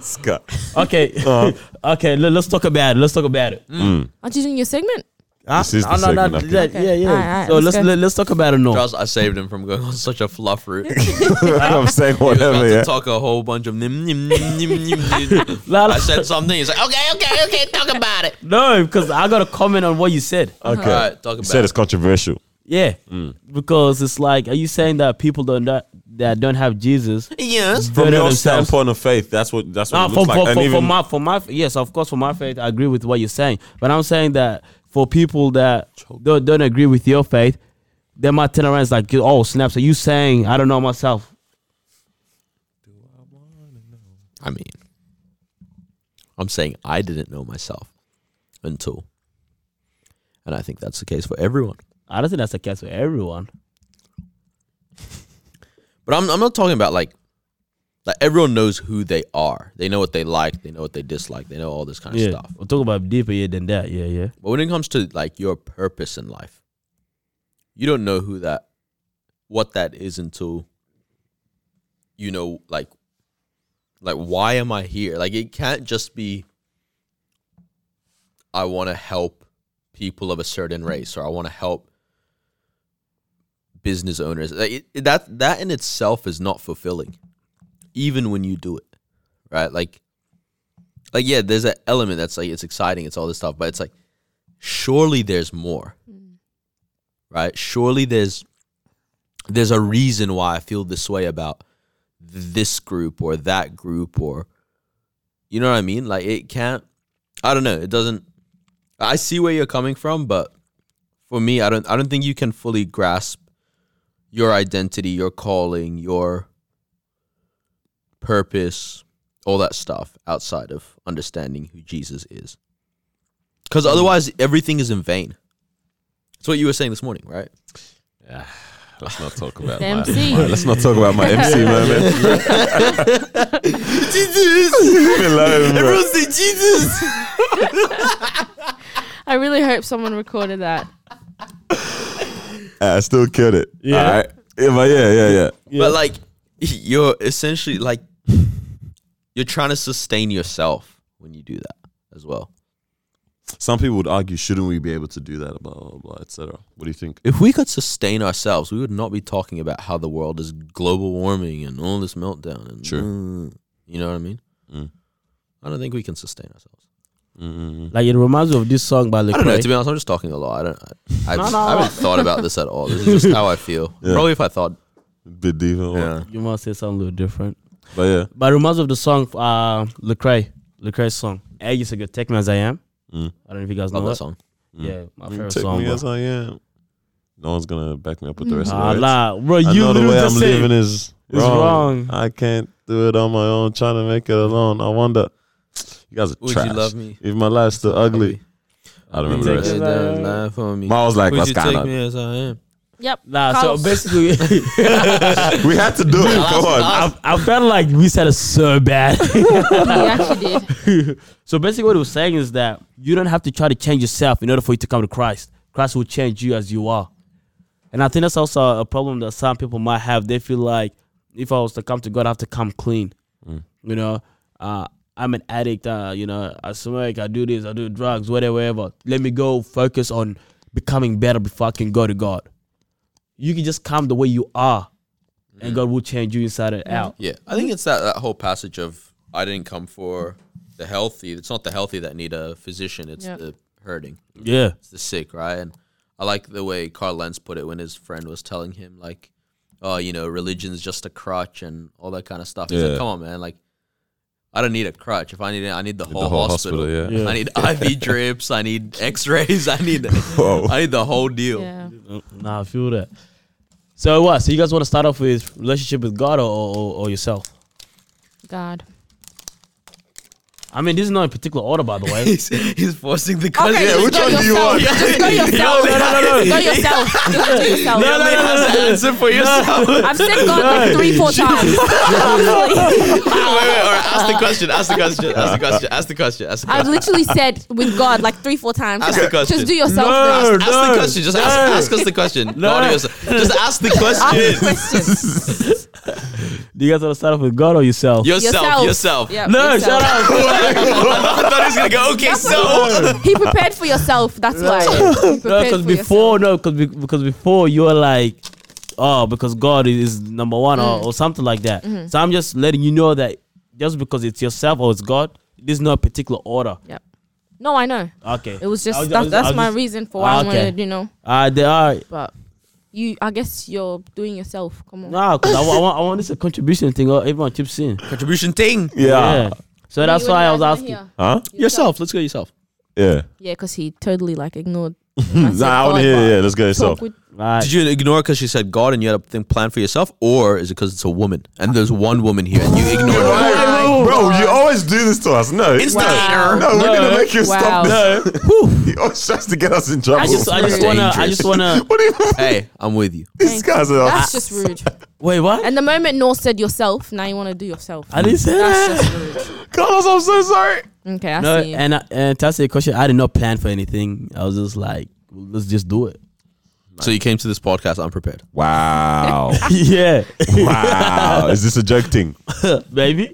Speaker 2: Scott.
Speaker 1: Okay,
Speaker 2: Uh-huh.
Speaker 1: okay. Let, us talk about it. Let's talk about it.
Speaker 4: Aren't you doing your segment?
Speaker 2: This is
Speaker 1: Ah,
Speaker 2: the
Speaker 1: no, no,
Speaker 2: segment. I think.
Speaker 1: that-
Speaker 4: Okay.
Speaker 1: Yeah, yeah.
Speaker 4: Alright, alright,
Speaker 1: so
Speaker 4: let's
Speaker 1: let's
Speaker 4: go.
Speaker 1: let, let's talk about it now.
Speaker 3: Trust I saved him from going on such a fluff route. He
Speaker 2: I'm saying
Speaker 3: was about
Speaker 2: whatever.
Speaker 3: to
Speaker 2: Yeah.
Speaker 3: talk a whole bunch of nim, nim, nim, nim, nim, nim.
Speaker 1: La- la-
Speaker 3: I said something. He's like, okay, okay, okay, talk about it.
Speaker 1: No, because I got to comment on what you said.
Speaker 2: Okay.
Speaker 3: All right, talk
Speaker 2: you
Speaker 3: about
Speaker 2: said
Speaker 3: it.
Speaker 2: it's controversial.
Speaker 1: Yeah,
Speaker 2: Mm.
Speaker 1: because it's like, are you saying that people don't that, that don't have Jesus?
Speaker 3: Yes.
Speaker 2: From
Speaker 1: Better
Speaker 2: your
Speaker 1: themselves.
Speaker 2: standpoint of faith, that's what that's what
Speaker 1: Nah,
Speaker 2: it
Speaker 1: for,
Speaker 2: looks
Speaker 1: for,
Speaker 2: like. And
Speaker 1: for, for
Speaker 2: even
Speaker 1: my for my yes, of course, for my faith, I agree with what you're saying. But I'm saying that for people that don't, don't agree with your faith, they might turn around and it's like, oh snap! So you saying I don't know myself?
Speaker 3: I mean, I'm saying I didn't know myself until, and I think that's the case for everyone.
Speaker 1: I don't think that's the case for everyone.
Speaker 3: But I'm I'm not talking about like, like everyone knows who they are. They know what they like. They know what they dislike. They know all this kind of
Speaker 1: Yeah,
Speaker 3: stuff.
Speaker 1: we'll talk about deeper yeah, than that. Yeah, yeah.
Speaker 3: But when it comes to like your purpose in life, you don't know who that, what that is until, you know, like, like why am I here? Like it can't just be. I want to help people of a certain race, or I want to help business owners. Like it, it- that that in itself is not fulfilling, even when you do it, right? Like, like yeah, there's an element that's like it's exciting, it's all this stuff, but it's like surely there's more right surely there's there's a reason why i feel this way about this group or that group or you know what i mean like it can't i don't know it doesn't i see where you're coming from but for me i don't i don't think you can fully grasp your identity your calling your purpose all that stuff outside of understanding who Jesus is. Because otherwise, everything is in vain. That's what you were saying this morning, right?
Speaker 2: Let's not talk about
Speaker 4: The
Speaker 2: my,
Speaker 4: MC.
Speaker 2: my- Let's not talk about my MC moment.
Speaker 3: Jesus!
Speaker 2: Leave me alone, bro.
Speaker 3: say Jesus!
Speaker 4: I really hope someone recorded that.
Speaker 2: I still killed it.
Speaker 1: Yeah.
Speaker 2: All right. Yeah, but yeah, yeah, yeah.
Speaker 3: But like, you're essentially like, you're trying to sustain yourself when you do that as well.
Speaker 2: Some people would argue, shouldn't we be able to do that? Blah blah blah, etc. What do you think?
Speaker 3: If we could sustain ourselves, we would not be talking about how the world is global warming and all this meltdown. And
Speaker 2: Sure.
Speaker 3: mm, you know what I mean?
Speaker 2: Mm.
Speaker 3: I don't think we can sustain ourselves.
Speaker 2: Mm-hmm.
Speaker 1: Like it reminds me of this song by Lecrae.
Speaker 3: I don't know. To be honest, I'm just talking a lot. I don't. I, I,
Speaker 1: No,
Speaker 3: just-
Speaker 1: no,
Speaker 3: I
Speaker 1: no.
Speaker 3: haven't thought about this at all. This is just how I feel.
Speaker 2: Yeah.
Speaker 3: Probably if I thought. oh,
Speaker 2: Bit deeper, or-
Speaker 3: Yeah.
Speaker 1: you must say something a little different.
Speaker 2: but yeah.
Speaker 1: But it reminds me of the song, uh, Lecrae, Lecrae's song. Ages ago, "Take Me as I Am."
Speaker 2: Mm.
Speaker 1: I don't know if you guys
Speaker 3: Love
Speaker 1: know
Speaker 3: that
Speaker 1: that
Speaker 3: song.
Speaker 1: Yeah, my
Speaker 2: You
Speaker 1: favorite
Speaker 2: take
Speaker 1: song.
Speaker 2: me
Speaker 1: bro.
Speaker 2: as I am. No one's gonna back me up with the rest
Speaker 1: Ah,
Speaker 2: of the words.
Speaker 1: nah, bro,
Speaker 2: I
Speaker 1: you
Speaker 2: know the
Speaker 1: literally
Speaker 2: way I'm
Speaker 1: just
Speaker 2: living
Speaker 1: said.
Speaker 2: is
Speaker 1: is wrong.
Speaker 2: I can't do it on my own. Trying to make it alone. I wonder. You guys are
Speaker 3: Would you
Speaker 2: trash.
Speaker 3: love me?
Speaker 2: If my life's still ugly, I don't remember
Speaker 1: Take
Speaker 2: the rest.
Speaker 1: me
Speaker 3: Lay down, lie for me.
Speaker 2: Miles like,
Speaker 3: Would
Speaker 2: that's
Speaker 3: you take
Speaker 2: kind of.
Speaker 3: me as I am?
Speaker 4: Yep.
Speaker 1: Nah,
Speaker 4: Carlos.
Speaker 1: so basically,
Speaker 2: We had to do it. Come on.
Speaker 1: I, I felt like we said it so bad.
Speaker 4: you actually did.
Speaker 1: so basically, what he was saying is that you don't have to try to change yourself in order for you to come to Christ. Christ will change you as you are. And I think that's also a problem that some people might have. They feel like if I was to come to God, I have to come clean. You know, uh, I'm an addict. Uh, you know, I smoke, I do this, I do drugs, whatever, whatever. Let me go focus on becoming better before I can go to God. You can just come the way you are, and God will change you inside and out.
Speaker 3: Yeah, I think it's that, that whole passage of I didn't come for the healthy. It's not the healthy that need a physician. It's
Speaker 4: Yeah.
Speaker 3: the hurting.
Speaker 1: Yeah.
Speaker 3: It's the sick, right? And I like the way Carl Lenz put it when his friend was telling him like, "Oh, you know, religion's just a crutch and all that kind of stuff." He's
Speaker 2: Yeah.
Speaker 3: like, "Come on, man! Like, I don't need a crutch. If I need it, I need the whole,
Speaker 2: whole
Speaker 3: hospital.
Speaker 2: hospital, yeah.
Speaker 3: I need IV drips. I need X-rays. I need,
Speaker 2: Whoa.
Speaker 3: I need the whole deal."
Speaker 4: Yeah.
Speaker 1: Nah, I feel that. So what? So you guys want to start off with relationship with God or, or, or yourself?
Speaker 4: God.
Speaker 1: I mean, this is not in particular order, by the way.
Speaker 3: He's, he's forcing the
Speaker 4: Okay,
Speaker 3: question.
Speaker 4: just
Speaker 2: which
Speaker 4: go
Speaker 2: one do you
Speaker 4: yourself.
Speaker 2: want?
Speaker 4: Just go yourself.
Speaker 3: no, no, no,
Speaker 4: Go yourself. Just do yourself.
Speaker 3: You only have to answer for yourself.
Speaker 4: I've said God like three, four times.
Speaker 3: wait, wait, all right, ask the question. Ask the question. Ask the question. Ask the question. Ask the
Speaker 4: I've
Speaker 3: question.
Speaker 4: literally said with God like three, four times.
Speaker 3: Ask the
Speaker 4: Just,
Speaker 3: question.
Speaker 4: just do yourself.
Speaker 1: No,
Speaker 4: first.
Speaker 3: Ask the question. Just ask, ask us the question. Not yourself. Just ask the
Speaker 4: Ask the
Speaker 3: question.
Speaker 4: question.
Speaker 1: Do you guys want to start off with God or yourself?
Speaker 3: Yourself. Yourself.
Speaker 4: Yeah,
Speaker 1: no,
Speaker 4: yourself.
Speaker 1: shut up.
Speaker 3: I thought he was gonna go. Okay, so
Speaker 4: He prepared for yourself. That's why. You
Speaker 1: no,
Speaker 4: prepared
Speaker 1: because
Speaker 4: for
Speaker 1: before
Speaker 4: yourself.
Speaker 1: no, because be, because before you were like, oh, because God is number one
Speaker 4: Mm.
Speaker 1: or, or something like that.
Speaker 4: Mm-hmm.
Speaker 1: So I'm just letting you know that just because it's yourself or it's God, this is not a particular order.
Speaker 4: Yep. No, I know.
Speaker 1: Okay.
Speaker 4: It was just
Speaker 1: I'll ju- I'll
Speaker 4: that,
Speaker 1: ju-
Speaker 4: that's
Speaker 1: I'll
Speaker 4: my
Speaker 1: just-
Speaker 4: reason for why
Speaker 1: Okay.
Speaker 4: I wanted, you know.
Speaker 1: Uh, there are
Speaker 4: But you, I guess you're doing yourself. Come on.
Speaker 1: no, because I, wa- I want I want this a contribution thing. or Everyone keeps saying.
Speaker 3: contribution thing.
Speaker 2: Yeah.
Speaker 1: Yeah. So that's
Speaker 4: You and
Speaker 1: why
Speaker 4: you
Speaker 1: I was
Speaker 4: guys are
Speaker 1: asking.
Speaker 4: here.
Speaker 2: Huh?
Speaker 3: Yourself. Let's go yourself.
Speaker 2: Yeah.
Speaker 4: Yeah, because he totally like ignored.
Speaker 2: Nah, I want to hear. Yeah, let's go yourself.
Speaker 1: Right.
Speaker 3: Did you ignore because she said God and you had a thing planned for yourself, or is it because it's a woman and there's one woman here and you ignored her?
Speaker 2: Bro, you always do this to us. No,
Speaker 3: Instigator.
Speaker 2: No, we're gonna make you
Speaker 4: Wow.
Speaker 2: stop this. he always tries to get us in trouble.
Speaker 1: I just, I just wanna, I just wanna.
Speaker 2: what do you mean?
Speaker 3: Hey, I'm with you.
Speaker 2: These guys are.
Speaker 4: That's just rude.
Speaker 1: Wait, what?
Speaker 4: And the moment Nor said yourself, now you want to do yourself.
Speaker 1: I didn't say that.
Speaker 2: Carlos, I'm so sorry.
Speaker 4: Okay, I
Speaker 1: No,
Speaker 4: see.
Speaker 1: and I, and to answer your question, I did not plan for anything. I was just like, let's just do it.
Speaker 3: So you came to this podcast unprepared.
Speaker 2: Wow.
Speaker 1: yeah,
Speaker 2: wow. Is this a joke thing?
Speaker 1: baby.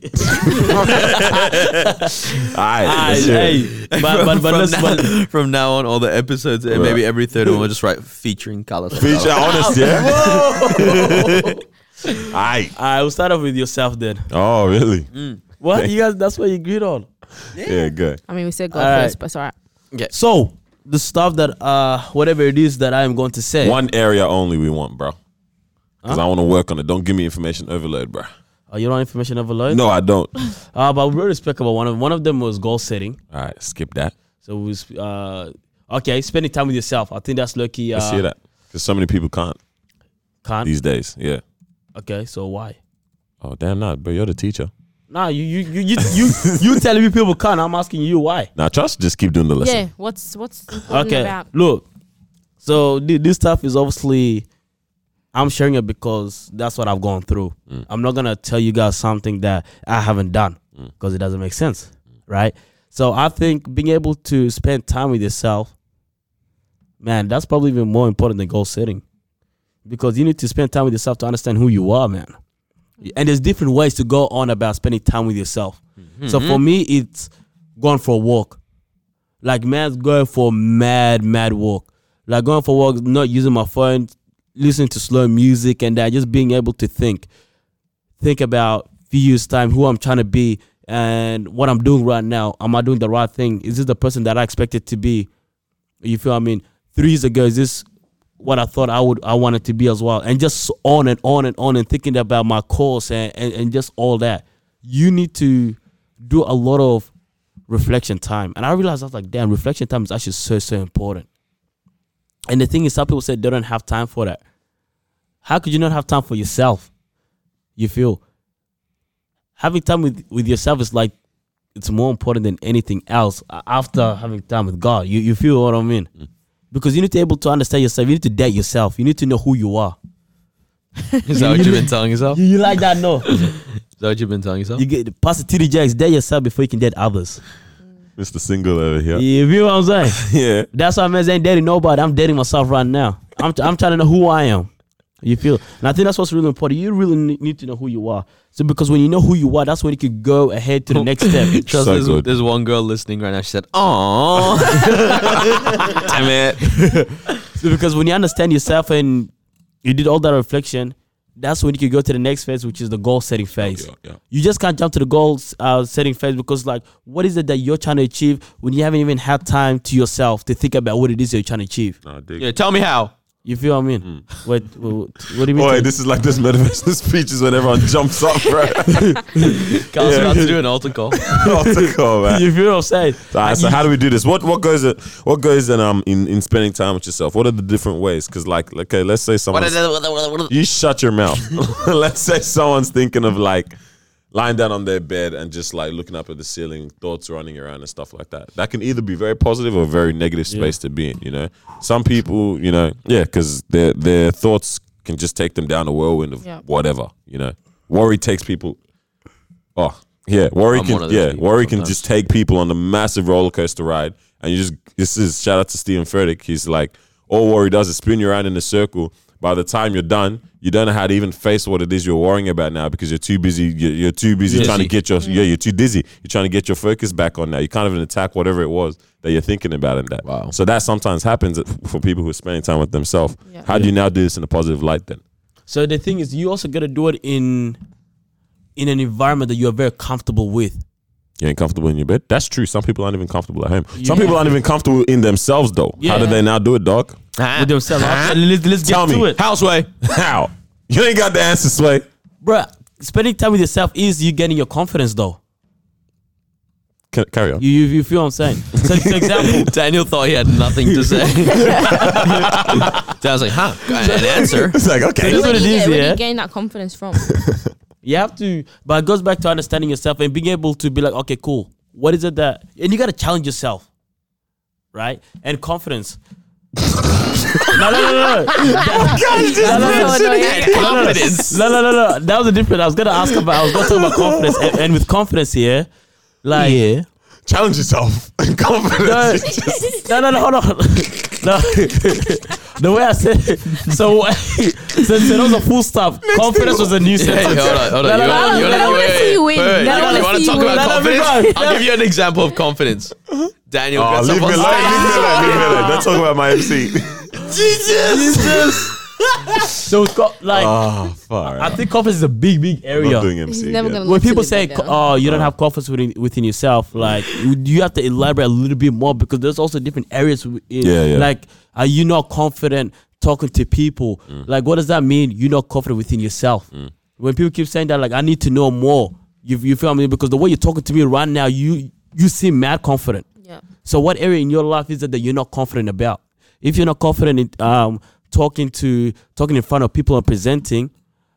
Speaker 2: All right.
Speaker 1: I,
Speaker 2: let's hear it.
Speaker 1: hey, but but but
Speaker 3: from,
Speaker 1: let's.
Speaker 3: now,
Speaker 1: But,
Speaker 3: from now on, all the episodes and
Speaker 2: Right.
Speaker 3: maybe every third one, we'll just write featuring Carlos.
Speaker 2: Feature honest, yeah? All right.
Speaker 1: I will start off with yourself then.
Speaker 2: Oh, really?
Speaker 1: What you guys? That's what you agreed on.
Speaker 2: Yeah, good.
Speaker 4: I mean, we said God
Speaker 1: All right.
Speaker 4: first, but it's all right.
Speaker 1: So the stuff that uh whatever it is that I am going to say.
Speaker 2: One area only we want, bro. Because I want to work on it. Don't give me information overload, bro.
Speaker 1: Are Uh, you on information overload?
Speaker 2: No, I don't.
Speaker 1: Uh, but we already spoke about one of one of them was goal setting.
Speaker 2: All right, skip that.
Speaker 1: So we was uh okay spending time with yourself. I think that's lucky. Uh,
Speaker 2: Let's hear that. Because so many people can't
Speaker 1: Can't.
Speaker 2: these days. Yeah.
Speaker 1: Okay, so why?
Speaker 2: Oh, damn, not, bro. You're the teacher.
Speaker 1: Nah, you you you you you, you telling me people can't. I'm asking you why.
Speaker 2: Now, trust, just keep doing the lesson.
Speaker 4: Yeah, what's what's important
Speaker 1: Okay,
Speaker 4: about?
Speaker 1: look. So thi- this stuff is obviously, I'm sharing it because that's what I've gone through. I'm not gonna tell you guys something that I haven't done because it doesn't make sense, right? So I think being able to spend time with yourself, man, that's probably even more important than goal setting, because you need to spend time with yourself to understand who you are, man. And there's different ways to go on about spending time with yourself. So for me, it's going for a walk. Like man's going for mad, mad walk. Like going for walks, not using my phone, listening to slow music and that, just being able to think. Think about few years time, who I'm trying to be and what I'm doing right now. Am I doing the right thing? Is this the person that I expected to be? You feel what I mean? Three years ago, is this what I thought I would I wanted to be as well? And just on and on and on and thinking about my course and, and, and just all that. You need to do a lot of reflection time. And I realized I was like, damn, reflection time is actually so, so important. And the thing is, some people say they don't have time for that. How could you not have time for yourself? You feel having time with, with yourself is like it's more important than anything else a- after having time with God. You you feel what I mean? Because you need to be able to understand yourself. You need to date yourself. You need to know who you are.
Speaker 3: Is that what you've been telling yourself?
Speaker 1: You,
Speaker 3: Is
Speaker 1: you like that? No.
Speaker 3: that what you've been telling yourself?
Speaker 1: you get past the TDJs, date yourself before you can date others.
Speaker 2: Mr. Single over here.
Speaker 1: You feel what I'm saying?
Speaker 2: Yeah.
Speaker 1: That's why I'm ain't dating nobody. I'm dating myself right now. I'm, I'm trying to know who I am. You feel? And I think that's what's really important. You really ne- need to know who you are. So because when you know who you are, that's when you can go ahead to the next step.
Speaker 3: Trust
Speaker 2: So
Speaker 3: there's,
Speaker 2: good.
Speaker 3: there's one girl listening right now. She said, "Aww, damn it."
Speaker 1: So because when you understand yourself and you did all that reflection, that's when you can go to the next phase, which is the goal setting phase.
Speaker 2: Yeah, yeah.
Speaker 1: You just can't jump to the goal uh, setting phase because, like, what is it that you're trying to achieve when you haven't even had time to yourself to think about what it is you're trying to achieve?
Speaker 2: Nah, dig.
Speaker 3: Yeah, tell me how.
Speaker 1: You feel what I mean? Wait, wha- what do you mean?
Speaker 2: Mm. Boy,
Speaker 1: to-
Speaker 2: this is like this motivational speeches when everyone jumps up, right?
Speaker 3: Carl's about to do an altar call.
Speaker 2: Altar call, man.
Speaker 1: you feel what I'm saying?
Speaker 2: All right, so how do we do this? What what goes what goes in um in, in spending time with yourself? What are the different ways? Because like okay, let's say someone you shut your mouth. let's say someone's thinking of like lying down on their bed and just like looking up at the ceiling, thoughts running around and stuff like that. That can either be very positive or very negative space to be in. You know, some people, you know, yeah, because their their thoughts can just take them down a whirlwind of
Speaker 4: Yeah.
Speaker 2: whatever. You know, worry takes people Oh yeah, worry
Speaker 3: I'm one
Speaker 2: can
Speaker 3: of those
Speaker 2: yeah,
Speaker 3: people
Speaker 2: worry can
Speaker 3: sometimes.
Speaker 2: just take people on the massive roller coaster ride, and you just this is shout out to Steven Furtick. He's like, all worry does is spin you around in a circle. By the time you're done, you don't know how to even face what it is you're worrying about now because you're too busy. You're, you're too busy trying to
Speaker 3: Dizzy.
Speaker 2: get your yeah, you're too dizzy. You're trying to get your focus back on now. You can't even attack whatever it was that you're thinking about in that.
Speaker 3: Wow.
Speaker 2: So that sometimes happens for people who are spending time with themselves.
Speaker 4: Yeah.
Speaker 2: How do you now do this in a positive light then?
Speaker 1: So the thing is, you also got to do it in in an environment that you are very comfortable with.
Speaker 2: You ain't comfortable in your bed. That's true. Some people aren't even comfortable at home. Some
Speaker 1: Yeah.
Speaker 2: people aren't even comfortable in themselves, though. How do
Speaker 1: Yeah.
Speaker 2: they now do it, dog?
Speaker 1: With themselves. Okay, Let's, let's get
Speaker 2: Tell
Speaker 1: to
Speaker 2: me.
Speaker 1: it,
Speaker 3: Houseway.
Speaker 2: How? You ain't got the answer, Sway.
Speaker 1: bro. Spending time with yourself is you getting your confidence, though.
Speaker 2: Ca- Carry on.
Speaker 1: You you, you feel what I'm saying? So, for example,
Speaker 3: Daniel thought he had nothing to say. so I was like, "Huh? An answer."
Speaker 2: It's like, okay.
Speaker 1: That's
Speaker 4: Where
Speaker 1: what
Speaker 4: do
Speaker 1: it
Speaker 4: you
Speaker 1: is,
Speaker 4: get- where do
Speaker 1: yeah?
Speaker 4: you gain that confidence from?
Speaker 1: you have to, but it goes back to understanding yourself and being able to be like, okay, cool. What is it that? And you got to challenge yourself, right? And confidence. no, no, no, no.
Speaker 4: That's so annoying.
Speaker 3: Confidence.
Speaker 1: no, no, no, no. That was a different. I was gonna ask about. I was gonna talk about confidence, and, and with confidence here, like, yeah.
Speaker 2: Challenge yourself. Confidence.
Speaker 1: no, no, no, hold on. No, the way I said it. So, so, so that was a full stop. confidence was a new
Speaker 3: Hey, hold
Speaker 1: sentence.
Speaker 3: on, hold on.
Speaker 1: No, no, no,
Speaker 3: You
Speaker 1: no,
Speaker 3: wanna-
Speaker 1: no,
Speaker 3: you
Speaker 1: no,
Speaker 3: wanna-
Speaker 4: no, no,
Speaker 3: wait, wait, wait, wait.
Speaker 4: no, no, no, no,
Speaker 3: You want
Speaker 4: no,
Speaker 3: to talk
Speaker 4: no,
Speaker 3: about
Speaker 1: no,
Speaker 3: confidence?
Speaker 1: no,
Speaker 3: I'll give you an example of confidence. Daniel,
Speaker 2: Oh,
Speaker 3: got
Speaker 2: leave me
Speaker 3: someone
Speaker 2: alone. Leave me
Speaker 3: saying-
Speaker 2: alone. Leave me alone. Don't talk about my MC.
Speaker 1: Jesus. so it's got like
Speaker 2: Oh, fuck.
Speaker 1: I think confidence is a big, big
Speaker 2: I'm not
Speaker 1: area.
Speaker 2: doing
Speaker 4: He's
Speaker 2: MC.
Speaker 4: never
Speaker 2: again.
Speaker 4: gonna
Speaker 1: When
Speaker 4: listen
Speaker 1: people
Speaker 4: to
Speaker 1: say,
Speaker 4: that
Speaker 1: co-
Speaker 4: now.
Speaker 1: "Oh, you don't have confidence within, within yourself," like you, you have to elaborate a little bit more because there's also different areas. w- In,
Speaker 2: Yeah, yeah.
Speaker 1: Like, are you not confident talking to people?
Speaker 2: Mm.
Speaker 1: Like, what does that mean? You're not confident within yourself. When people keep saying that, like, I need to know more. You, you feel me? Because the way you're talking to me right now, you you seem mad confident.
Speaker 4: Yeah.
Speaker 1: So, what area in your life is it that you're not confident about? If you're not confident in um, talking to talking in front of people and presenting,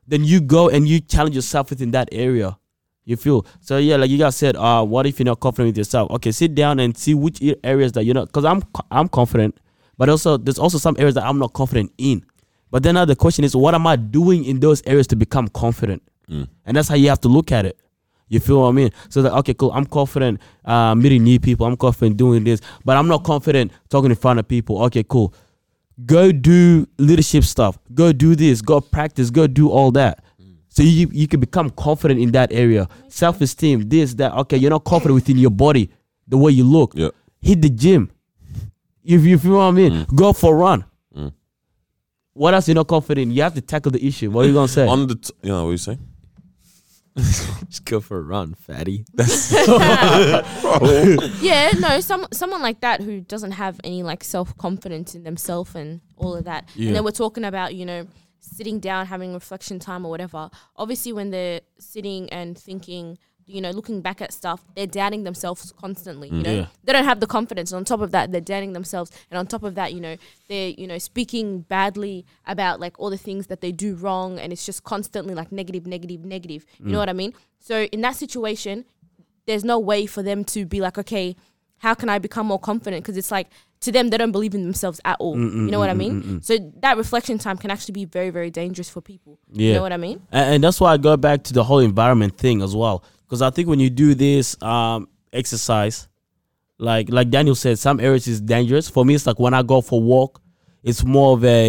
Speaker 1: then you go and you challenge yourself within that area. You feel so yeah, like you guys said. Uh, what if you're not confident with yourself? Okay, sit down and see which ar- areas that you're not. Because I'm co- I'm confident, but also there's also some areas that I'm not confident in. But then now the question is, what am I doing in those areas to become confident? And that's how you have to look at it. You feel what I mean? So that okay, cool. I'm confident uh, meeting new people. I'm confident doing this, but I'm not confident talking in front of people. Okay, cool go do leadership stuff go do this go practice go do all that so you you can become confident in that area self-esteem this that okay you're not confident within your body the way you look
Speaker 2: Yeah.
Speaker 1: hit the gym if you feel what i mean go for a run what else you're not confident in? you have to tackle the issue what are you gonna say
Speaker 2: On the, t- you know what you say?
Speaker 3: Just go for a run, fatty.
Speaker 4: yeah, no, some someone like that who doesn't have any like self confidence in themselves and all of that. And then we're talking about you know sitting down, having reflection time or whatever. Obviously, when they're sitting and thinking, you know, looking back at stuff, they're doubting themselves constantly. You know,
Speaker 1: Yeah.
Speaker 4: they don't have the confidence. And on top of that, they're doubting themselves. And on top of that, you know, they're you know speaking badly about like all the things that they do wrong, and it's just constantly like negative, negative, negative. You know what I mean? So in that situation, there's no way for them to be like, okay, how can I become more confident? Because it's like to them, they don't believe in themselves at all. you know what I mean? So that reflection time can actually be very, very dangerous for people. You
Speaker 1: Yeah.
Speaker 4: know what I mean?
Speaker 1: And, and that's why I go back to the whole environment thing as well, because I think when you do this um, exercise, like like Daniel said, some areas is dangerous. For me, it's like when I go for walk, it's more of a.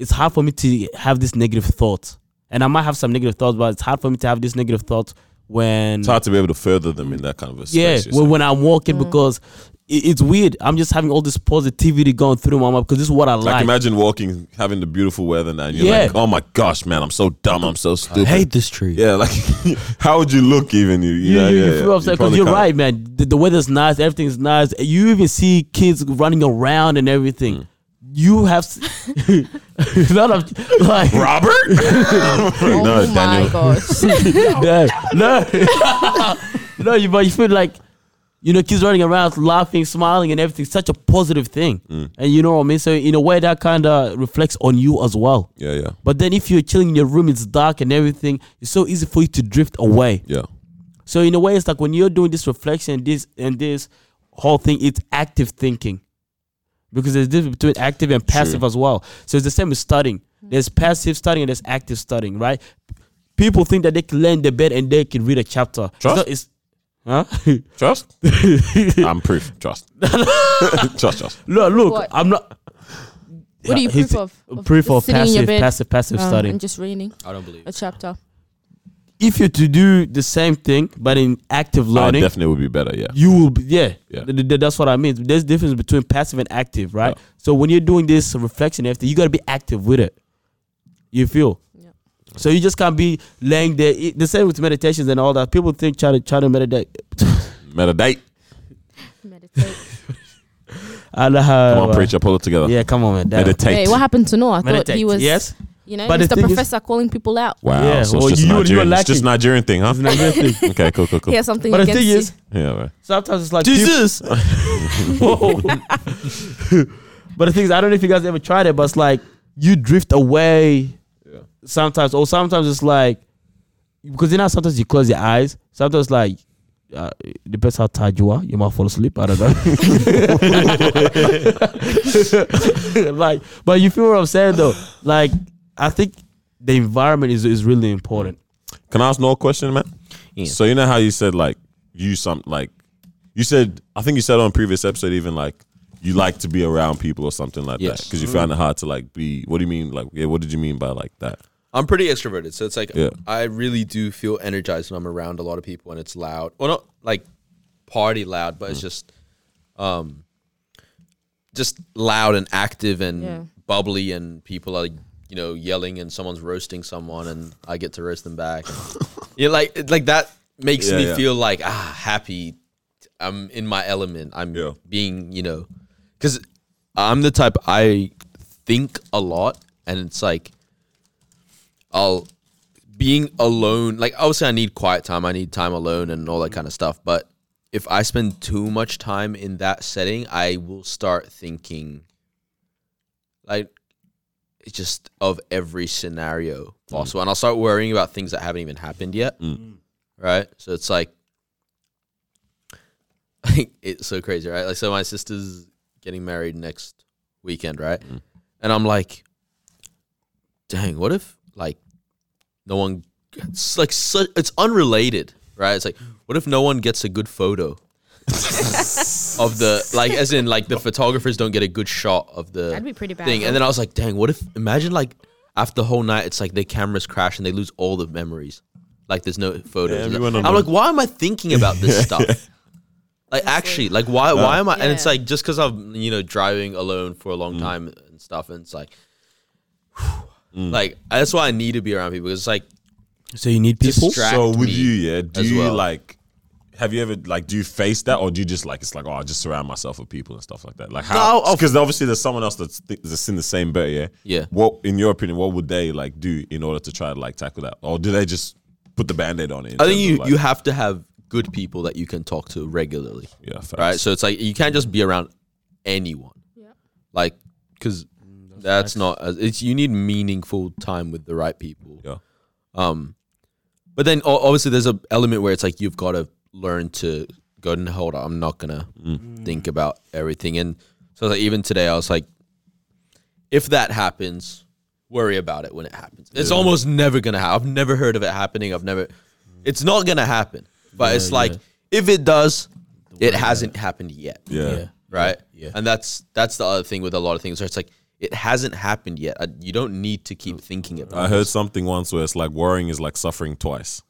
Speaker 1: It's hard for me to have this negative thought, and I might have some negative thoughts, but it's hard for me to have this negative thoughts when
Speaker 2: It's hard to be able to further them in that kind of a
Speaker 1: yeah,
Speaker 2: space. you
Speaker 1: well,
Speaker 2: say.
Speaker 1: when I'm walking because it, it's weird. I'm just having all this positivity going through my mind because this is what I
Speaker 2: like,
Speaker 1: like.
Speaker 2: imagine walking, having the beautiful weather now, and you're
Speaker 1: Yeah.
Speaker 2: like, oh my gosh, man, I'm so dumb, I'm so stupid.
Speaker 3: this tree.
Speaker 2: Yeah, like, how would you look even? You, you,
Speaker 1: You,
Speaker 2: know,
Speaker 1: you,
Speaker 2: yeah,
Speaker 1: you
Speaker 2: yeah.
Speaker 1: feel what I'm saying? Because
Speaker 2: probably
Speaker 1: you're
Speaker 2: can't-
Speaker 1: right, man. The, the weather's nice, everything's nice. You even see kids running around and everything.
Speaker 2: Mm.
Speaker 1: You have s- not a, like
Speaker 2: Robert?
Speaker 4: oh
Speaker 2: no,
Speaker 4: my
Speaker 2: Daniel.
Speaker 4: gosh.
Speaker 1: no, no, no. You, but you feel like you know kids running around, laughing, smiling, and everything. Such a positive thing,
Speaker 2: Mm.
Speaker 1: and you know what I mean. So in a way, that kind of reflects on you as well.
Speaker 2: Yeah, yeah,
Speaker 1: But then if you're chilling in your room, it's dark and everything. It's so easy for you to drift away.
Speaker 2: yeah.
Speaker 1: So in a way, it's like when you're doing this reflection, this and this whole thing, it's active thinking, because there's difference between active and passive as well. So it's the same with studying.
Speaker 4: Hmm.
Speaker 1: There's passive studying and there's active studying, right? People think that they can lay in the bed and they can read a chapter. It's
Speaker 2: Trust? Um,
Speaker 1: not- It's,
Speaker 2: Trust? I'm proof. Trust. trust, trust.
Speaker 1: no, look,
Speaker 4: What?
Speaker 1: I'm not
Speaker 4: What are you
Speaker 1: Yeah,
Speaker 4: proof
Speaker 1: he's-
Speaker 4: of? of
Speaker 1: proof of
Speaker 4: sitting in your
Speaker 1: passive,
Speaker 4: bed,
Speaker 1: passive, passive
Speaker 4: um,
Speaker 1: studying.
Speaker 4: and just reading
Speaker 3: I don't believe.
Speaker 4: a chapter.
Speaker 1: If you're to do the same thing but in active
Speaker 2: I
Speaker 1: learning,
Speaker 2: definitely would be better, yeah.
Speaker 1: you will be yeah,
Speaker 2: Yeah.
Speaker 1: Th- th- that's what i mean there's difference between passive and active right
Speaker 2: Yeah.
Speaker 1: so when you're doing this reflection after you got to be active with it you feel
Speaker 4: Yeah.
Speaker 1: so you just can't be laying there It- the same with meditations and all that people think try to try to meditate
Speaker 2: Meditate.
Speaker 4: Meditate.
Speaker 1: I know how, uh,
Speaker 2: Come on, preacher, pull it together.
Speaker 1: Oh, yeah come on man that-
Speaker 2: Meditate.
Speaker 4: hey, what happened to Noah? I thought
Speaker 1: meditate
Speaker 4: he was,
Speaker 1: yes
Speaker 4: you know,
Speaker 1: But
Speaker 4: he's
Speaker 1: the
Speaker 4: the,
Speaker 1: thing is-
Speaker 4: professor calling people out.
Speaker 2: Wow,
Speaker 1: Yeah,
Speaker 2: so
Speaker 1: well,
Speaker 2: it's just
Speaker 1: you- you were
Speaker 2: Nigerian. it's
Speaker 1: lucky.
Speaker 2: just Nigerian thing, huh?
Speaker 1: Nigerian thing.
Speaker 2: okay, cool, cool, cool.
Speaker 4: He has something
Speaker 1: but the
Speaker 4: against
Speaker 1: thing
Speaker 4: you.
Speaker 1: is
Speaker 2: Yeah, right.
Speaker 1: sometimes it's like people- Whoa. but the thing is, I don't know if you guys ever tried it, but it's like you drift away sometimes, or sometimes it's like because you know how sometimes you close your eyes. Sometimes like uh, it depends how tired you are, you might fall asleep. I don't know. like, but you feel what I'm saying though. Like, I think the environment is is really important.
Speaker 2: Can I ask no question, man?
Speaker 3: Yeah.
Speaker 2: So you know how you said like you some like you said I think you said on a previous episode even like you like to be around people or something like that
Speaker 3: Yes.
Speaker 2: because you
Speaker 1: Mm-hmm.
Speaker 2: found it hard to like be. What do you mean? Like, yeah, what did you mean by like that?
Speaker 3: I'm pretty extroverted, so it's like
Speaker 2: Yeah.
Speaker 3: I really do feel energized when I'm around a lot of people and it's loud. Well, not like party loud, but
Speaker 2: Mm.
Speaker 3: it's just, um, just loud and active and
Speaker 4: Yeah.
Speaker 3: bubbly, and people are you know yelling and someone's roasting someone, and I get to roast them back. yeah, like it- like that makes
Speaker 2: Yeah,
Speaker 3: me
Speaker 2: yeah.
Speaker 3: feel like ah happy. I'm in my element. I'm
Speaker 2: Yeah.
Speaker 3: being you know, because I'm the type I think a lot, and it's like. I'll being alone. Like obviously, I need quiet time. I need time alone and all that kind of stuff. But if I spend too much time in that setting, I will start thinking, like, it's
Speaker 2: Mm.
Speaker 3: just of every scenario possible, and I'll start worrying about things that haven't even happened yet. right? So it's like, I think it's so crazy, right? Like, so my sister's getting married next weekend, right? And I'm like, dang, what if like no one? It's like so, it's unrelated, right? It's like, what if no one gets a good photo? of the like as in like the photographers don't get a good shot of the
Speaker 4: That'd be pretty bad.
Speaker 3: thing and then i was like dang what if imagine like after the whole night it's like their cameras crash and they lose all the memories like there's no
Speaker 2: Yeah,
Speaker 3: photos
Speaker 2: everyone on
Speaker 3: i'm
Speaker 2: the-
Speaker 3: like why am i thinking about this stuff like actually like why why
Speaker 2: Uh,
Speaker 3: am i and it's
Speaker 4: Yeah.
Speaker 3: like just because i'm you know driving alone for a long
Speaker 2: Mm.
Speaker 3: time and stuff and it's like like that's why i need to be around people 'cause it's like
Speaker 1: So you need people.
Speaker 3: distract
Speaker 2: so with
Speaker 3: me
Speaker 2: you, yeah, do
Speaker 3: as
Speaker 2: you
Speaker 3: well.
Speaker 2: like? Have you ever like do you face that, or do you just like it's like oh I just surround myself with people and stuff like that? Like how?
Speaker 3: No, of-
Speaker 2: Because obviously there's someone else that's, th- that's in the same boat, yeah.
Speaker 3: Yeah.
Speaker 2: What in your opinion, what would they like do in order to try to like tackle that, or do they just put the band-aid on it? in
Speaker 3: i think
Speaker 2: terms
Speaker 3: you
Speaker 2: of, like-
Speaker 3: you have to have good people that you can talk to regularly
Speaker 2: yeah, facts.
Speaker 3: right? So it's like you can't just be around anyone.
Speaker 4: Yep.
Speaker 3: Like, because
Speaker 2: Mm,
Speaker 3: that's not as it's you need meaningful time with the right people.
Speaker 2: Yeah.
Speaker 3: Um, but then o- obviously there's a element where it's like you've got to learn to go and hold on. I'm not gonna
Speaker 2: Mm.
Speaker 3: think about everything. And so like even today I was like, if that happens, worry about it when it happens. It's almost never gonna happen. I've never heard of it happening. I've never. It's not gonna happen. But it's like if it does, it hasn't happened yet
Speaker 2: yeah.
Speaker 1: Yeah.
Speaker 3: right?
Speaker 1: Yeah.
Speaker 3: And that's that's the other thing with a lot of things. Where it's like it hasn't happened yet. I, you don't need to keep thinking about.
Speaker 2: Oh, I
Speaker 3: it.
Speaker 2: heard something once where it's like worrying is like suffering twice.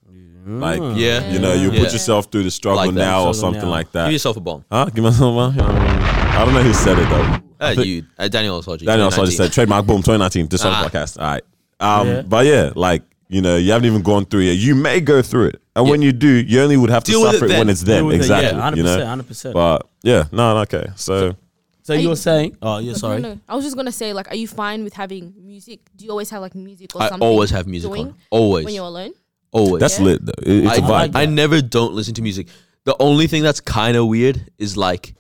Speaker 2: Like
Speaker 3: Mm. Yeah.
Speaker 2: you know, you
Speaker 3: Yeah.
Speaker 2: put yourself through the struggle
Speaker 3: Like that.
Speaker 2: now
Speaker 1: Struggle
Speaker 2: or something
Speaker 1: now.
Speaker 2: like
Speaker 3: Give
Speaker 2: that.
Speaker 3: yourself a bomb.
Speaker 2: Huh? Give me some. uh, you know what I mean? I don't know who said it though.
Speaker 3: Uh, you, uh, Daniel Oswaji.
Speaker 2: Daniel also just said trademark boom 2019 this on
Speaker 3: Ah.
Speaker 2: podcast. All right. Um,
Speaker 1: Yeah.
Speaker 2: But yeah, like you know, you haven't even gone through it. You may go through it, and when you do, you only would have to
Speaker 3: Deal with
Speaker 2: suffer
Speaker 3: it
Speaker 2: it, when
Speaker 3: then.
Speaker 2: it's then.
Speaker 1: Deal with it, yeah,
Speaker 2: Exactly. you know?
Speaker 1: 100%.
Speaker 2: But yeah, no, no, okay. So
Speaker 1: So you were saying? Oh, yeah. Sorry.
Speaker 4: No, no. I was just gonna say, like, are you fine with having music? Do you always have like music or
Speaker 3: I
Speaker 4: something?
Speaker 3: always have music
Speaker 4: doing
Speaker 3: on. Always,
Speaker 4: when you're alone.
Speaker 3: always.
Speaker 2: that's lit though. It- it's a
Speaker 3: I,
Speaker 1: like
Speaker 2: vibe.
Speaker 3: I never don't listen to music. The only thing that's kind of weird is like,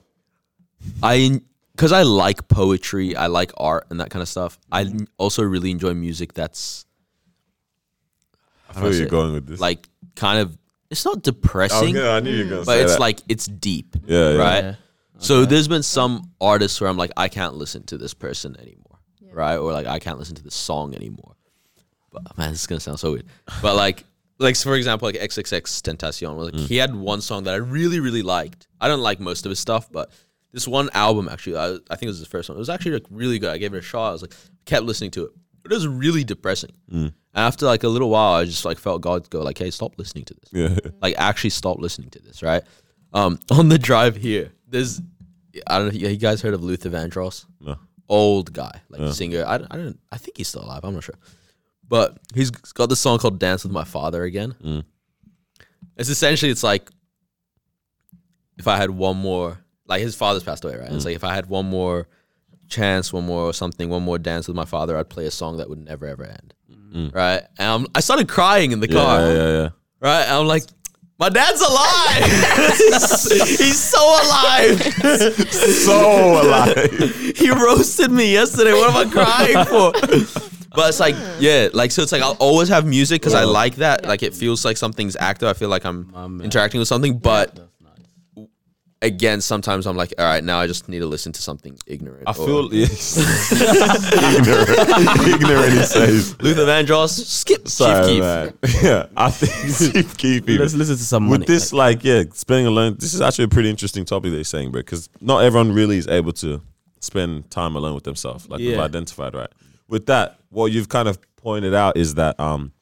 Speaker 3: I because I like poetry, I like art and that kind of stuff. I n- also really enjoy music that's
Speaker 2: I feel you're going with this.
Speaker 3: like kind of it's not depressing,
Speaker 2: okay, I knew you were going to
Speaker 3: but
Speaker 2: Oh, say
Speaker 3: it's
Speaker 2: that.
Speaker 3: like it's deep.
Speaker 2: yeah, yeah.
Speaker 3: right? So there's been some artists where I'm like, I can't listen to this person anymore, right? Or like, I can't listen to this song anymore. But man, this is gonna sound so weird. But like, like for example, like XXX Tentacion, like
Speaker 2: Mm.
Speaker 3: he had one song that I really, really liked. I don't like most of his stuff, but this one album actually, I, I think it was his first one. It was actually like really good. I gave it a shot. I was like, kept listening to it. It was really depressing.
Speaker 2: Mm.
Speaker 3: And after like a little while, I just like felt God go like, hey, stop listening to this
Speaker 2: Yeah.
Speaker 3: like actually stop listening to this, right? Um, on the drive here, there's I don't know if you you guys heard of Luther Vandross,
Speaker 2: No.
Speaker 3: old guy, like singer. I, don't- I don't I think he's still alive. I'm not sure, but he's got this song called "Dance with My Father" again.
Speaker 2: Mm.
Speaker 3: It's essentially it's like if I had one more, like his father's passed away,
Speaker 2: Mm.
Speaker 3: right? It's like if I had one more chance, one more something, one more dance with my father, I'd play a song that would never ever end, right? And I'm, I started crying in the
Speaker 2: Mm. Yeah,
Speaker 3: car
Speaker 2: yeah, yeah, yeah.
Speaker 3: right? And I'm like, my dad's alive. He's so alive.
Speaker 2: So alive.
Speaker 3: He roasted me yesterday. What am I crying for? But it's like, yeah, like so. It's like I'll always have music because I like that. Like it feels like something's active. I feel like I'm interacting with something. But again, sometimes I'm like, all right, now I just need to listen to something ignorant.
Speaker 2: I
Speaker 3: or-
Speaker 2: feel ignorant. ignorant. He says.
Speaker 3: Luther Vandross, skip
Speaker 2: Sorry,
Speaker 3: Chief Keef.
Speaker 2: man. Yeah, I think Chief Keef. even.
Speaker 1: Let's listen to some
Speaker 2: with
Speaker 1: money.
Speaker 2: this like yeah spending alone this is actually a pretty interesting topic they're saying bro because not everyone really is able to spend time alone with themselves like we've
Speaker 1: Yeah.
Speaker 2: identified right with that what you've kind of pointed out is that um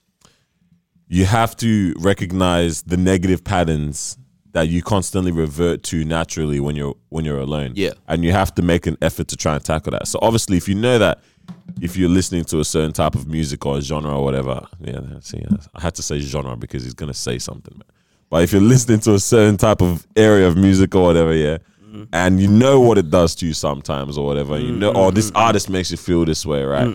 Speaker 2: you have to recognize the negative patterns that you constantly revert to naturally when you're when you're alone
Speaker 3: Yeah.
Speaker 2: and you have to make an effort to try and tackle that so obviously if you know that if you're listening to a certain type of music or genre or whatever, yeah, see, I had to say genre because he's gonna say something. Man. But if you're listening to a certain type of area of music or whatever, yeah, and you know what it does to you sometimes or whatever, you know, oh, this artist makes you feel this way, right?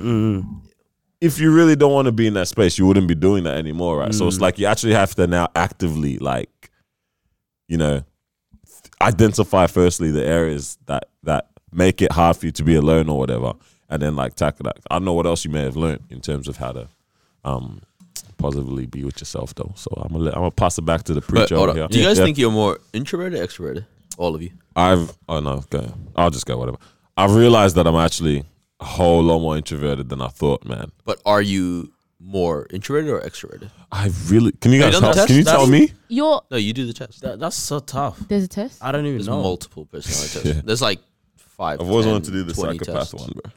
Speaker 2: If you really don't want to be in that space, you wouldn't be doing that anymore, right?
Speaker 3: Mm.
Speaker 2: So it's like you actually have to now actively, like, you know, identify firstly the areas that that make it hard for you to be alone or whatever, and then like tackle that. I don't know what else you may have learned in terms of how to um, positively be with yourself though. So I'm gonna let, I'm gonna pass it back to the
Speaker 3: But
Speaker 2: preacher
Speaker 3: hold
Speaker 2: over here.
Speaker 3: on. Do you guys
Speaker 2: Yeah.
Speaker 3: think you're more introverted or extroverted? All of you.
Speaker 2: I've oh no, go. I'll just go whatever. I've realized that I'm actually a whole lot more introverted than I thought, man.
Speaker 3: But are you more introverted or extroverted?
Speaker 2: I really can you guys
Speaker 3: done the
Speaker 2: help?
Speaker 3: test?
Speaker 2: Can you
Speaker 3: That's-
Speaker 2: tell me?
Speaker 4: Your
Speaker 3: No, you do the test.
Speaker 1: That, that's so tough.
Speaker 4: there's a test.
Speaker 1: I don't even
Speaker 3: There's
Speaker 1: know.
Speaker 3: multiple personality tests.
Speaker 2: Yeah.
Speaker 3: There's like five.
Speaker 2: I've always
Speaker 3: 10,
Speaker 2: wanted to do the
Speaker 3: 20
Speaker 2: psychopath
Speaker 3: tests.
Speaker 2: one, bro.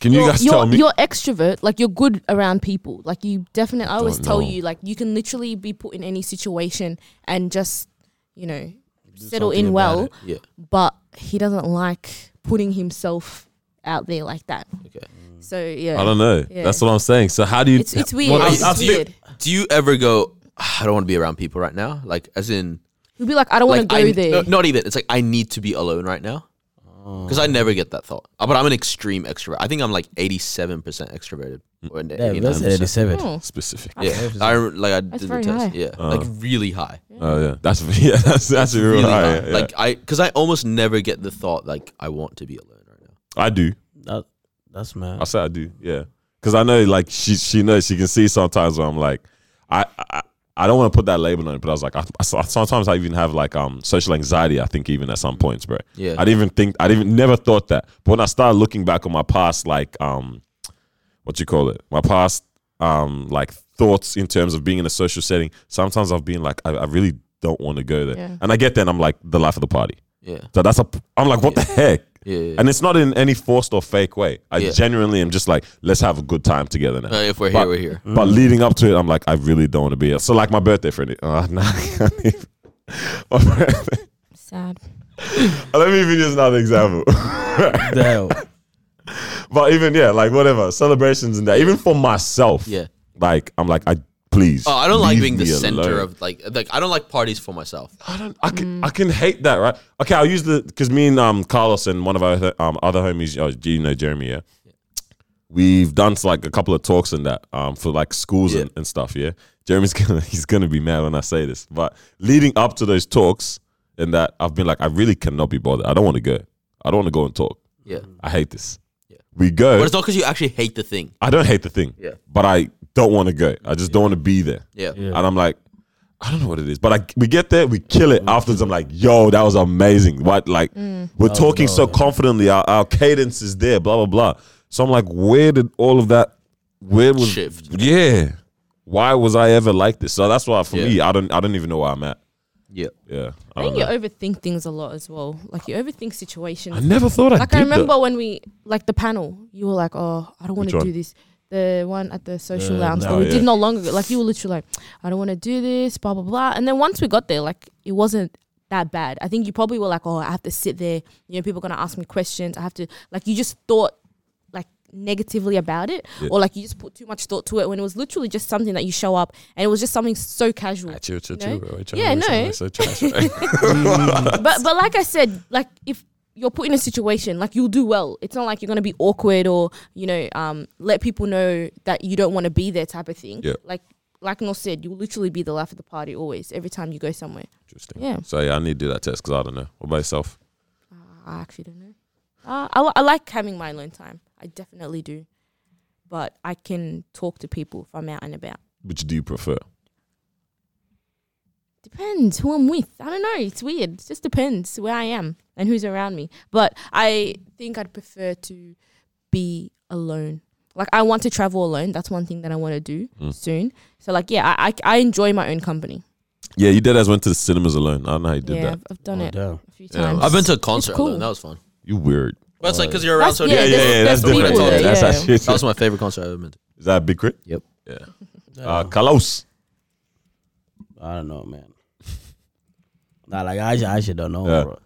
Speaker 2: Can you
Speaker 4: you're,
Speaker 2: guys
Speaker 4: you're,
Speaker 2: tell me?
Speaker 4: you're extrovert. Like you're good around people. Like you definitely. I always
Speaker 2: Don't
Speaker 4: tell
Speaker 2: know.
Speaker 4: you, like you can literally be put in any situation and just, you know, settle
Speaker 1: something
Speaker 4: in
Speaker 1: about
Speaker 4: well.
Speaker 1: it.
Speaker 3: Yeah.
Speaker 4: But he doesn't like putting himself out there like that.
Speaker 3: Okay.
Speaker 4: So yeah,
Speaker 2: I don't know.
Speaker 4: Yeah.
Speaker 2: That's what I'm saying. So how do you?
Speaker 4: It's it's weird.
Speaker 1: Well,
Speaker 4: it's
Speaker 1: I- I
Speaker 4: just
Speaker 1: feel-
Speaker 4: weird.
Speaker 3: Do you ever go? "Ah, I don't want to be around people right now. Like, as in,
Speaker 4: He'll be like, I don't
Speaker 3: like
Speaker 4: want to
Speaker 3: I
Speaker 4: go there. Oh.
Speaker 3: no, not even. It's like I need to be alone right now. Because I never get that thought. Uh, But I'm an extreme extrovert. I think I'm like 87% extroverted.
Speaker 2: Mm.
Speaker 3: Or an
Speaker 1: Yeah, that's
Speaker 3: 89%.
Speaker 1: 87.
Speaker 4: Oh.
Speaker 2: specific?
Speaker 3: Yeah, I rem- like I did the
Speaker 4: very
Speaker 3: test.
Speaker 4: high.
Speaker 3: Yeah,
Speaker 2: Uh.
Speaker 3: like really high,
Speaker 2: Oh yeah, that's yeah, that's that's real
Speaker 3: really
Speaker 2: high.
Speaker 3: high.
Speaker 2: yeah, yeah.
Speaker 3: Like I, because I almost never get the thought like I want to be alone right now.
Speaker 2: I do.
Speaker 1: That, that's mad.
Speaker 2: I say I do. Yeah, because I know like she she knows she can see sometimes where I'm like I I, I don't want to put that label on it, but I was like I, I- sometimes I even have like um social anxiety. I think even at some points, bro.
Speaker 3: Yeah.
Speaker 2: I didn't even think I didn't never thought that, but when I started looking back on my past, like um, what you call it, my past um like thoughts in terms of being in a social setting. Sometimes I've been like I, I really don't want to go there,
Speaker 4: Yeah.
Speaker 2: and I get there and I'm like the life of the party.
Speaker 3: Yeah,
Speaker 2: So that's a. I'm like, what the heck?
Speaker 3: Yeah, yeah.
Speaker 2: And it's not in any forced or fake way. I
Speaker 3: Yeah.
Speaker 2: genuinely am just like, let's have a good time together now.
Speaker 3: Uh, if we're
Speaker 2: But-
Speaker 3: here, we're here.
Speaker 2: But leading up to it, I'm like, I really don't want to be here. So like my birthday friend. Uh, nah, I can't even- my birthday.
Speaker 4: Sad.
Speaker 2: Let me give you just another example.
Speaker 1: the hell?
Speaker 2: but even yeah, like whatever celebrations and that. Even for myself,
Speaker 3: Yeah.
Speaker 2: Like I'm like I please.
Speaker 3: Oh, I don't like
Speaker 2: leave
Speaker 3: being the
Speaker 2: me
Speaker 3: center
Speaker 2: alone.
Speaker 3: of like like I don't like parties for myself.
Speaker 2: I don't. I can. I can hate that. Right. Okay. I'll use the because me and um Carlos and one of our um other homies. Oh, do you know Jeremy? Yeah. We've done like a couple of talks and that um for like schools and, and stuff. Yeah. Jeremy's gonna he's gonna be mad when I say this, but leading up to those talks and that I've been like I really cannot be bothered. I don't want to go. I don't want to go and talk.
Speaker 3: Yeah,
Speaker 2: I hate this. We go.
Speaker 3: but it's not because you actually hate the thing.
Speaker 2: I don't hate the thing.
Speaker 3: Yeah.
Speaker 2: But I don't want to go. I just don't want to be there.
Speaker 3: Yeah.
Speaker 2: And I'm like, I don't know what it is, but I, we get there, we kill it. Afterwards, I'm like, yo, that was amazing. What? Like,
Speaker 4: Mm.
Speaker 2: we're talking so confidently. Our, our cadence is there. Blah blah blah. So I'm like, where did all of that? Where was?
Speaker 3: Shift.
Speaker 2: Yeah. Why was I ever like this? So that's why for
Speaker 3: Yeah.
Speaker 2: me, I don't, I don't even know where I'm at.
Speaker 3: Yeah,
Speaker 2: Yeah. I,
Speaker 4: I
Speaker 2: don't
Speaker 4: think
Speaker 2: know.
Speaker 4: you overthink things a lot as well. Like you overthink situations.
Speaker 2: I never thought I
Speaker 4: like
Speaker 2: did
Speaker 4: I
Speaker 2: that.
Speaker 4: remember when we like the panel, you were like, "Oh, I don't want
Speaker 2: Which
Speaker 4: to
Speaker 2: one?
Speaker 4: do this." The one at the social
Speaker 1: The-
Speaker 4: lounge that
Speaker 2: oh,
Speaker 4: we
Speaker 2: yeah.
Speaker 4: did not long ago. Like you were literally like, "I don't want to do this," blah blah blah. And then once we got there, like it wasn't that bad. I think you probably were like, "Oh, I have to sit there. You know, people are gonna ask me questions. I have to." Like you just thought like negatively about it, or like you just put too much thought to it when it was literally just something that you show up and it was just something so casual.
Speaker 2: Chill, chill,
Speaker 4: No?
Speaker 2: chill, bro. Chill,
Speaker 4: Yeah,
Speaker 2: chill,
Speaker 4: no.
Speaker 2: chill, chill, chill.
Speaker 1: Mm,
Speaker 4: but but like I said, like if you're put in a situation, like you'll do well. It's not like you're gonna be awkward or you know um let people know that you don't want to be there type of thing.
Speaker 2: Yeah.
Speaker 4: Like like Nor said, you'll literally be the life of the party always. Every time you go somewhere,
Speaker 2: Interesting.
Speaker 4: Yeah.
Speaker 2: So yeah, I need to do that test because I don't know. What about yourself?
Speaker 4: Uh, I actually don't know. Uh, I li- I like having my alone time. I definitely do, but I can talk to people if I'm out and about.
Speaker 2: Which do you prefer?
Speaker 4: Depends who I'm with. I don't know. It's weird. It just depends where I am and who's around me. But I think I'd prefer to be alone. Like I want to travel alone. That's one thing that I want to do soon. So like yeah, I, I I enjoy my own company.
Speaker 2: Yeah, you did as went to the cinemas alone. I don't know how you did
Speaker 4: yeah,
Speaker 2: that.
Speaker 4: I've, I've done
Speaker 1: Oh,
Speaker 4: it
Speaker 1: damn.
Speaker 4: a few
Speaker 2: Yeah,
Speaker 4: times.
Speaker 3: I've been to a concert.
Speaker 4: cool.
Speaker 3: Though. That was fun.
Speaker 2: You weird. Uh,
Speaker 3: But it's like because you're around
Speaker 4: That's-
Speaker 3: so
Speaker 4: yeah,
Speaker 2: Yeah,
Speaker 3: many-
Speaker 2: yeah,
Speaker 4: there's-
Speaker 2: yeah. That's
Speaker 4: there's
Speaker 2: different.
Speaker 4: people
Speaker 2: Yeah,
Speaker 4: there,
Speaker 2: that's
Speaker 4: yeah.
Speaker 2: actually
Speaker 3: That was my favorite concert I've ever been to.
Speaker 2: Is that a big crit?
Speaker 3: Yep.
Speaker 2: Yeah. Uh, Kalos.
Speaker 1: I don't know, man. Nah, like I, ju- I actually don't know,
Speaker 2: Yeah.
Speaker 1: bro.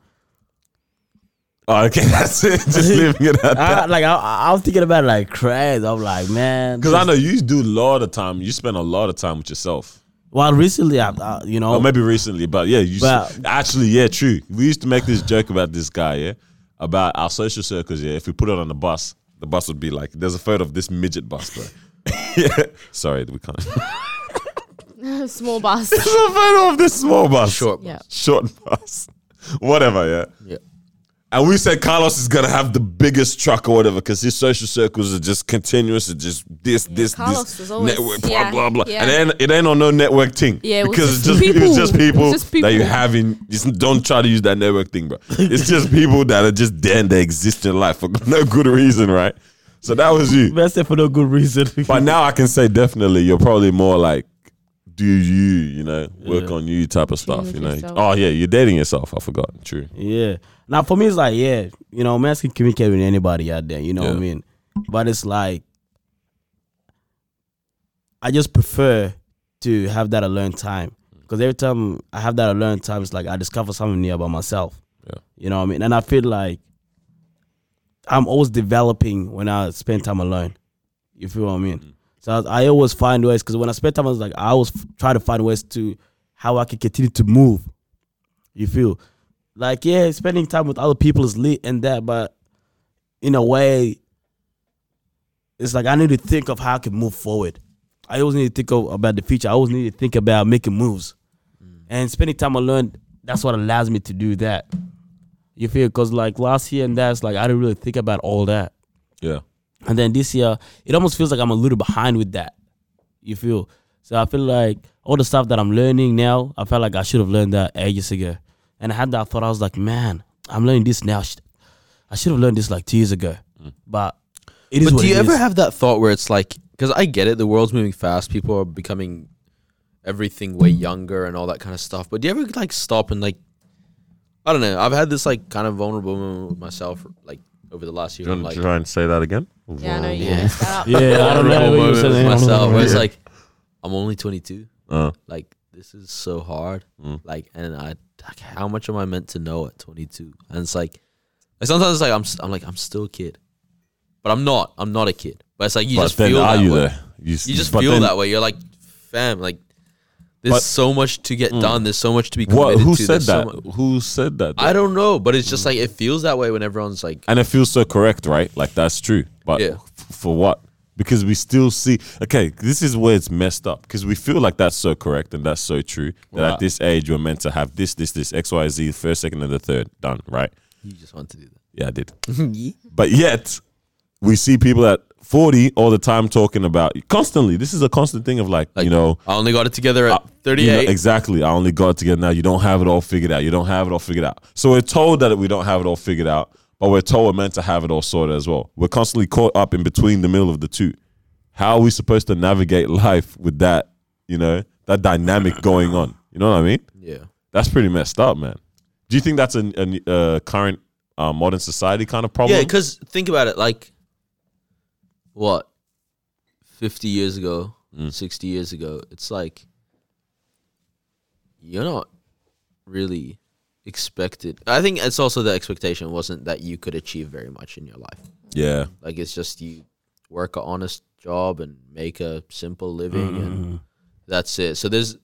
Speaker 2: Oh, okay, that's it. Just leaving it at
Speaker 1: I,
Speaker 2: that.
Speaker 1: like I, I- I'm thinking about it like crazy. I'm like, man,
Speaker 2: Because I know you do a lot of time. You spend a lot of time with yourself.
Speaker 1: Well, recently, I, I you know,
Speaker 2: Or Oh, maybe recently, but yeah, you
Speaker 1: But-
Speaker 2: s- actually, yeah, true. We used to make this joke about this guy, yeah, about our social circles. Yeah, if we put it on the bus, the bus would be like, "There's a photo of this midget bus, bro." yeah, sorry, we can't. There's
Speaker 4: Small bus.
Speaker 2: a photo of this small bus,
Speaker 3: Short.
Speaker 4: yeah.
Speaker 2: short bus, whatever. Yeah,
Speaker 3: Yeah.
Speaker 2: And we said Carlos is gonna have the biggest truck or whatever because his social circles are just continuous. It's just this, this,
Speaker 4: Carlos
Speaker 2: this
Speaker 4: was always-
Speaker 2: network, blah
Speaker 4: yeah,
Speaker 2: blah blah.
Speaker 4: yeah.
Speaker 2: And then it ain't on no network thing.
Speaker 4: Yeah, it was
Speaker 2: because
Speaker 4: just
Speaker 2: it's just
Speaker 4: people.
Speaker 2: it's just people,
Speaker 4: It's just
Speaker 2: that you
Speaker 4: people.
Speaker 2: have in. Just don't try to use that network thing, bro. It's just people that are just there and they exist in life for no good reason, right? So that was you.
Speaker 1: That's it for no good reason.
Speaker 2: But now I can say definitely you're probably more like do you, you know, work on you type of stuff,
Speaker 4: with
Speaker 2: you know.
Speaker 4: yourself.
Speaker 2: Oh yeah, you're dating yourself. I forgot. True.
Speaker 1: Yeah. Now for me, it's like yeah, you know, man can communicate with anybody out there. You know what I
Speaker 2: Yeah.
Speaker 1: mean? But it's like I just prefer to have that alone time because every time I have that alone time, it's like I discover something new about myself.
Speaker 2: Yeah.
Speaker 1: You know what I mean? And I feel like I'm always developing when I spend time alone. You feel what I
Speaker 2: Mm-hmm.
Speaker 1: mean? So I, I always find ways because when I spend time, I was like I always f- try to find ways to how I can continue to move. You feel like yeah, spending time with other people is lit and that, but in a way, it's like I need to think of how I can move forward. I always need to think of, about the future. I always need to think about making moves, and spending time alone. That's what allows me to do that. You feel? Because like last year and that's like I didn't really think about all that.
Speaker 2: Yeah.
Speaker 1: And then this year, it almost feels like I'm a little behind with that. You feel? So I feel like all the stuff that I'm learning now, I felt like I should have learned that ages ago. And I had that thought, I was like, man, I'm learning this now. Sh- I should have learned this like two years ago.
Speaker 3: Mm.
Speaker 1: But it is
Speaker 3: But
Speaker 1: what
Speaker 3: do you
Speaker 1: it
Speaker 3: ever
Speaker 1: is.
Speaker 3: have that thought where it's like, because I get it, the world's moving fast, people are becoming everything way younger and all that kind of stuff. But do you ever like stop and like, I don't know, I've had this like kind of vulnerable moment with myself like over the last year.
Speaker 2: Do you
Speaker 3: I'm
Speaker 2: want
Speaker 3: like,
Speaker 2: to try and say that again?
Speaker 4: Yeah, I know. you
Speaker 3: Yeah.
Speaker 4: shut up.
Speaker 1: Yeah, I don't know.
Speaker 3: vulnerable
Speaker 1: what you're
Speaker 3: moment with
Speaker 1: saying.
Speaker 3: myself where it's like, I'm only 22.
Speaker 2: Uh, Mm.
Speaker 3: Like, this is so hard. Like, and I, like, how much am I meant to know at 22? And it's like, like sometimes it's like I'm, s- I'm like I'm still a kid, but I'm not. I'm not a kid. But it's like you
Speaker 2: but
Speaker 3: just
Speaker 2: then
Speaker 3: feel
Speaker 2: are
Speaker 3: that
Speaker 2: you
Speaker 3: way.
Speaker 2: there? s-
Speaker 3: You just
Speaker 2: but
Speaker 3: feel
Speaker 2: then
Speaker 3: that way. You're like, fam, like there's
Speaker 2: But- Mm.
Speaker 3: so much to get done. There's so much to be committed
Speaker 2: What? Who
Speaker 3: to.
Speaker 2: said
Speaker 3: there's so
Speaker 2: that? Mm.
Speaker 3: mu-
Speaker 2: who said that?
Speaker 3: I don't know, but it's just like it feels that way when everyone's like,
Speaker 2: and it feels so correct, right? Like that's true. But
Speaker 3: Yeah.
Speaker 2: f- for what? Because we still see. Okay, this is where it's messed up. Because we feel like that's so correct and that's so true. That at this age we're meant to have this, this, this, X, Y, Z, first, second, and the third done, right?
Speaker 3: you just want to do that.
Speaker 2: Yeah, I did. but yet, we see people at 40 all the time talking about constantly. This is a constant thing of like,
Speaker 3: Like,
Speaker 2: you know, uh,
Speaker 3: I only got it together at
Speaker 2: you know,
Speaker 3: 38.
Speaker 2: exactly. I only got it together now. You don't have it all figured out. You don't have it all figured out. So we're told that we don't have it all figured out, but we're told we're meant to have it all sorted as well. We're constantly caught up in between the middle of the two. How are we supposed to navigate life with that, you know, that dynamic going on? You know what I mean?
Speaker 3: yeah.
Speaker 2: That's pretty messed up, man. Do you think that's a, a, uh current uh, modern society kind of problem?
Speaker 3: Yeah, because think about it. Like, what? 50 years ago, 60 years ago, it's like you're not really expected. I think it's also the expectation wasn't that you could achieve very much in your life.
Speaker 2: yeah,
Speaker 3: Like, it's just you work a honest job and make a simple living,
Speaker 1: Mm-hmm.
Speaker 3: and that's it. So there's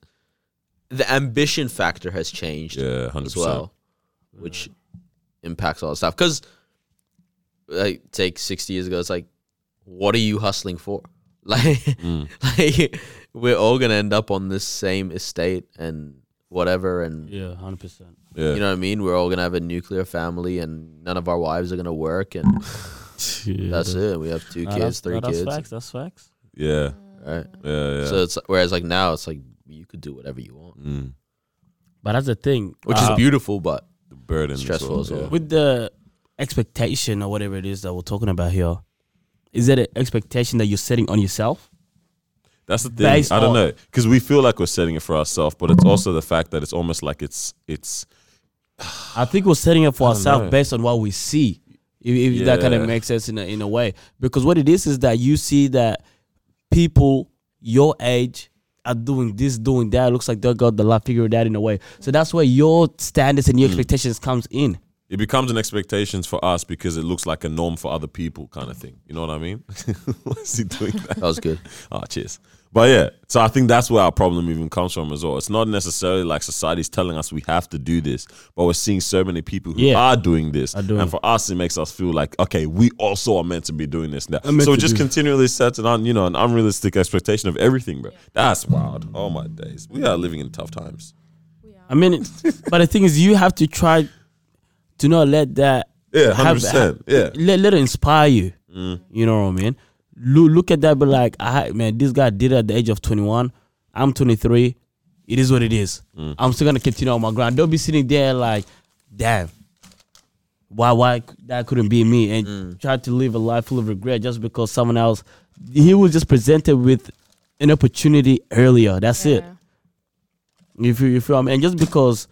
Speaker 3: the ambition factor has changed
Speaker 2: yeah, hundred
Speaker 3: as
Speaker 2: percent.
Speaker 3: well, which impacts all the stuff. Because like take sixty years ago, it's like, what are you hustling for? Like, Mm. like we're all gonna end up on this same estate and whatever, and
Speaker 1: Yeah, 100%.
Speaker 2: Yeah,
Speaker 3: you know what I mean. We're all gonna have a nuclear family, and none of our wives are gonna work, and that's it. We have two
Speaker 1: Nah, that's-
Speaker 3: kids,
Speaker 1: nah,
Speaker 3: three
Speaker 1: that's
Speaker 3: kids,
Speaker 1: facts. That's facts.
Speaker 2: yeah,
Speaker 3: right?
Speaker 2: yeah, yeah.
Speaker 3: Mm. So it's whereas like now it's like you could do whatever you want,
Speaker 2: Mm,
Speaker 1: But that's the thing.
Speaker 3: which
Speaker 1: uh,
Speaker 3: is beautiful, but
Speaker 2: the burden as
Speaker 3: Stressful
Speaker 2: well,
Speaker 3: as well.
Speaker 2: yeah.
Speaker 1: with the expectation or whatever it is that we're talking about here, is that an expectation that you're setting on yourself?
Speaker 2: That's the thing.
Speaker 1: Based
Speaker 2: I
Speaker 1: on-
Speaker 2: don't know because we feel like we're setting it for ourselves, but it's also the fact that it's almost like it's it's
Speaker 1: I think we're setting it for
Speaker 2: don't
Speaker 1: ourselves
Speaker 2: know.
Speaker 1: based on what we see. If, if that kind
Speaker 2: Yeah.
Speaker 1: of makes sense in a, in a way, because what it is is that you see that people your age are doing this, doing that. looks like they got the life figured out in a way. So that's where your standards
Speaker 2: Hmm.
Speaker 1: and your expectations comes in.
Speaker 2: it becomes an expectations for us because it looks like a norm for other people, kind of thing. You know what I mean? Why is he doing that?
Speaker 3: that was good.
Speaker 2: Oh, cheers. But yeah, so I think that's where our problem even comes from as well. It's not necessarily like society's telling us we have to do this, but we're seeing so many people who
Speaker 1: Yeah.
Speaker 2: are doing this.
Speaker 1: Are doing
Speaker 2: and
Speaker 1: it.
Speaker 2: for us, it makes us feel like, okay, we also are meant to be doing this now.
Speaker 1: meant
Speaker 2: So we're
Speaker 1: to
Speaker 2: just
Speaker 1: do-
Speaker 2: continually setting on, you know, an unrealistic expectation of everything, bro. That's wild. Oh my days. We are living in tough times.
Speaker 1: I mean, but the thing is, you have to try to not let that
Speaker 2: Yeah,
Speaker 1: Have-
Speaker 2: 100%. Yeah. Mm.
Speaker 1: let, let it inspire you. You know what I mean? Look, look at that, be like, I, man, this guy did it at the age of 21. I'm 23. It is what it is.
Speaker 2: Mm.
Speaker 1: I'm still gonna continue on my grind. Don't be sitting there like, damn, why, why c- that couldn't be me, and
Speaker 2: Mm.
Speaker 1: try to live a life full of regret just because someone else. He was just presented with an opportunity earlier. That's it. If you, if you, and just because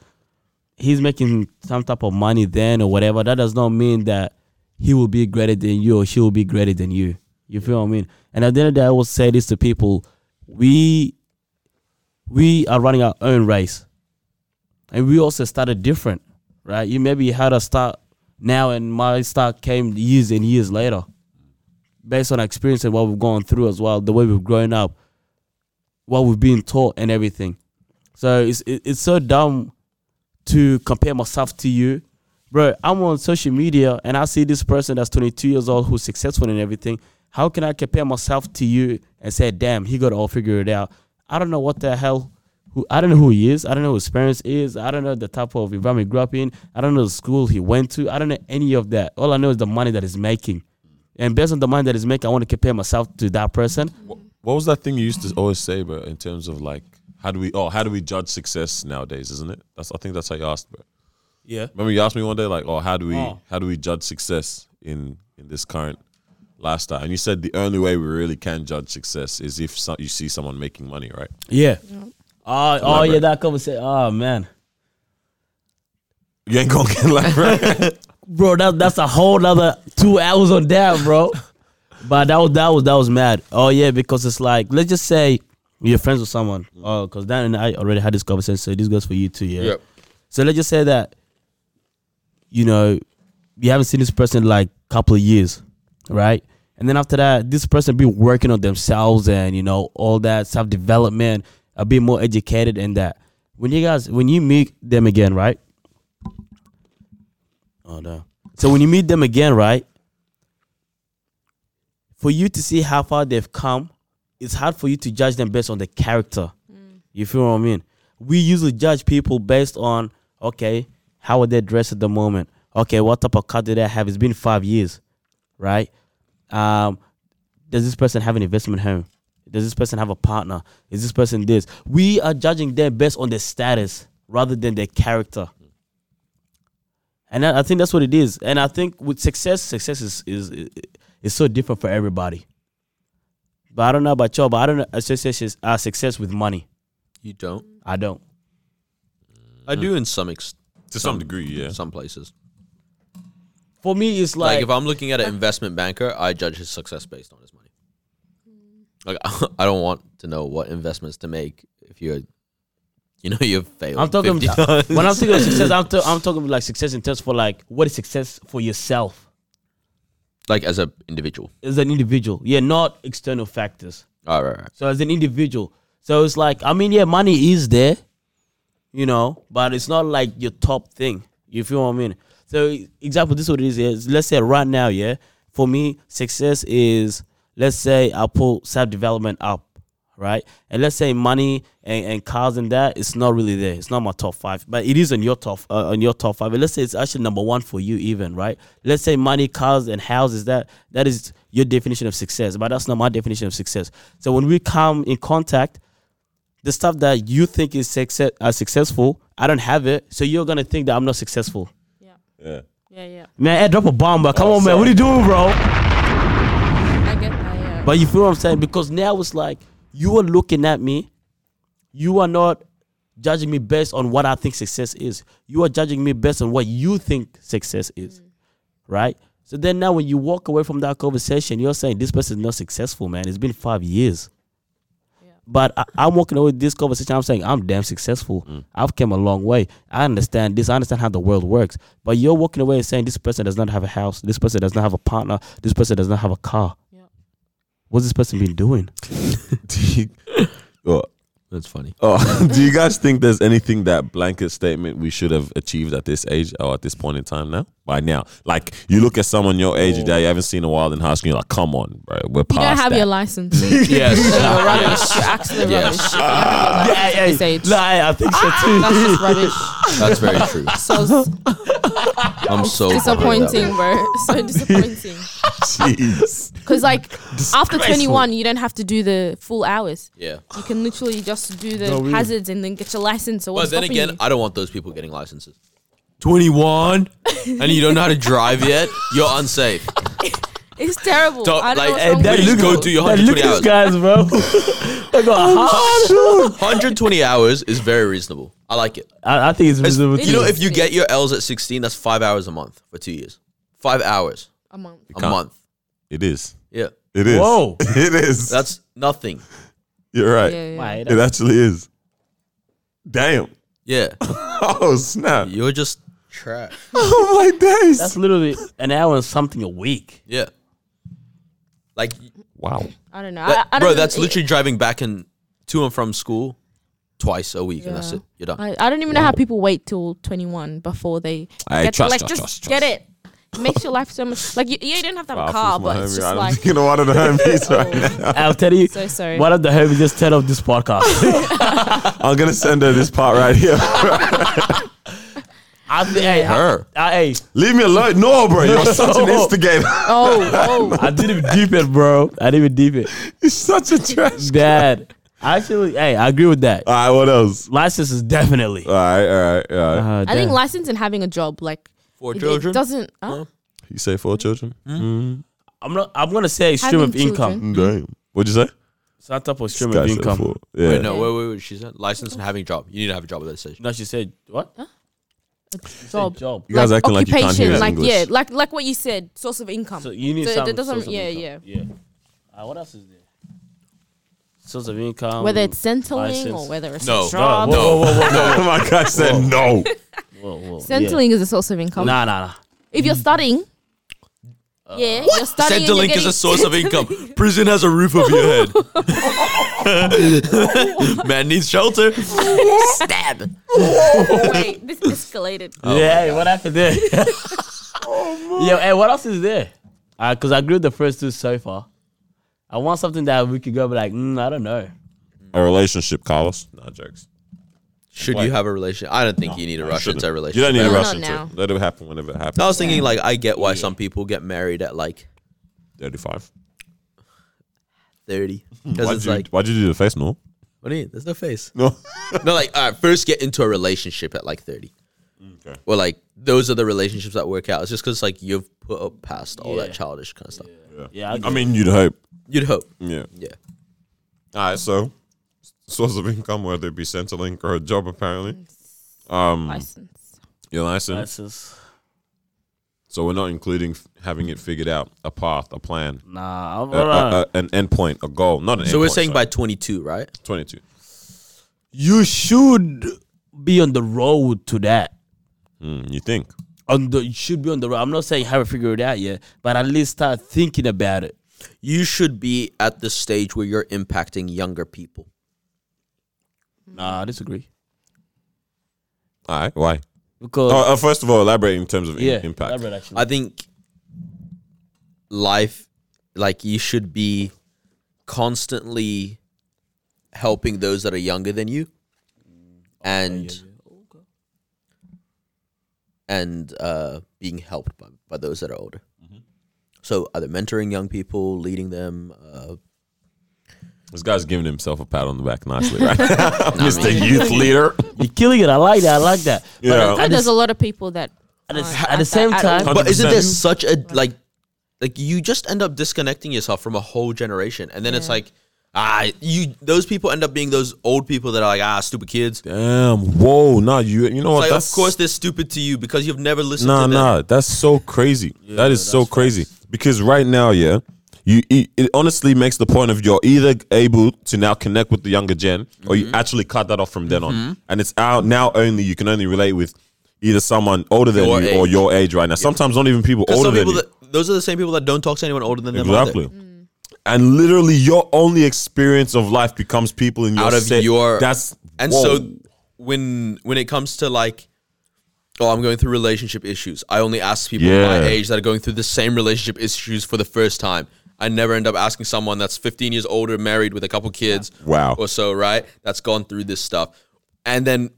Speaker 1: he's making some type of money then or whatever, that does not mean that he will be greater than you or she will be greater than you. You feel what I mean? And at the end of the day, I will say this to people: we we are running our own race, and we also started different, right? You maybe had a start now, and my start came years and years later, based on experience and what we've gone through as well, the way we've grown up, what we've been taught, and everything. So it's it, it's so dumb to compare myself to you. Bro, I'm on social media and I see this person that's 22 years old who's successful and everything. How can I compare myself to you and say, damn, he got it all figured out? I don't know what the hell. Who, I don't know who he is. I don't know who his parents is. I don't know the type of environment he grew up in. I don't know the school he went to. I don't know any of that. All I know is the money that he's making. And based on the money that he's making, I want to compare myself to that person.
Speaker 2: What was that thing you used to always say, bro? In terms of like, how do we? Oh, how do we judge success nowadays? Isn't it? That's I think that's how you asked, bro.
Speaker 1: Yeah.
Speaker 2: Remember you asked me one day, like, oh, how do we?
Speaker 1: Oh.
Speaker 2: How do we judge success in in this current lifestyle? And you said the only way we really can judge success is if so, you see someone making money, right?
Speaker 1: Yeah. Oh, oh yeah,
Speaker 2: Elaborate.
Speaker 1: that conversation. Oh, man.
Speaker 2: You ain't gonna get like, right?
Speaker 1: bro. That that's a whole nother two hours on that, bro. But that was that was that was mad. Oh yeah, because it's like let's just say you're friends with someone. Oh, because Dan and I already had this conversation. So this goes for you too. Yeah.
Speaker 3: Yep.
Speaker 1: So let's just say that you know you haven't seen this person in like couple of years, right? And then after that, this person be working on themselves and you know all that self development, a bit more educated and that. When you guys when you meet them again, right? Oh no. So when you meet them again, right? For you to see how far they've come, it's hard for you to judge them based on the character. You feel what I mean? We usually judge people based on okay, how are they dressed at the moment? Okay, what type of car do they have? It's been five years, right? Um, does this person have an investment home? Does this person have a partner? Is this person this? We are judging them based on their status rather than their character. And I, I think that's what it is. And I think with success, success is is is so different for everybody. But I don't know about y'all, but I don't associate sus- uh, success with money.
Speaker 3: You don't.
Speaker 1: I don't.
Speaker 3: I do in some ex-
Speaker 2: to some degree, yeah.
Speaker 3: some places.
Speaker 1: For me, it's
Speaker 3: Like,
Speaker 1: like,
Speaker 3: if I'm looking at an investment banker, I judge his success based on his money.
Speaker 4: Mm.
Speaker 3: Like I don't want to know what investments to make if you're, you know, you've failed.
Speaker 1: I'm talking
Speaker 3: 50
Speaker 1: about, when I'm thinking of success, I'm, t- I'm talking like success in terms for like what is success for yourself
Speaker 3: like as an individual.
Speaker 1: as an individual. Yeah, not external factors.
Speaker 3: All right, right.
Speaker 1: So as an individual, so it's like I mean, yeah, money is there, you know, but it's not like your top thing. You feel what I mean? So example, this is what it is. is let's say right now, yeah, for me, success is let's say I pull self development up, right? And let's say money and, and cars and that it's not really there. It's not my top five, but it is on your top uh, on your top five. And let's say it's actually number one for you, even right? Let's say money, cars, and houses that that is your definition of success, but that's not my definition of success. So when we come in contact, the stuff that you think is success uh, successful, I don't have it, so you're gonna think that I'm not successful.
Speaker 4: Yeah.
Speaker 2: yeah.
Speaker 4: Yeah, yeah.
Speaker 1: Man, hey, drop a bomb, bro. Come
Speaker 2: Oh,
Speaker 1: on, man. What are you doing, bro?
Speaker 4: I get that, yeah.
Speaker 1: But you feel what I'm saying? Because now it's like you are looking at me, you are not judging me based on what I think success is. You are judging me based on what you think success is. Right? So then now when you walk away from that conversation, you're saying this person is not successful, man. It's been five years. But I, I'm walking away with this conversation. I'm saying I'm damn successful. I've come a long way. I understand this. I understand how the world works. But you're walking away and saying this person does not have a house. This person does not have a partner. This person does not have a car.
Speaker 4: Yeah.
Speaker 1: What's this person been doing?
Speaker 2: Do you, oh,
Speaker 3: That's funny.
Speaker 2: oh, do you guys think there's anything that blanket statement we should have achieved at this age or at this point in time now? By now, like you look at someone your age that you haven't seen in a while in high school, you're like, come on, bro, we're
Speaker 4: You
Speaker 2: past
Speaker 4: don't have
Speaker 2: that.
Speaker 4: your license.
Speaker 3: yes.
Speaker 4: You're rubbish. You're actually rubbish. You don't have your license at this age.
Speaker 1: I think so too.
Speaker 4: That's just rubbish.
Speaker 3: That's very true.
Speaker 4: So,
Speaker 3: I'm so proud of that.
Speaker 4: disappointing, bro. So disappointing.
Speaker 2: Jeez.
Speaker 4: Because like after
Speaker 2: Disgraceful.
Speaker 4: 21, you don't have to do the full hours.
Speaker 3: Yeah.
Speaker 4: You can literally just do the
Speaker 1: No, we-
Speaker 4: hazards and then get your license or
Speaker 3: But
Speaker 4: what's
Speaker 3: then
Speaker 4: stopping
Speaker 3: again,
Speaker 4: you?
Speaker 3: I don't want those people getting licenses. 21 and you don't know how to drive yet, you're unsafe.
Speaker 4: It's terrible.
Speaker 3: Don't-
Speaker 4: I don't
Speaker 3: like,
Speaker 4: know what's
Speaker 3: hey,
Speaker 4: wrong
Speaker 3: that
Speaker 4: with
Speaker 3: look-
Speaker 4: people.
Speaker 3: go do your
Speaker 1: Hey, look
Speaker 3: 120
Speaker 1: at these
Speaker 3: hours.
Speaker 1: guys, bro. they got hard.
Speaker 3: 120 hours is very reasonable. I like it.
Speaker 1: I, I think it's
Speaker 3: It's-
Speaker 1: reasonable.
Speaker 4: It
Speaker 1: too.
Speaker 3: you know,
Speaker 4: is.
Speaker 3: if you get your L's at 16, that's five hours a month for two years. Five hours
Speaker 4: a month.
Speaker 3: a
Speaker 2: Can't.
Speaker 3: month.
Speaker 2: It is.
Speaker 3: Yeah.
Speaker 2: It is.
Speaker 1: Whoa.
Speaker 2: It is.
Speaker 3: That's nothing.
Speaker 2: You're right.
Speaker 4: Yeah, yeah.
Speaker 1: Why,
Speaker 2: It actually is. Damn.
Speaker 3: Yeah.
Speaker 2: Oh snap.
Speaker 3: You're just trash.
Speaker 2: Oh my days.
Speaker 1: That's literally an hour and something a week.
Speaker 3: Yeah. Like,
Speaker 2: Wow.
Speaker 4: I don't know.
Speaker 3: that-
Speaker 4: I, I don't
Speaker 3: bro,
Speaker 4: know.
Speaker 3: that's
Speaker 4: It-
Speaker 3: literally driving back and to and from school twice a week, and that's
Speaker 4: Yeah.
Speaker 3: it. You're done.
Speaker 4: I, I don't even know how people wait till 21 before they
Speaker 2: Aye,
Speaker 4: get
Speaker 2: trust,
Speaker 4: like
Speaker 2: trust,
Speaker 4: just
Speaker 2: trust,
Speaker 4: get
Speaker 2: trust.
Speaker 4: it. It Makes your life so much like you, you don't have to have
Speaker 2: Wow,
Speaker 4: a car,
Speaker 2: feels my
Speaker 4: but it's
Speaker 2: homie.
Speaker 4: just
Speaker 2: I'm
Speaker 4: like
Speaker 2: thinking of one of the homies right now.
Speaker 4: oh,
Speaker 1: I'll tell you,
Speaker 4: so sorry.
Speaker 1: one of the homies just turned off this podcast.
Speaker 2: I'm gonna send her this part right here.
Speaker 1: I, think- hey, I,
Speaker 3: Her.
Speaker 1: I, hey,
Speaker 2: Leave me alone. No, bro. You're such an instigator.
Speaker 4: oh,
Speaker 1: I didn't even deep it, bro. I didn't even deep it.
Speaker 2: You're such a trash.
Speaker 1: Dad, actually, hey, I agree with that.
Speaker 2: All right. What else?
Speaker 1: License is definitely.
Speaker 3: Uh,
Speaker 2: All right. All right. All
Speaker 3: Uh-huh.
Speaker 2: right.
Speaker 1: Uh,
Speaker 4: I think
Speaker 1: damn.
Speaker 4: license and having a job like
Speaker 3: Four
Speaker 4: it-
Speaker 3: children.
Speaker 4: it doesn't. Huh?
Speaker 2: You say four children?
Speaker 1: I'm not. I'm gonna say stream
Speaker 4: Having
Speaker 1: of income.
Speaker 4: children.
Speaker 3: Mm-hmm.
Speaker 2: Damn. What'd you say?
Speaker 1: So I type of stream
Speaker 2: Guy
Speaker 1: of
Speaker 2: said
Speaker 1: income.
Speaker 2: four. Yeah.
Speaker 3: Wait, no, wait, wait, wait. She said license and having a job. You need to have a job at that stage.
Speaker 1: No, she said what?
Speaker 4: Job.
Speaker 1: Job.
Speaker 2: You guys acting like you can't hear
Speaker 4: occupation,
Speaker 2: his
Speaker 4: like
Speaker 2: English.
Speaker 4: yeah, like like what you said, source of income.
Speaker 1: So you need
Speaker 4: So it
Speaker 1: some.
Speaker 4: doesn't-
Speaker 1: source of
Speaker 4: yeah,
Speaker 1: income. Yeah. Uh, what else is there? Source of income.
Speaker 4: whether it's Centrelink
Speaker 1: license.
Speaker 4: or whether it's
Speaker 3: No.
Speaker 4: a
Speaker 1: No,
Speaker 4: job.
Speaker 1: whoa, whoa, whoa, whoa,
Speaker 2: Oh My guy said no.
Speaker 1: whoa, whoa, yeah.
Speaker 4: Centrelink is a source of income.
Speaker 1: Nah, nah, nah.
Speaker 4: If you're studying, yeah, you're studying. and you're
Speaker 3: Centrelink is
Speaker 4: getting-
Speaker 3: a source of income. Prison has a roof over your head. Man needs shelter. Stab.
Speaker 4: Wait, this escalated.
Speaker 1: yeah, hey, what happened there? Yo, hey, what else is there? Because I grew the first two so far. I want something that we could go be like, mm, I don't know.
Speaker 2: A relationship, Carlos. No jokes.
Speaker 3: Should you have a relationship? I don't think you need to rush into a
Speaker 2: You
Speaker 3: relationship.
Speaker 2: don't need to
Speaker 4: No,
Speaker 2: rush
Speaker 4: not
Speaker 2: into
Speaker 4: now.
Speaker 2: it. Let it happen whenever it happens.
Speaker 3: I was thinking, like, I get why some people get married at like
Speaker 2: 35.
Speaker 3: 30. Because
Speaker 2: Why'd
Speaker 3: it's
Speaker 2: you,
Speaker 3: like,
Speaker 2: why'd you do the face? No.
Speaker 3: what do you mean? There's no face.
Speaker 2: No.
Speaker 3: no, like, all right, first get into a relationship at like 30.
Speaker 2: Okay.
Speaker 3: Well, like, those are the relationships that work out. It's just because, like, you've put up past all that
Speaker 1: Yeah.
Speaker 3: childish kind of stuff.
Speaker 1: Yeah, I,
Speaker 2: I mean, you'd hope.
Speaker 3: You'd hope.
Speaker 2: Yeah.
Speaker 3: Yeah.
Speaker 2: All right. So, source of income, whether it be Centrelink or a job, apparently. Um,
Speaker 4: License.
Speaker 2: Your license.
Speaker 1: that's just,
Speaker 2: So, we're not including f- having it figured out, a path, a plan,
Speaker 1: nah. I'm,
Speaker 2: a, a, a, an endpoint, a goal, not an
Speaker 3: So
Speaker 2: endpoint,
Speaker 3: we're saying by
Speaker 2: sorry.
Speaker 3: 22, right?
Speaker 2: 22.
Speaker 1: you should be on the road to that.
Speaker 2: Mm, you think?
Speaker 1: On the, you should be on the road. I'm not saying haven't figured it out yet, but at least start thinking about it.
Speaker 3: You should be at the stage where you're impacting younger people.
Speaker 1: Nah, I disagree.
Speaker 2: All right. Why?
Speaker 1: Because
Speaker 2: Uh, uh, first of all, elaborate in terms of im-
Speaker 1: yeah,
Speaker 2: impact.
Speaker 1: elaborate, actually.
Speaker 3: I think life, like, you should be constantly helping those that are younger than you. And. And uh, being helped by, by those that are older. So either mentoring young people, leading them, uh,
Speaker 2: This guy's giving himself a pat on the back nicely, right? Mr. Youth Leader.
Speaker 1: You're killing it. I like that. I like that.
Speaker 2: Yeah.
Speaker 4: But there's a lot of people that.
Speaker 1: At the,
Speaker 4: aren't
Speaker 1: s- at the
Speaker 4: that-
Speaker 1: same
Speaker 4: at
Speaker 1: time,
Speaker 2: all.
Speaker 3: But isn't there
Speaker 2: 100%.
Speaker 3: such a like like you just end up disconnecting yourself from a whole generation and then it's like ah you those people end up being those old people that are like ah stupid kids. It's
Speaker 2: Damn. Whoa. Nah, you you know what?
Speaker 3: like
Speaker 2: that's,
Speaker 3: of course they're stupid to you because you've never listened
Speaker 2: Nah,
Speaker 3: to them.
Speaker 2: nah. That's so crazy. that is so crazy. Because right now, yeah, you it, it honestly makes the point of you're either able to now connect with the younger gen or
Speaker 3: Mm-hmm.
Speaker 2: you actually cut that off from then on. And it's out now only you can only relate with either someone older than
Speaker 3: Your
Speaker 2: you or
Speaker 3: age.
Speaker 2: your age right now. Sometimes not even people
Speaker 3: 'Cause
Speaker 2: older
Speaker 3: some
Speaker 2: than
Speaker 3: people
Speaker 2: you.
Speaker 3: that, those are the same people that don't talk to anyone older than them.
Speaker 2: Exactly.
Speaker 3: Exactly.
Speaker 4: Mm.
Speaker 2: And literally, your only experience of life becomes people in your
Speaker 3: Out of
Speaker 2: set.
Speaker 3: your
Speaker 2: that's
Speaker 3: and
Speaker 2: whoa.
Speaker 3: so when when it comes to like oh I'm going through relationship issues. I only ask people my
Speaker 2: Yeah.
Speaker 3: age that are going through the same relationship issues for the first time. I never end up asking someone that's 15 years older, married with a couple kids,
Speaker 2: Wow.
Speaker 3: or so, right? That's gone through this stuff, and then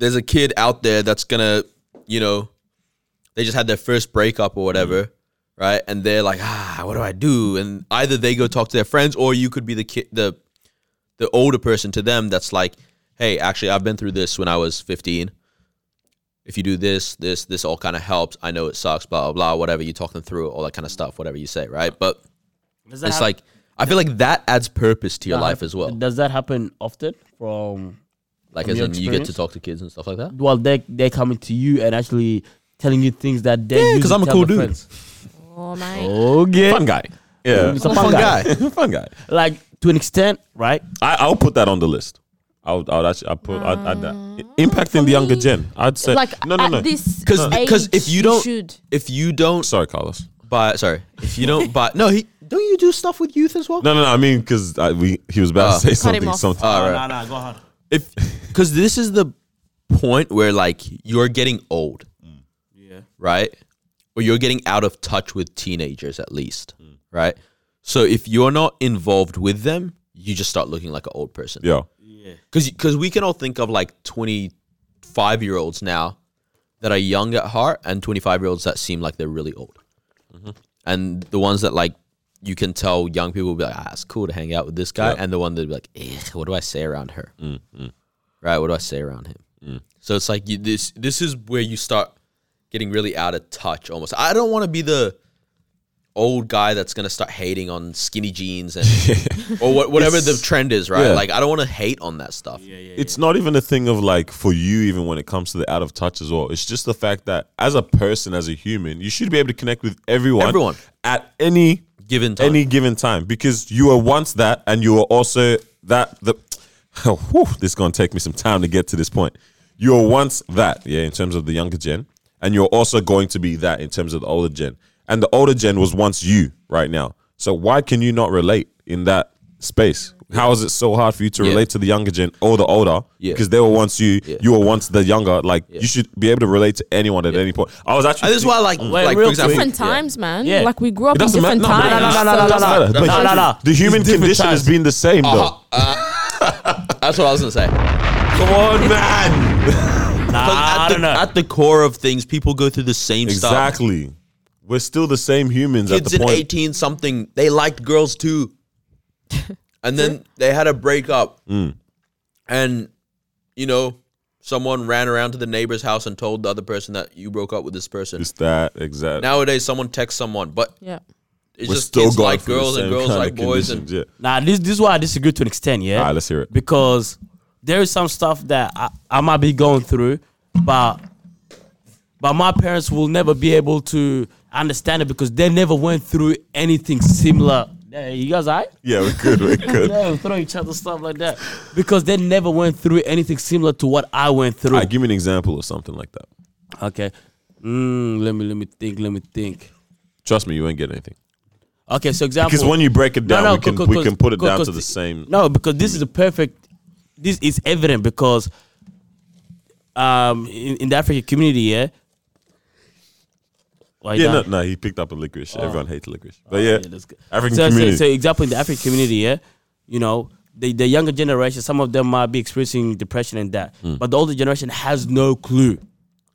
Speaker 3: there's a kid out there that's gonna, you know, they just had their first breakup or whatever, right? And they're like, ah, what do I do? And either they go talk to their friends, or you could be the kid, the the older person to them that's like, hey, actually, I've been through this when I was 15. If you do this, this, this all kind of helps. I know it sucks, blah, blah, blah, whatever. You talk them through it, all that kind of stuff, whatever you say, right? But
Speaker 1: Does that
Speaker 3: it's
Speaker 1: hap-
Speaker 3: like, I feel like that adds purpose to your
Speaker 1: that
Speaker 3: life
Speaker 1: hap-
Speaker 3: as well.
Speaker 1: Does that happen often? From
Speaker 3: Like,
Speaker 1: from
Speaker 3: as
Speaker 1: your
Speaker 3: in, you get to
Speaker 1: experience?
Speaker 3: talk to kids and stuff like that.
Speaker 1: well, they they coming to you and actually telling you things that they
Speaker 2: Yeah, 'cause
Speaker 1: because
Speaker 2: I'm a cool dude.
Speaker 4: Oh my.
Speaker 1: Okay,
Speaker 2: Fun guy. Yeah.
Speaker 1: He's a fun guy.
Speaker 2: fun guy.
Speaker 1: like to an extent, right?
Speaker 2: I, I'll put that on the list. I would, I would actually, I put, I'd, I'd, uh, impacting the younger gen. I'd say,
Speaker 4: Mm. Like
Speaker 2: no, no,
Speaker 4: at
Speaker 2: no.
Speaker 4: this
Speaker 3: Because
Speaker 4: age,
Speaker 3: because if you don't
Speaker 4: should.
Speaker 3: if you don't
Speaker 2: Sorry, Carlos.
Speaker 3: buy sorry if you don't buy no he don't you do stuff with youth as well
Speaker 2: No, no, no. I mean, because we he was about
Speaker 3: Uh,
Speaker 2: to say
Speaker 4: Cut him
Speaker 2: something.
Speaker 4: off.
Speaker 2: Something.
Speaker 3: All right.
Speaker 1: no, go ahead.
Speaker 3: if because this is the point where like you're getting old yeah right or you're getting out of touch with teenagers at least right so if you're not involved with them you just start looking like an old person
Speaker 2: yeah.
Speaker 3: because because we can all think of like 25 year olds now that are young at heart and 25 year olds that seem like they're really old Mm-hmm. and the ones that like you can tell young people will be like ah it's cool to hang out with this guy and the one that be like eh, what do i say around her right what do i say around him Mm, so it's like you, this this is where you start getting really out of touch almost i don't want to be the old guy that's going to start hating on skinny jeans and or what, whatever the trend is right
Speaker 2: yeah.
Speaker 3: like i don't want to hate on that stuff yeah, yeah.
Speaker 2: It's not even a thing of like for you, even when it comes to the out of touch as well. It's just the fact that as a person, as a human, you should be able to connect with everyone,
Speaker 3: Everyone.
Speaker 2: at any
Speaker 3: given time
Speaker 2: any given time because you were once that and you were also that the whew, this is gonna take me some time to get to this point. You were once that, yeah, in terms of the younger gen, and you're also going to be that in terms of the older gen. And the older gen was once you right now. So why can you not relate in that space? How is it so hard for you to
Speaker 3: Yeah.
Speaker 2: relate to the younger gen or the older?
Speaker 3: Yeah.
Speaker 2: Because they were once you,
Speaker 3: Yeah.
Speaker 2: you were once the younger. Like you should be able to relate to anyone at any point. I was actually
Speaker 3: and this is why I like like
Speaker 1: real
Speaker 3: for example
Speaker 4: different times, man.
Speaker 1: Yeah.
Speaker 4: Like we grew up
Speaker 2: It
Speaker 4: in
Speaker 2: doesn't matter.
Speaker 4: different
Speaker 2: No,
Speaker 4: times.
Speaker 1: No, no, no,
Speaker 2: but-
Speaker 1: no,
Speaker 2: it
Speaker 1: no,
Speaker 2: doesn't
Speaker 1: no.
Speaker 2: matter. But
Speaker 1: No, no, no.
Speaker 2: The human condition
Speaker 1: times.
Speaker 2: has been the same, though.
Speaker 3: ah. that's what i was gonna say
Speaker 2: Come on, man.
Speaker 1: Nah,
Speaker 3: at,
Speaker 1: I
Speaker 3: the,
Speaker 1: don't know.
Speaker 3: at the core of things, people go through the same stuff.
Speaker 2: Exactly. We're still the same humans at
Speaker 3: Kids
Speaker 2: the
Speaker 3: in
Speaker 2: point.
Speaker 3: eighteen something, they liked girls too, and then they had a breakup,
Speaker 2: Mm.
Speaker 3: and you know, someone ran around to the neighbor's house and told the other person that you broke up with this person.
Speaker 2: It's that exact.
Speaker 3: Nowadays, someone texts someone, but
Speaker 4: Yeah.
Speaker 3: it's
Speaker 2: We're
Speaker 3: just
Speaker 2: still
Speaker 3: kids
Speaker 2: going
Speaker 3: like
Speaker 2: through the
Speaker 3: girls and
Speaker 2: same
Speaker 3: girls
Speaker 2: kind
Speaker 3: like
Speaker 2: of
Speaker 3: boys, and
Speaker 2: conditions, yeah.
Speaker 1: Nah, this this is why I disagree to an extent. Yeah.
Speaker 2: All right, let's hear it.
Speaker 1: because there is some stuff that I, I might be going through, but but my parents will never be able to understand it because they never went through anything similar. Yeah, you guys alright?
Speaker 2: Yeah, we're good. We're good.
Speaker 1: Yeah, we throw each other stuff like that because they never went through anything similar to what I went through.
Speaker 2: All right, give me an example or something like that.
Speaker 1: Okay, mm, let me let me think. Let me think.
Speaker 2: Trust me, you ain't get anything.
Speaker 1: Okay, so example
Speaker 2: Because when you break it down, we can
Speaker 1: co- co-
Speaker 2: we
Speaker 1: cause-
Speaker 2: can put it
Speaker 1: co-
Speaker 2: down
Speaker 1: cause
Speaker 2: to the
Speaker 1: th-
Speaker 2: same.
Speaker 1: No, because this is the perfect. This is evident because, um, in, in the African community, yeah. Why you
Speaker 2: Yeah, no,
Speaker 1: done?
Speaker 2: no, he picked up a licorice. Everyone hates licorice, but yeah,
Speaker 1: that's good.
Speaker 2: African
Speaker 1: so,
Speaker 2: community.
Speaker 1: So, so example in the African community, yeah, you know, the, the younger generation, some of them might be experiencing depression and that,
Speaker 2: Hmm.
Speaker 1: but the older generation has no clue.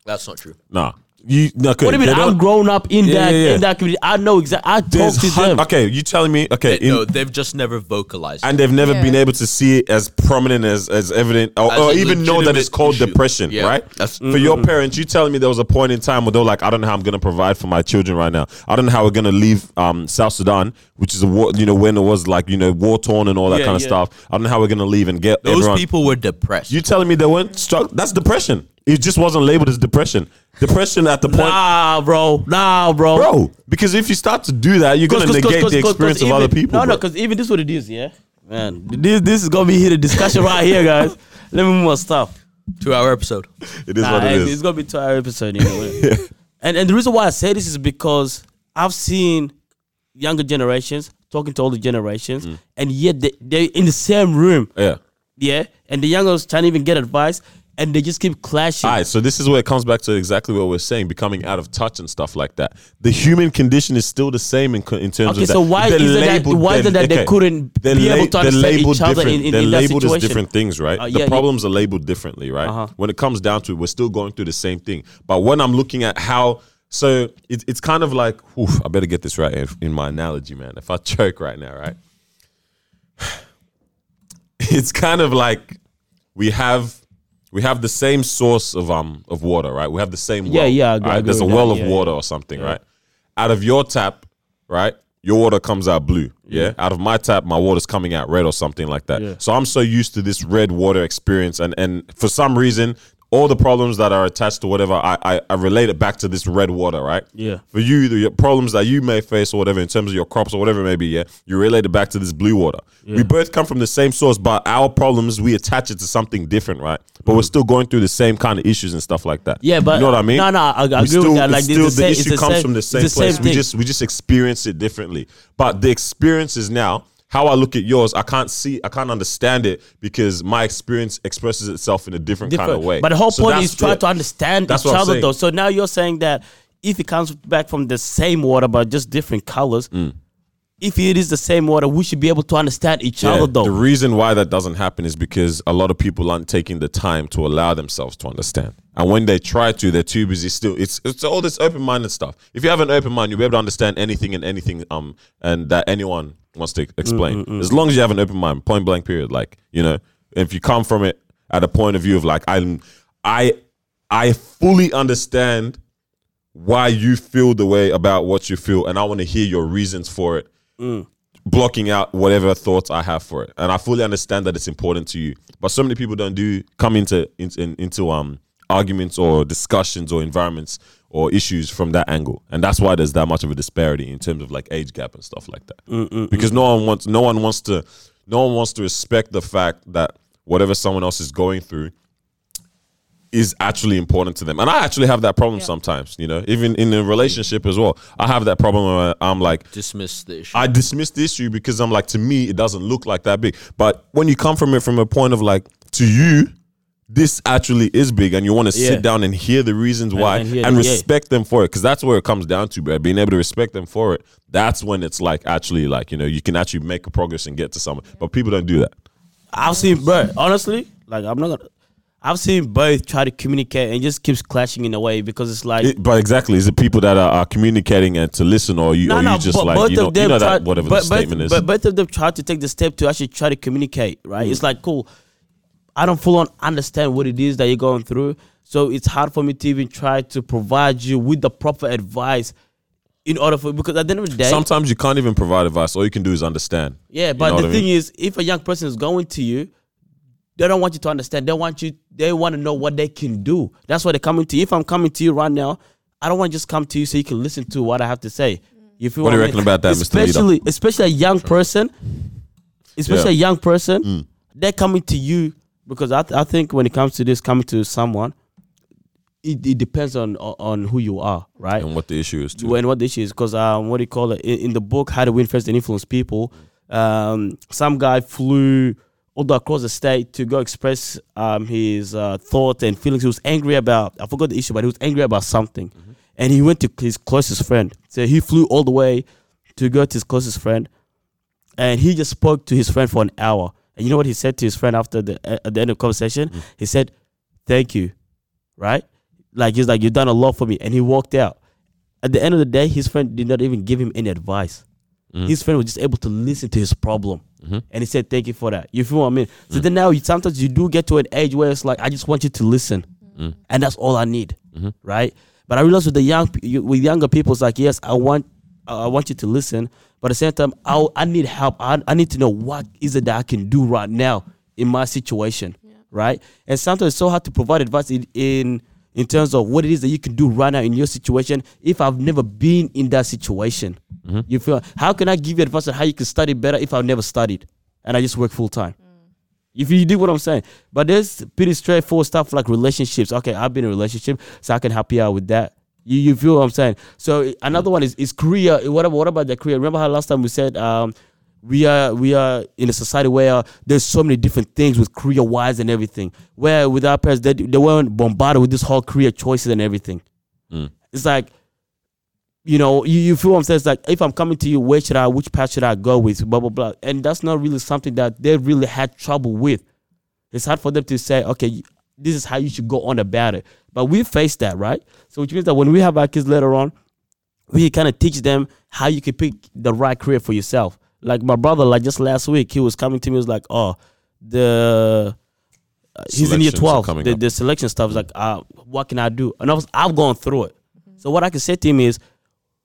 Speaker 3: that's not true.
Speaker 2: nah, you. No,
Speaker 1: What do you mean? I'm grown up in
Speaker 2: Yeah,
Speaker 1: that
Speaker 2: yeah, yeah.
Speaker 1: in that community. I know exactly. I talk
Speaker 2: There's
Speaker 1: to
Speaker 2: hun-
Speaker 1: them.
Speaker 2: okay, you telling me? Okay, in-
Speaker 3: no, they've just never vocalized.
Speaker 2: and they've never
Speaker 4: Yeah.
Speaker 2: been able to see it as prominent as as evident or,
Speaker 3: As
Speaker 2: or
Speaker 3: a
Speaker 2: even know that it's
Speaker 3: legitimate
Speaker 2: called
Speaker 3: issue.
Speaker 2: depression
Speaker 3: Yeah.
Speaker 2: right
Speaker 3: That's-
Speaker 2: for your
Speaker 1: Mm-hmm.
Speaker 2: parents you telling me there was a point in time where they're like i don't know how i'm going to provide for my children right now i don't know how we're going to leave um, south sudan which is a war you know when it was like you know war torn and all that
Speaker 1: Yeah,
Speaker 2: kind of
Speaker 1: yeah.
Speaker 2: stuff i don't know how we're going to leave and get
Speaker 3: Those
Speaker 2: everyone.
Speaker 3: people were depressed.
Speaker 2: you telling me they weren't struck that's depression it just wasn't labeled as depression depression at the point
Speaker 1: Nah, bro. Nah, bro.
Speaker 2: bro because if you start to do that you're going to negate the experience of
Speaker 1: even,
Speaker 2: other people
Speaker 1: No, no,
Speaker 2: bro.
Speaker 1: because even this what it is, yeah. Man, this this is gonna be here the discussion right here, guys. Let me move on stuff.
Speaker 3: Two hour episode.
Speaker 2: it is
Speaker 1: Nah,
Speaker 2: what it
Speaker 1: it's,
Speaker 2: is
Speaker 1: it's gonna be two hour episode, you know. And and the reason why I say this is because I've seen younger generations talking to older generations, and yet they they in the same room,
Speaker 2: yeah
Speaker 1: yeah. And the youngers can't even get advice, and they just keep clashing.
Speaker 2: All right, so this is where it comes back to exactly what we're saying, becoming out of touch and stuff like that. The human condition is still the same in, co- in terms
Speaker 1: Okay,
Speaker 2: of that.
Speaker 1: so why
Speaker 2: They're
Speaker 1: is it that-
Speaker 2: labeled-
Speaker 1: why is it
Speaker 2: they're-
Speaker 1: that they couldn't
Speaker 2: they're
Speaker 1: be able to
Speaker 2: they're
Speaker 1: understand each
Speaker 2: labeled
Speaker 1: other in-
Speaker 2: different.
Speaker 1: in-
Speaker 2: they're
Speaker 1: in that
Speaker 2: labeled as
Speaker 1: situation?
Speaker 2: different things, right?
Speaker 1: Uh,
Speaker 2: the
Speaker 1: yeah, yeah.
Speaker 2: problems are labeled differently, right?
Speaker 1: Uh-huh.
Speaker 2: When it comes down to it, we're still going through the same thing. But when I'm looking at how So it, it's kind of like, oof, I better get this right in, in my analogy, man. If I choke right now, right? It's kind of like we have we have the same source of um of water, right? We have the same well.
Speaker 1: Yeah, yeah, I agree- I
Speaker 2: right?
Speaker 1: agree
Speaker 2: There's a
Speaker 1: with
Speaker 2: well
Speaker 1: that,
Speaker 2: of
Speaker 1: yeah,
Speaker 2: water or something, right? Out of your tap, right? Your water comes out blue. Yeah. Out of my tap, my water's coming out red or something like that.
Speaker 1: Yeah.
Speaker 2: So I'm so used to this red water experience and and for some reason all the problems that are attached to whatever I, I, I relate it back to this red water, right?
Speaker 1: Yeah.
Speaker 2: For you, the problems that you may face or whatever in terms of your crops or whatever it may be, yeah, you relate it back to this blue water. We both come from the same source, but our problems we attach it to something different, right? But
Speaker 1: Mm.
Speaker 2: we're still going through the same kind of issues and stuff like that.
Speaker 1: Yeah, but
Speaker 2: you know what I mean?
Speaker 1: No, no, I, I agree
Speaker 2: we still,
Speaker 1: with that.
Speaker 2: it's
Speaker 1: Like,
Speaker 2: still,
Speaker 1: it's
Speaker 2: the,
Speaker 1: same- it's
Speaker 2: issue comes from the
Speaker 1: it's
Speaker 2: same place. we just we just experience it differently. But the experiences now, how I look at yours, I can't see, I can't understand it because my experience expresses itself in a different, kind of way.
Speaker 1: But the whole
Speaker 2: So
Speaker 1: point
Speaker 2: that's
Speaker 1: is try
Speaker 2: it.
Speaker 1: to understand
Speaker 2: That's
Speaker 1: each
Speaker 2: what I'm
Speaker 1: other,
Speaker 2: saying.
Speaker 1: though. So now you're saying that if it comes back from the same water but just different colors,
Speaker 2: Mm.
Speaker 1: if it is the same water, we should be able to understand each other,
Speaker 2: The
Speaker 1: though.
Speaker 2: reason why that doesn't happen is because a lot of people aren't taking the time to allow themselves to understand. And when they try to, they're too busy still. It's it's all this open minded stuff. If you have an open mind, you'll be able to understand anything and anything um and that anyone wants to explain. As long as you have an open mind, point blank period. Like, you know, if you come from it at a point of view of like I'm I I fully understand why you feel the way about what you feel, and I want to hear your reasons for it, blocking out whatever thoughts I have for it. And I fully understand that it's important to you, but so many people don't do come into in, in- into um arguments or discussions or environments or issues from that angle, and that's why there's that much of a disparity in terms of like age gap and stuff like that. Because no one wants no one wants to no one wants to respect the fact that whatever someone else is going through is actually important to them. And I actually have that problem sometimes, you know, even in a relationship as well. I have that problem where I'm like,
Speaker 3: Dismiss the issue.
Speaker 2: I dismiss the issue because I'm like, to me, it doesn't look like that big. But when you come from it from a point of like, to you, this actually is big, and you want to
Speaker 1: Yeah.
Speaker 2: sit down and hear the reasons why
Speaker 1: and
Speaker 2: and,
Speaker 1: hear them, yeah.
Speaker 2: respect them for it, because that's where it comes down to, bro. Being able to respect them for it, that's when it's like actually like you know you can actually make a progress and get to somewhere. But people don't do that.
Speaker 1: I've seen both. Honestly, like, I'm not gonna. I've seen both try to communicate and it just keeps clashing in a way because it's like.
Speaker 2: It- but exactly, is it people that are, are communicating and to listen, or you, or you just
Speaker 1: bo-
Speaker 2: like you know, you know that
Speaker 1: tried-
Speaker 2: whatever
Speaker 1: but-
Speaker 2: the
Speaker 1: but-
Speaker 2: statement is?
Speaker 1: But both of them tried to take the step to actually try to communicate, right?
Speaker 2: Mm.
Speaker 1: It's like, cool, I don't full on understand what it is that you're going through. So it's hard for me to even try to provide you with the proper advice in order for because at the end of the day,
Speaker 2: Sometimes you can't even provide advice. All you can do is understand.
Speaker 1: yeah,
Speaker 2: You
Speaker 1: but
Speaker 2: know
Speaker 1: the
Speaker 2: what I
Speaker 1: thing
Speaker 2: mean?
Speaker 1: is, if a young person is going to you, they don't want you to understand. They want you. They want to know what they can do. That's why they're coming to you. If I'm coming to you right now, I don't want to just come to you so you can listen to what I have to say. You feel
Speaker 2: What do you
Speaker 1: I mean?
Speaker 2: reckon about that, Mr. Leader?
Speaker 1: Especially, especially a young person. Especially a young person,
Speaker 2: Mm.
Speaker 1: they're coming to you because I, th- I think when it comes to this, coming to someone, it, it depends on on- on who you are, right?
Speaker 2: and what the issue is too.
Speaker 1: and what the issue is because um, what do you call it in, in the book how to win friends and influence people um, some guy flew all the across the state to go express um, his uh, thoughts and feelings he was angry about i forgot the issue but he was angry about something and he went to his closest friend so he flew all the way to go to his closest friend and he just spoke to his friend for an hour and you know what he said to his friend after the at the end of the conversation he said thank you right like he's like you've done a lot for me and he walked out at the end of the day, his friend did not even give him any advice. His friend was just able to listen to his problem, and he said, "Thank you for that." You feel what I mean? So then now, you, sometimes you do get to an age where it's like, "I just want you to listen, and that's all I need," right? But I realize with the young, pe- you- with younger people, it's like, "Yes, I want, I I want you to listen," but at the same time, I I need help. I, I need to know what is it that I can do right now in my situation, right? And sometimes it's so hard to provide advice in, in in terms of what it is that you can do right now in your situation. If I've never been in that situation, you feel how can I give you advice on how you can study better if I've never studied and I just work full time? If you do what I'm saying, but there's pretty straightforward stuff like relationships. Okay, I've been in a relationship, so I can help you out with that. You, you feel what I'm saying? So i- another one is is career. What about what about the career? Remember how last time we said um, we are we are in a society where there's so many different things with career wise and everything. Where with our parents, they, they weren't bombarded with this whole career choices and everything. It's like you know, you, you feel what I'm saying? It's like if I'm coming to you, where should I, which path should I go with, blah blah blah. And that's not really something that they really had trouble with. It's hard for them to say, okay, this is how you should go on about it. But we face that, right? So which means that when we have our kids later on, we kind of teach them how you can pick the right career for yourself. Like my brother, like just last week, he was coming to me. He was like, "Oh, the uh, he's in year
Speaker 2: Selections are
Speaker 1: twelve.
Speaker 2: coming
Speaker 1: The,
Speaker 2: up.
Speaker 1: the selection stuff is like, uh, what can I do?" And I was, I've gone through it. So what I can say to him is,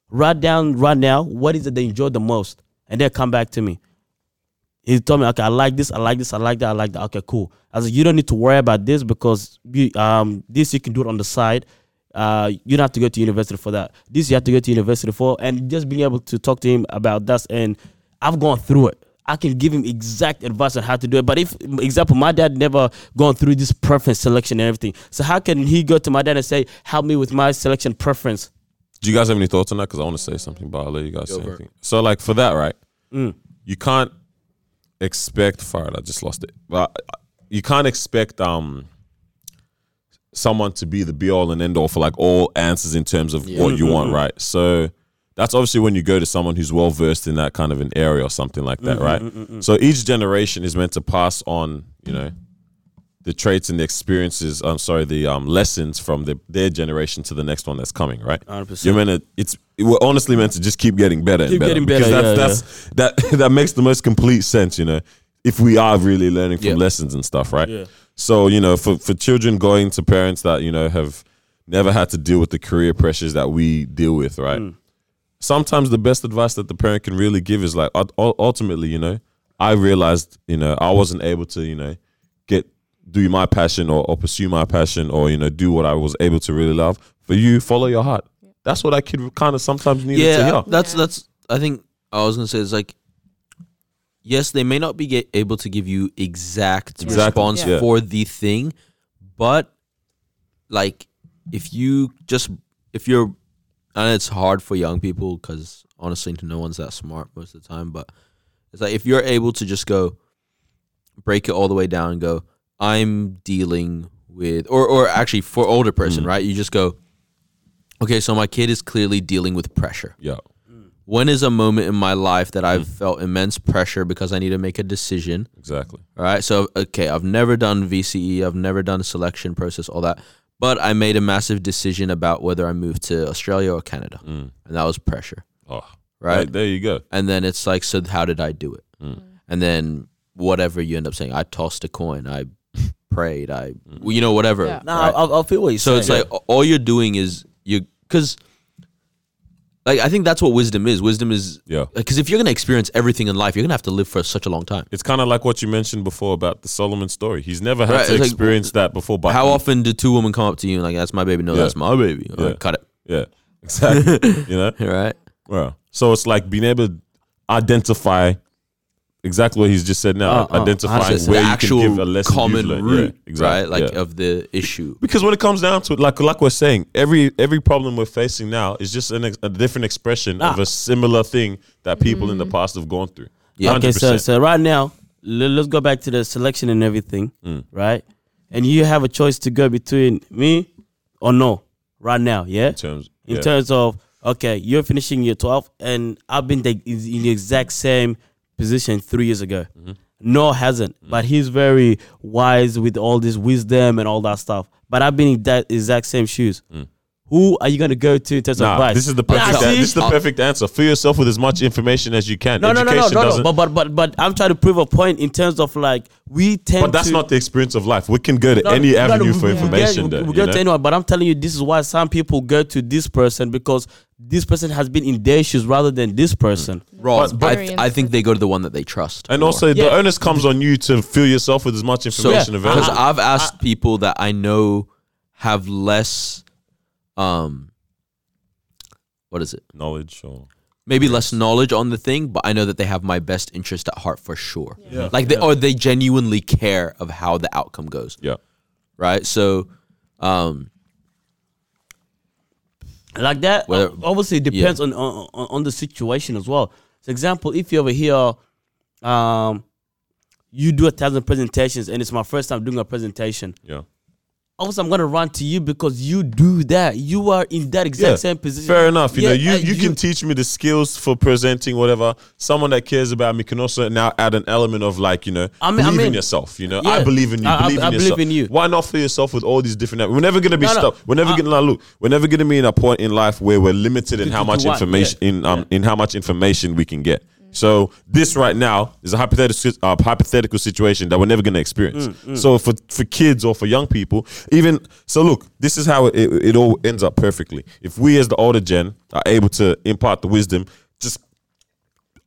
Speaker 1: write down right now what is it they enjoy the most, and then come back to me. He told me, okay, I like this, I like this, I like that, I like that. Okay, cool. I was like, you don't need to worry about this because you, um, this you can do it on the side. Uh, you don't have to go to university for that. This you have to go to university for, and just being able to talk to him about that. And I've gone through it. I can give him exact advice on how to do it. But if, example, my dad never gone through this preference selection and everything. So how can he go to my dad and say, help me with my selection preference?
Speaker 2: Do you guys have any thoughts on that? Because I want to say something, but I'll let you guys say anything. So, like for that, right? You can't expect. Fire! I just lost it. But you can't expect um someone to be the be all and end all for like all answers in terms of what you want, right? So that's obviously when you go to someone who's well versed in that kind of an area or something like that, right? So each generation is meant to pass on, you know, the traits and the experiences. I'm sorry, the um, lessons from the, their generation to the next one that's coming, right?
Speaker 1: 100%.
Speaker 2: You're meant to. It's we're honestly meant to just keep getting better and
Speaker 1: Keep
Speaker 2: better
Speaker 1: getting
Speaker 2: because
Speaker 1: better,
Speaker 2: that's, that's that that makes the most complete sense, you know. If we are really learning from
Speaker 3: Yeah.
Speaker 2: lessons and stuff, right?
Speaker 1: Yeah.
Speaker 2: So you know, for for children going to parents that you know have never had to deal with the career pressures that we deal with, right?
Speaker 1: Mm.
Speaker 2: Sometimes the best advice that the parent can really give is like, ult- ul- ultimately, you know, I realized, you know, I wasn't able to, you know, get do my passion or, or pursue my passion or you know do what I was able to really love. For you, follow your heart. That's what I kid kind of sometimes needed to hear.
Speaker 3: yeah, that's
Speaker 4: Yeah.
Speaker 3: that's. I think I was gonna say it's like, yes, they may not be ge- able to give you exact
Speaker 2: Exactly,
Speaker 3: response
Speaker 2: yeah.
Speaker 3: for the thing, but like if you just if you're, and it's hard for young people because honestly, no one's that smart most of the time. But it's like if you're able to just go break it all the way down and go, I'm dealing with, or or actually for older person,
Speaker 2: Mm.
Speaker 3: right? You just go. Okay, so my kid is clearly dealing with pressure
Speaker 2: yeah.
Speaker 3: when is a moment in my life that I've felt immense pressure because I need to make a decision?
Speaker 2: Exactly.
Speaker 3: All right. So, okay, I've never done VCE, I've never done selection process, all that. But I made a massive decision about whether I moved to Australia or Canada. And that was pressure.
Speaker 2: Oh,
Speaker 3: Right.
Speaker 2: Like, there you go.
Speaker 3: And then it's like, so how did I do it? And then whatever you end up saying, I tossed a coin, I prayed, I, you know, whatever.
Speaker 4: Yeah.
Speaker 1: No,
Speaker 3: right?
Speaker 1: I, I- I feel what you're
Speaker 3: So
Speaker 1: saying.
Speaker 3: it's like a- all you're doing is you because like I think that's what wisdom is. Wisdom is
Speaker 2: Yeah.
Speaker 3: Because if you're gonna experience everything in life, you're gonna have to live for such a long time.
Speaker 2: It's kind of like what you mentioned before about the Solomon story. He's never had
Speaker 3: Right,
Speaker 2: to
Speaker 3: it's like-
Speaker 2: experience that before. But
Speaker 3: How often do two women come up to you and like that's my baby? No,
Speaker 2: Yeah.
Speaker 3: that's my baby. All right,
Speaker 2: Yeah.
Speaker 3: cut it.
Speaker 2: Yeah, exactly. you know,
Speaker 3: All right.
Speaker 2: well, so it's like being able to identify exactly what he's just said now.
Speaker 1: Uh, uh,
Speaker 2: identifying
Speaker 1: Like,
Speaker 3: So
Speaker 2: where
Speaker 3: the
Speaker 2: you
Speaker 3: actual
Speaker 2: can give a lesson you've
Speaker 3: common
Speaker 2: learned.
Speaker 3: root,
Speaker 2: yeah, exactly.
Speaker 3: right? Like uh,
Speaker 2: yeah.
Speaker 3: of the issue.
Speaker 2: because when it comes down to it, like like we're saying, every every problem we're facing now is just an ex- a different expression of
Speaker 1: Ah.
Speaker 2: a similar thing that people in the past have gone through.
Speaker 3: Mm. Yeah.
Speaker 1: okay, so
Speaker 2: 100%.
Speaker 1: so right now, le- let's go back to the selection and everything,
Speaker 2: Mm.
Speaker 1: right? And you have a choice to go between me or no right now, yeah. In
Speaker 2: terms-
Speaker 1: in
Speaker 2: yeah.
Speaker 1: terms of okay, you're finishing year twelve, and I've been the, is in the exact same position three years ago.
Speaker 2: Mm-hmm.
Speaker 1: No hasn't,
Speaker 2: Mm.
Speaker 1: but he's very wise with all this wisdom and all that stuff. But I've been in that exact same shoes. Who are you gonna go to in terms of
Speaker 2: Mm. Nah,
Speaker 1: advice?
Speaker 2: this is the
Speaker 1: Nah,
Speaker 2: perfect. an-
Speaker 1: see? Uh,
Speaker 2: this is the perfect answer. Fill yourself with as much information as you can.
Speaker 1: No, no, no, no,
Speaker 2: Education
Speaker 1: no, no.
Speaker 2: doesn't-
Speaker 1: But, but, but, but I'm trying to prove a point in terms of like we tend.
Speaker 2: But that's
Speaker 1: to,
Speaker 2: not the experience of life. We can go to
Speaker 1: No,
Speaker 2: any
Speaker 1: no, no,
Speaker 2: avenue
Speaker 1: we-
Speaker 2: for
Speaker 1: we-
Speaker 2: information.
Speaker 1: We,
Speaker 2: though,
Speaker 1: we,
Speaker 2: you
Speaker 1: go
Speaker 2: know?
Speaker 1: to anyone, but I'm telling you, this is why some people go to this person because this person has been in their shoes rather than this
Speaker 2: Hmm.
Speaker 1: person.
Speaker 3: Wrong.
Speaker 2: But-
Speaker 3: I, th- I think they go to the one that they trust.
Speaker 2: and also, the
Speaker 1: Yeah. uh,
Speaker 2: onus comes on you to fill yourself with as much
Speaker 3: so
Speaker 2: information available.
Speaker 3: because I've asked people that I know have less, um, what is it?
Speaker 2: Knowledge or
Speaker 3: Maybe less knowledge on the thing, but I know that they have my best interest at heart for sure. Like they or they genuinely care of how the outcome goes,
Speaker 2: yeah,
Speaker 3: right? So, um,
Speaker 1: Like that,
Speaker 3: Whether-
Speaker 1: ob- obviously, it depends on, on on on the situation as well. For example, if you ever hear, um, you do a thousand presentations and it's my first time doing a presentation.
Speaker 2: yeah.
Speaker 1: obviously I'm gonna run to you because you do that. You are in that exact
Speaker 2: Yeah,
Speaker 1: same position.
Speaker 2: Fair enough. You
Speaker 1: Yeah,
Speaker 2: know, you,
Speaker 1: uh,
Speaker 2: you can teach me the skills for presenting whatever. Someone that cares about me can also now add an element of like, you know,
Speaker 1: I mean- I
Speaker 2: believe in
Speaker 1: mean-
Speaker 2: yourself. You know,
Speaker 1: Yeah.
Speaker 2: I believe in you.
Speaker 1: I- I-
Speaker 2: believe in
Speaker 1: I believe
Speaker 2: yourself.
Speaker 1: in you.
Speaker 2: Why not for yourself with all these different? We're never gonna be
Speaker 1: No, no.
Speaker 2: stuck. We're never
Speaker 1: I-
Speaker 2: gonna now look. We're never gonna be in a point in life where we're limited in
Speaker 1: To-
Speaker 2: how
Speaker 1: to-
Speaker 2: much
Speaker 1: to what?
Speaker 2: information
Speaker 1: Yeah. Mm.
Speaker 2: in um in how much information we can get. So this right now is a hypothetical uh, hypothetical situation that we're never going to
Speaker 1: Mm,
Speaker 2: experience. So for for kids or for young people, even so, look, this is how it, it all ends up perfectly. If we as the older gen are able to impart the wisdom, just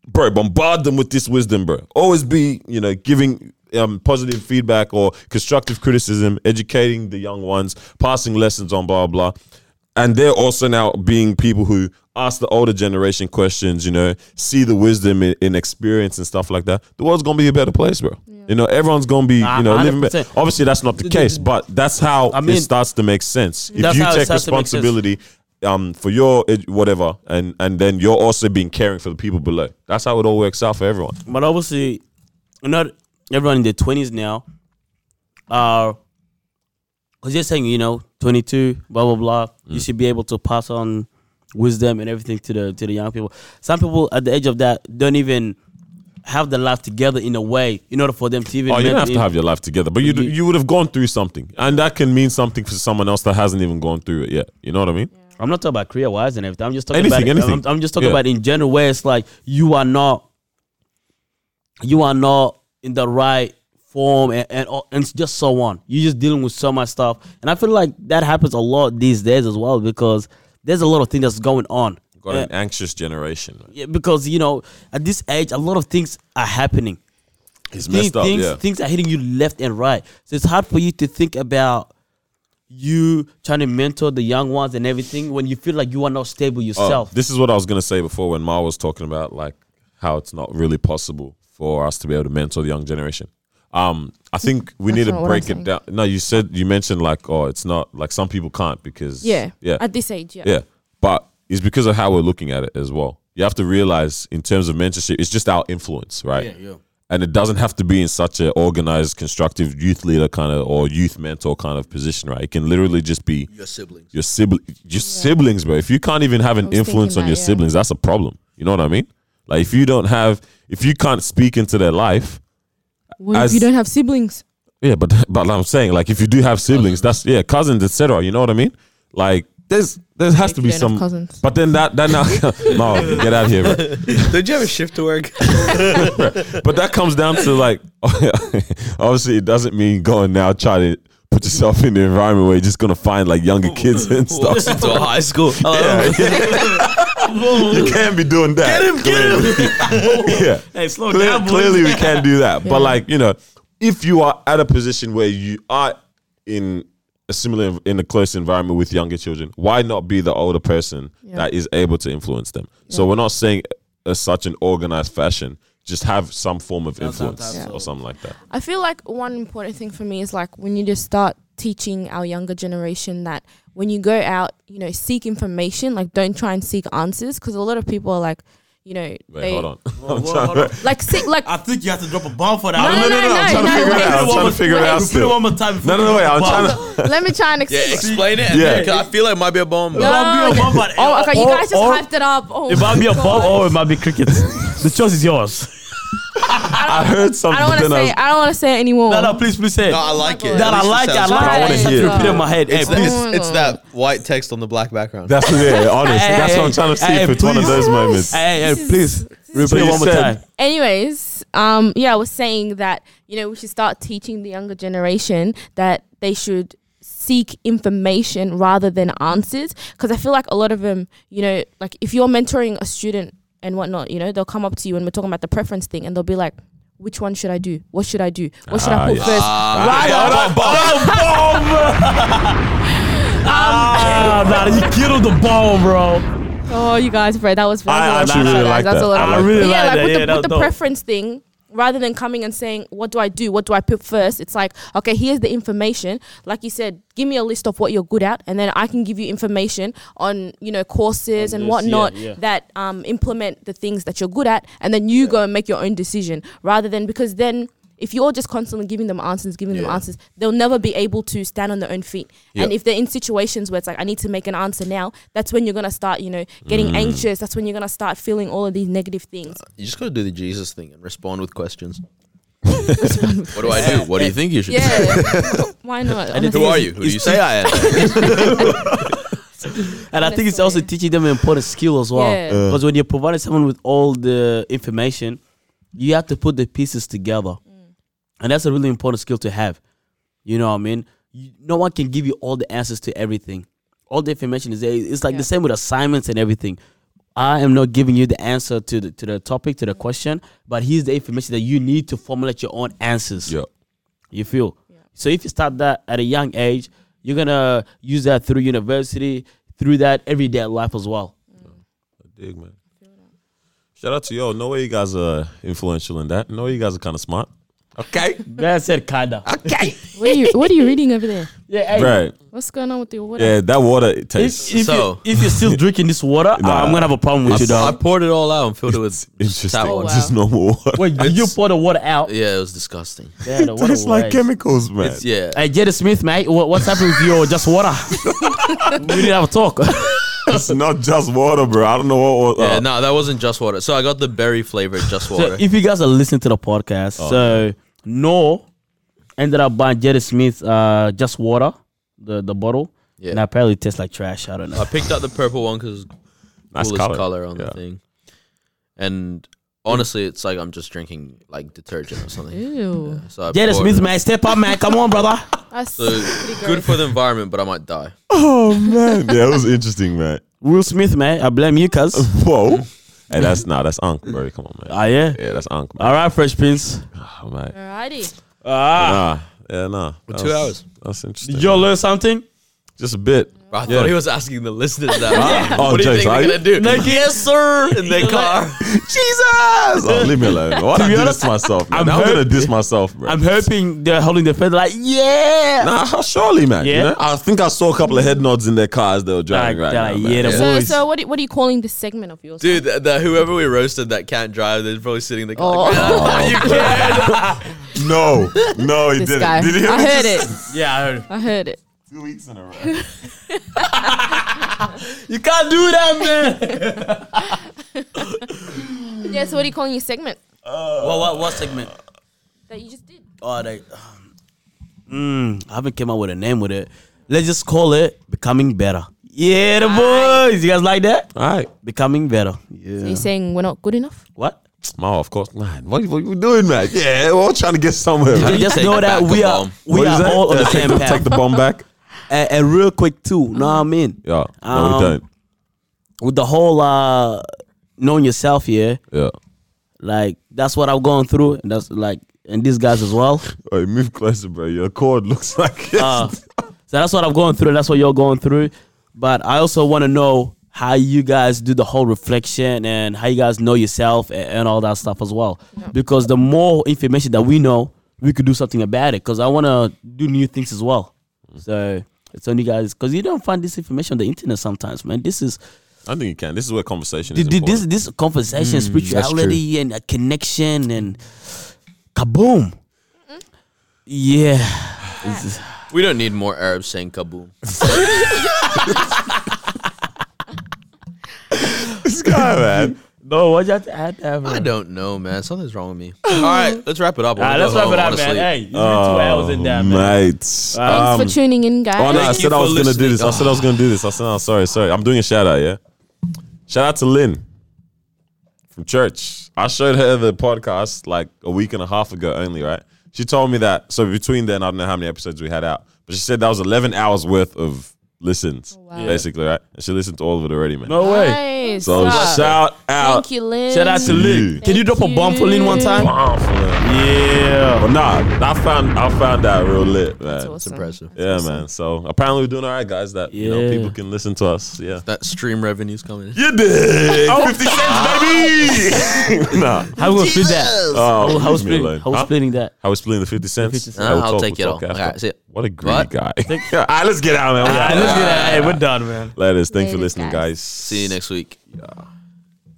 Speaker 2: bro, bombard them with this wisdom, bro. Always be, you know, giving um, positive feedback or constructive criticism, educating the young ones, passing lessons on, blah, blah. And they're also now being people who ask the older generation questions, you know, see the wisdom in, in experience and stuff like that. The world's gonna be a better place, bro. You know, everyone's gonna be,
Speaker 1: Ah,
Speaker 2: you know, living better.
Speaker 1: 100%.
Speaker 2: Obviously, that's not the
Speaker 1: the-
Speaker 2: case, but that's how
Speaker 1: I mean-
Speaker 2: it starts to make sense. If
Speaker 1: That's
Speaker 2: you
Speaker 1: how it
Speaker 2: take
Speaker 1: starts to make sense.
Speaker 2: responsibility um, for your ed- whatever, and and then you're also being caring for the people below. That's how it all works out for everyone.
Speaker 1: but obviously not everyone in their twenties now are because you're saying you know 22 blah blah blah you
Speaker 2: Mm.
Speaker 1: should be able to pass on wisdom and everything to the to the young people some people at the age of that don't even have their life together in a way in order for them to even
Speaker 2: Oh, you don't have to
Speaker 1: mentally-
Speaker 2: have your life together, but you
Speaker 1: You-
Speaker 2: you would have gone through something, and that can mean something for someone else that hasn't even gone through it yet. You know what I mean?
Speaker 1: I'm not talking about career wise and everything. I'm just talking
Speaker 2: Anything,
Speaker 1: about
Speaker 2: anything.
Speaker 1: I'm, I'm just talking
Speaker 2: Yeah.
Speaker 1: about in general where it's like you are not, you are not in the right form and and, and it's just so on. You're just dealing with so much stuff, and I feel like that happens a lot these days as well because there's a lot of things that's going on.
Speaker 2: Got
Speaker 1: Yeah.
Speaker 2: an anxious generation.
Speaker 1: Yeah, because you know at this age, a lot of things are happening.
Speaker 2: It's
Speaker 1: Thi-
Speaker 2: messed up.
Speaker 1: things,
Speaker 2: Yeah.
Speaker 1: things are hitting you left and right. So it's hard for you to think about you trying to mentor the young ones and everything when you feel like you are not stable
Speaker 2: Oh,
Speaker 1: yourself.
Speaker 2: this is what I was gonna say before when Ma was talking about like how it's not really possible for us to be able to mentor the young generation. Um, I think we need
Speaker 4: That's
Speaker 2: to
Speaker 4: not what
Speaker 2: break
Speaker 4: I'm
Speaker 2: it down. No, you said you mentioned like oh, it's not like some people can't because
Speaker 4: Yeah.
Speaker 2: yeah,
Speaker 4: At this age, yeah.
Speaker 2: yeah. But it's because of how we're looking at it as well. You have to realize in terms of mentorship, it's just our influence, right? And it doesn't have to be in such an organized, constructive youth leader kind of or youth mentor kind of position, right? It can literally just be
Speaker 3: Your siblings.
Speaker 2: your sibling, your siblings, bro. If you can't even have an
Speaker 4: was
Speaker 2: influence on
Speaker 4: thinking
Speaker 2: your
Speaker 4: that, yeah.
Speaker 2: siblings, that's a problem. You know what I mean? Like if you don't have, if you can't speak into their life,
Speaker 4: What
Speaker 2: As-
Speaker 4: if you don't have siblings?
Speaker 2: yeah, but but I'm saying like if you do have siblings, that's yeah, cousins, etc. You know what I mean? Like there's there has
Speaker 4: If
Speaker 2: to
Speaker 4: you
Speaker 2: be
Speaker 4: don't have
Speaker 2: some
Speaker 4: cousins.
Speaker 2: But then that that now no get out of here. Bro.
Speaker 6: Did you have a shift to work?
Speaker 2: But that comes down to like obviously it doesn't mean going now try to put yourself in the environment where you're just gonna find like younger kids and stuff.
Speaker 6: to high school.
Speaker 2: you can't be doing that. Get him, yeah.
Speaker 1: Hey, slow
Speaker 2: Clear-
Speaker 1: down, boy.
Speaker 2: clearly we can't do that. But like, you know, if you are at a position where you are in a similar in a close environment with younger children, why not be the older person
Speaker 4: Yeah.
Speaker 2: that is able to influence them? So we're not saying as such an organized fashion, just have some form of influence
Speaker 1: sometimes
Speaker 2: or something like that.
Speaker 4: I feel like one important thing for me is like we need to start teaching our younger generation that when you go out, you know, seek information. Like, don't try and seek answers because a lot of people are like, you know,
Speaker 2: Wait,
Speaker 4: they
Speaker 2: hold on. I'm
Speaker 1: whoa,
Speaker 2: trying
Speaker 1: hold on.
Speaker 2: to-
Speaker 4: like seek like
Speaker 1: I think you have to drop a bomb for that.
Speaker 4: No,
Speaker 2: no, no, no, I'm
Speaker 4: no,
Speaker 2: trying to
Speaker 4: no,
Speaker 2: figure it
Speaker 4: wait.
Speaker 2: out. I'm trying to figure it
Speaker 4: Wait,
Speaker 2: out
Speaker 4: repeat
Speaker 1: Repeat it one
Speaker 2: still.
Speaker 1: more time.
Speaker 2: No, no, no, wait. I'm trying to.
Speaker 4: let me try and
Speaker 6: yeah,
Speaker 4: explain.
Speaker 6: explain it.
Speaker 2: Yeah.
Speaker 6: Yeah. I feel like it might be a bomb.
Speaker 4: No,
Speaker 1: might be a bomb, but-
Speaker 4: oh, okay. You
Speaker 1: or-
Speaker 4: guys just
Speaker 1: or-
Speaker 4: hyped it up. Oh,
Speaker 1: It might be a
Speaker 4: God.
Speaker 1: bomb or it might be crickets. the choice is yours.
Speaker 2: I heard
Speaker 4: I
Speaker 2: something.
Speaker 4: don't want to
Speaker 2: then I was-
Speaker 4: say. I don't want to say it anymore.
Speaker 1: No, no, please, please say it.
Speaker 6: No, I like it.
Speaker 1: that I
Speaker 6: At least it
Speaker 1: like
Speaker 6: sounds
Speaker 1: it. I like
Speaker 6: good.
Speaker 1: it.
Speaker 4: I
Speaker 1: I
Speaker 4: wanna
Speaker 1: just have
Speaker 4: hear
Speaker 1: to
Speaker 4: it.
Speaker 1: repeat it in my head. Hey,
Speaker 6: It's,
Speaker 1: please.
Speaker 6: this, it's that white text on the black background.
Speaker 2: That's yeah, honest.
Speaker 1: Hey,
Speaker 2: That's
Speaker 1: hey,
Speaker 2: what I'm trying to see.
Speaker 1: hey,
Speaker 2: if it's one of
Speaker 1: please.
Speaker 2: those moments.
Speaker 1: Hey, hey,
Speaker 4: This is-
Speaker 1: please.
Speaker 2: what
Speaker 1: Repeat it
Speaker 2: you
Speaker 1: one more
Speaker 2: said.
Speaker 1: time.
Speaker 4: Anyways, um, yeah, I was saying that you know we should start teaching the younger generation that they should seek information rather than answers because I feel like a lot of them, you know, like if you're mentoring a student and whatnot, you know, they'll come up to you and we're talking about the preference thing, and they'll be like, "Which one should I do? What should I do? What should
Speaker 2: Ah,
Speaker 4: I put
Speaker 2: yeah.
Speaker 4: first?
Speaker 2: Hold on,
Speaker 3: Um,
Speaker 4: rather,
Speaker 2: hold on.
Speaker 1: Ah, nah, you killed the bomb, bro.
Speaker 4: oh, you guys, bro, that was very
Speaker 2: I
Speaker 4: well
Speaker 2: actually
Speaker 4: done,
Speaker 2: really
Speaker 4: guys.
Speaker 2: like
Speaker 4: That's
Speaker 2: that.
Speaker 4: a lot of
Speaker 2: I
Speaker 4: work.
Speaker 2: really
Speaker 4: But
Speaker 1: like
Speaker 4: yeah, like
Speaker 1: that.
Speaker 4: with
Speaker 1: Yeah,
Speaker 4: the,
Speaker 1: that was
Speaker 4: with the
Speaker 1: dope.
Speaker 4: preference thing, rather than coming and saying, "What do I do? What do I put first? It's like, okay, here's the information. Like you said, give me a list of what you're good at, and then I can give you information on you know courses and
Speaker 1: this,
Speaker 4: whatnot
Speaker 1: yeah, yeah.
Speaker 4: that um, implement the things that you're good at, and then you go and make your own decision, rather than because then if you're just constantly giving them answers, giving them
Speaker 3: Yeah.
Speaker 4: answers, they'll never be able to stand on their own feet. And
Speaker 3: Yeah.
Speaker 4: if they're in situations where it's like, I need to make an answer now, that's when you're gonna start, you know, getting
Speaker 1: Mm.
Speaker 4: anxious. That's when you're gonna start feeling all of these negative things.
Speaker 3: You just gotta do the Jesus thing and respond with questions. what do I do? What do you think you should do?
Speaker 4: Yeah, why not?
Speaker 3: Who
Speaker 4: honestly?
Speaker 3: are you? Who do you say I am?
Speaker 1: And I think it's
Speaker 4: Honestly.
Speaker 1: also teaching them an important skill as well.
Speaker 4: Yeah. Uh.
Speaker 1: Because when you're providing someone with all the information, you have to put the pieces together.
Speaker 4: Mm.
Speaker 1: And that's a really important skill to have. You know what I mean? You, no one can give you all the answers to everything. All the information is there. It's like
Speaker 4: Yeah.
Speaker 1: the same with assignments and everything. I am not giving you the answer to the to the topic, to the
Speaker 4: Mm.
Speaker 1: question, but here's the information that you need to formulate your own answers.
Speaker 2: Yeah.
Speaker 1: You feel? So if you start that at a young age, you're gonna use that through university, through that everyday life as well.
Speaker 2: Dig, man. Shout out to y'all. No way you guys are influential in that. No way you guys are kind of smart. Okay.
Speaker 1: That's it, kinda.
Speaker 4: What are you? What are you reading over there?
Speaker 1: Yeah, hey,
Speaker 2: Right.
Speaker 4: What's going on with your water?
Speaker 2: Yeah, that water it tastes
Speaker 1: If, if,
Speaker 3: So-
Speaker 1: you, if you're still drinking this water,
Speaker 2: Nah.
Speaker 1: I'm gonna have a problem with you,
Speaker 3: I
Speaker 1: dog.
Speaker 3: poured it all out and filled it with
Speaker 2: interesting.
Speaker 3: tap
Speaker 4: Oh,
Speaker 3: water.
Speaker 4: wow.
Speaker 2: Just normal water.
Speaker 1: Wait, did you pour the water out?
Speaker 3: Yeah, it was disgusting.
Speaker 1: Yeah, the water
Speaker 2: It's like
Speaker 1: waste.
Speaker 2: chemicals, man.
Speaker 3: It's yeah.
Speaker 1: Hey, Jada Smith, mate, what, what's happening with you? or Just water. we need to have a talk.
Speaker 2: It's not just water, bro. I don't know what Oh, water.
Speaker 3: Yeah, no, that wasn't just water. So I got the berry flavored just
Speaker 1: so
Speaker 3: water.
Speaker 1: if you guys are listening to the podcast,
Speaker 3: Oh,
Speaker 1: so no ended up buying Jada Smith uh, just water, the the bottle.
Speaker 3: Yeah.
Speaker 1: And apparently it tastes like trash. I don't know.
Speaker 3: I picked up the purple one because
Speaker 2: nice
Speaker 3: coolest
Speaker 2: color.
Speaker 3: color, on
Speaker 2: Yeah.
Speaker 3: the thing. And honestly, it's like I'm just drinking like detergent or something.
Speaker 4: Ew,
Speaker 3: So I
Speaker 1: Jada
Speaker 3: pour
Speaker 1: Smith,
Speaker 3: it.
Speaker 1: man, step up, man. Come on, brother.
Speaker 4: that's
Speaker 3: So
Speaker 4: pretty
Speaker 3: good
Speaker 4: gross.
Speaker 3: for the environment, but I might die.
Speaker 2: Oh man, yeah, it was interesting, man.
Speaker 1: Will Smith, man. I blame you, cuz.
Speaker 2: Whoa. hey, that's nah, that's Ankh, bro. Come on, man.
Speaker 1: Ah, yeah.
Speaker 2: Yeah, that's Ankh, man.
Speaker 1: All right, Fresh Prince.
Speaker 2: Oh, man.
Speaker 4: Alrighty.
Speaker 1: Ah,
Speaker 2: Nah, yeah, nah. For
Speaker 3: two hours.
Speaker 2: That's interesting.
Speaker 1: did y'all learn something?
Speaker 2: Just a bit.
Speaker 3: Bro, I thought he was asking the listeners that.
Speaker 2: Oh,
Speaker 3: what do you
Speaker 2: James,
Speaker 3: think
Speaker 2: are
Speaker 3: they're
Speaker 2: you?
Speaker 3: gonna do?
Speaker 1: Like, yes, sir.
Speaker 3: in their car.
Speaker 2: Jesus! Oh, leave me alone. Why do I
Speaker 1: be
Speaker 2: do
Speaker 1: honest,
Speaker 2: this to myself, man?
Speaker 1: I'm
Speaker 2: I'm, now I'm
Speaker 1: hurt.
Speaker 2: gonna diss myself, bro.
Speaker 1: I'm hoping they're holding their feet like, yeah.
Speaker 2: nah, surely, man.
Speaker 1: Yeah.
Speaker 2: You know? I think I saw a couple of head nods in their cars they were driving
Speaker 1: Like,
Speaker 2: right
Speaker 1: they're
Speaker 2: now.
Speaker 1: like,
Speaker 2: man.
Speaker 1: yeah, the
Speaker 4: So,
Speaker 1: boys.
Speaker 4: so what? Are, what are you calling this segment of yours?
Speaker 3: Dude, the, the, whoever we roasted that can't drive, they're probably sitting in the car.
Speaker 4: Oh.
Speaker 3: Like, "Man, I thought you can.
Speaker 2: No, no, he
Speaker 4: This
Speaker 2: didn't.
Speaker 4: guy.
Speaker 2: Did he hear
Speaker 4: I
Speaker 2: me?
Speaker 4: heard it.
Speaker 1: yeah, I heard.
Speaker 4: I heard it.
Speaker 2: Two weeks in a row.
Speaker 1: You can't do that, man.
Speaker 4: Yeah. So what are you calling your segment
Speaker 1: what, what, what segment?
Speaker 4: that you just did?
Speaker 1: Oh, they. Mm, I haven't came up with a name with it. Let's just call it Becoming Better. Yeah, the boys. You guys like that?
Speaker 2: All right,
Speaker 1: Becoming Better. Yeah.
Speaker 4: So you're saying we're not good enough?
Speaker 1: What?
Speaker 2: Ma, of course, man. What, what you doing, man? Yeah, we're all trying to get somewhere.
Speaker 1: You
Speaker 2: Man.
Speaker 1: just
Speaker 3: take
Speaker 1: know
Speaker 3: back
Speaker 1: that
Speaker 3: the
Speaker 1: we are
Speaker 3: bomb?
Speaker 1: we
Speaker 2: What is
Speaker 1: are
Speaker 2: that?
Speaker 1: all on the
Speaker 2: Yeah,
Speaker 1: same
Speaker 2: take, Take
Speaker 1: path.
Speaker 2: the bomb back.
Speaker 1: And, and real quick too, know what I mean?
Speaker 2: Yeah, no,
Speaker 1: Um,
Speaker 2: we don't.
Speaker 1: With the whole uh knowing yourself here,
Speaker 2: Yeah.
Speaker 1: like that's what I've gone through, and that's like and these guys as well.
Speaker 2: Hey, move closer, bro. Your cord looks like
Speaker 1: Uh, so that's what I'm going through. That's what you're going through. But I also want to know how you guys do the whole reflection and how you guys know yourself and, and all that stuff as well. Because the more information that we know, we could do something about it. Because I want to do new things as well. So it's on you guys. Because you don't find this information on the internet sometimes, man. This is
Speaker 2: I think you can. This is where conversation
Speaker 1: th-
Speaker 2: is.
Speaker 1: th- this
Speaker 2: important.
Speaker 1: this conversation, spirituality, and a connection, and kaboom. Yeah. It's-
Speaker 3: We don't need more Arabs saying kaboom.
Speaker 2: This guy, man.
Speaker 1: No, what you have to add? that, bro?
Speaker 3: I don't know, man. Something's wrong with me. All right, let's wrap it up. I
Speaker 1: Ah,
Speaker 3: wanna
Speaker 1: let's
Speaker 3: go
Speaker 1: wrap
Speaker 3: home,
Speaker 1: it up, man.
Speaker 3: honestly.
Speaker 1: Hey, it's been two hours in that,
Speaker 2: Oh,
Speaker 1: man.
Speaker 2: Mate. Um,
Speaker 4: Thanks for tuning in, guys.
Speaker 2: Oh no! I
Speaker 3: Thank you
Speaker 2: said I
Speaker 3: for
Speaker 2: was gonna do
Speaker 3: listening.
Speaker 2: this. I said I was gonna do this. I said, "Oh, sorry, sorry." I'm doing a shout out. Yeah, shout out to Lynn from church. I showed her the podcast like a week and a half ago only. Right? She told me that. So between then, I don't know how many episodes we had out, but she said that was 11 hours worth of listens,
Speaker 4: Wow.
Speaker 2: basically. Right? And she listened to all of it already, man.
Speaker 1: No way.
Speaker 4: Nice.
Speaker 2: so
Speaker 4: Ah,
Speaker 2: shout out.
Speaker 4: Thank you, Lynn.
Speaker 1: Shout out to Lynn.
Speaker 2: Thank
Speaker 1: Can you drop a bomb for Lynn one
Speaker 4: you.
Speaker 1: time?
Speaker 2: Wow, for that.
Speaker 1: Yeah.
Speaker 2: But nah, I found I found that real lit, man.
Speaker 3: It's impressive.
Speaker 2: Yeah, man. So apparently we're doing all right, guys. That you know
Speaker 1: Yeah.
Speaker 2: people can listen to us. Yeah.
Speaker 3: That stream revenue's coming in.
Speaker 2: You did. Oh, 50 cents, baby. nah.
Speaker 1: ah. How we gonna split that?
Speaker 2: Oh,
Speaker 1: How, how we
Speaker 2: leave me
Speaker 1: splitting?
Speaker 2: alone.
Speaker 1: How we
Speaker 2: Huh?
Speaker 1: splitting that?
Speaker 2: How we splitting the 50 cents?
Speaker 1: 50 cents.
Speaker 2: I will
Speaker 3: I'll
Speaker 2: talk-
Speaker 3: take
Speaker 2: we'll
Speaker 3: it
Speaker 2: talk
Speaker 3: all.
Speaker 2: after.
Speaker 3: Alright, see ya.
Speaker 2: What a greedy
Speaker 3: What?
Speaker 2: guy. all right, let's get out, man. We out.
Speaker 1: All right, let's get that. Hey, we're done, man.
Speaker 2: Laters. Thanks for
Speaker 4: Laters,
Speaker 2: listening,
Speaker 4: guys.
Speaker 2: guys.
Speaker 3: See you next week.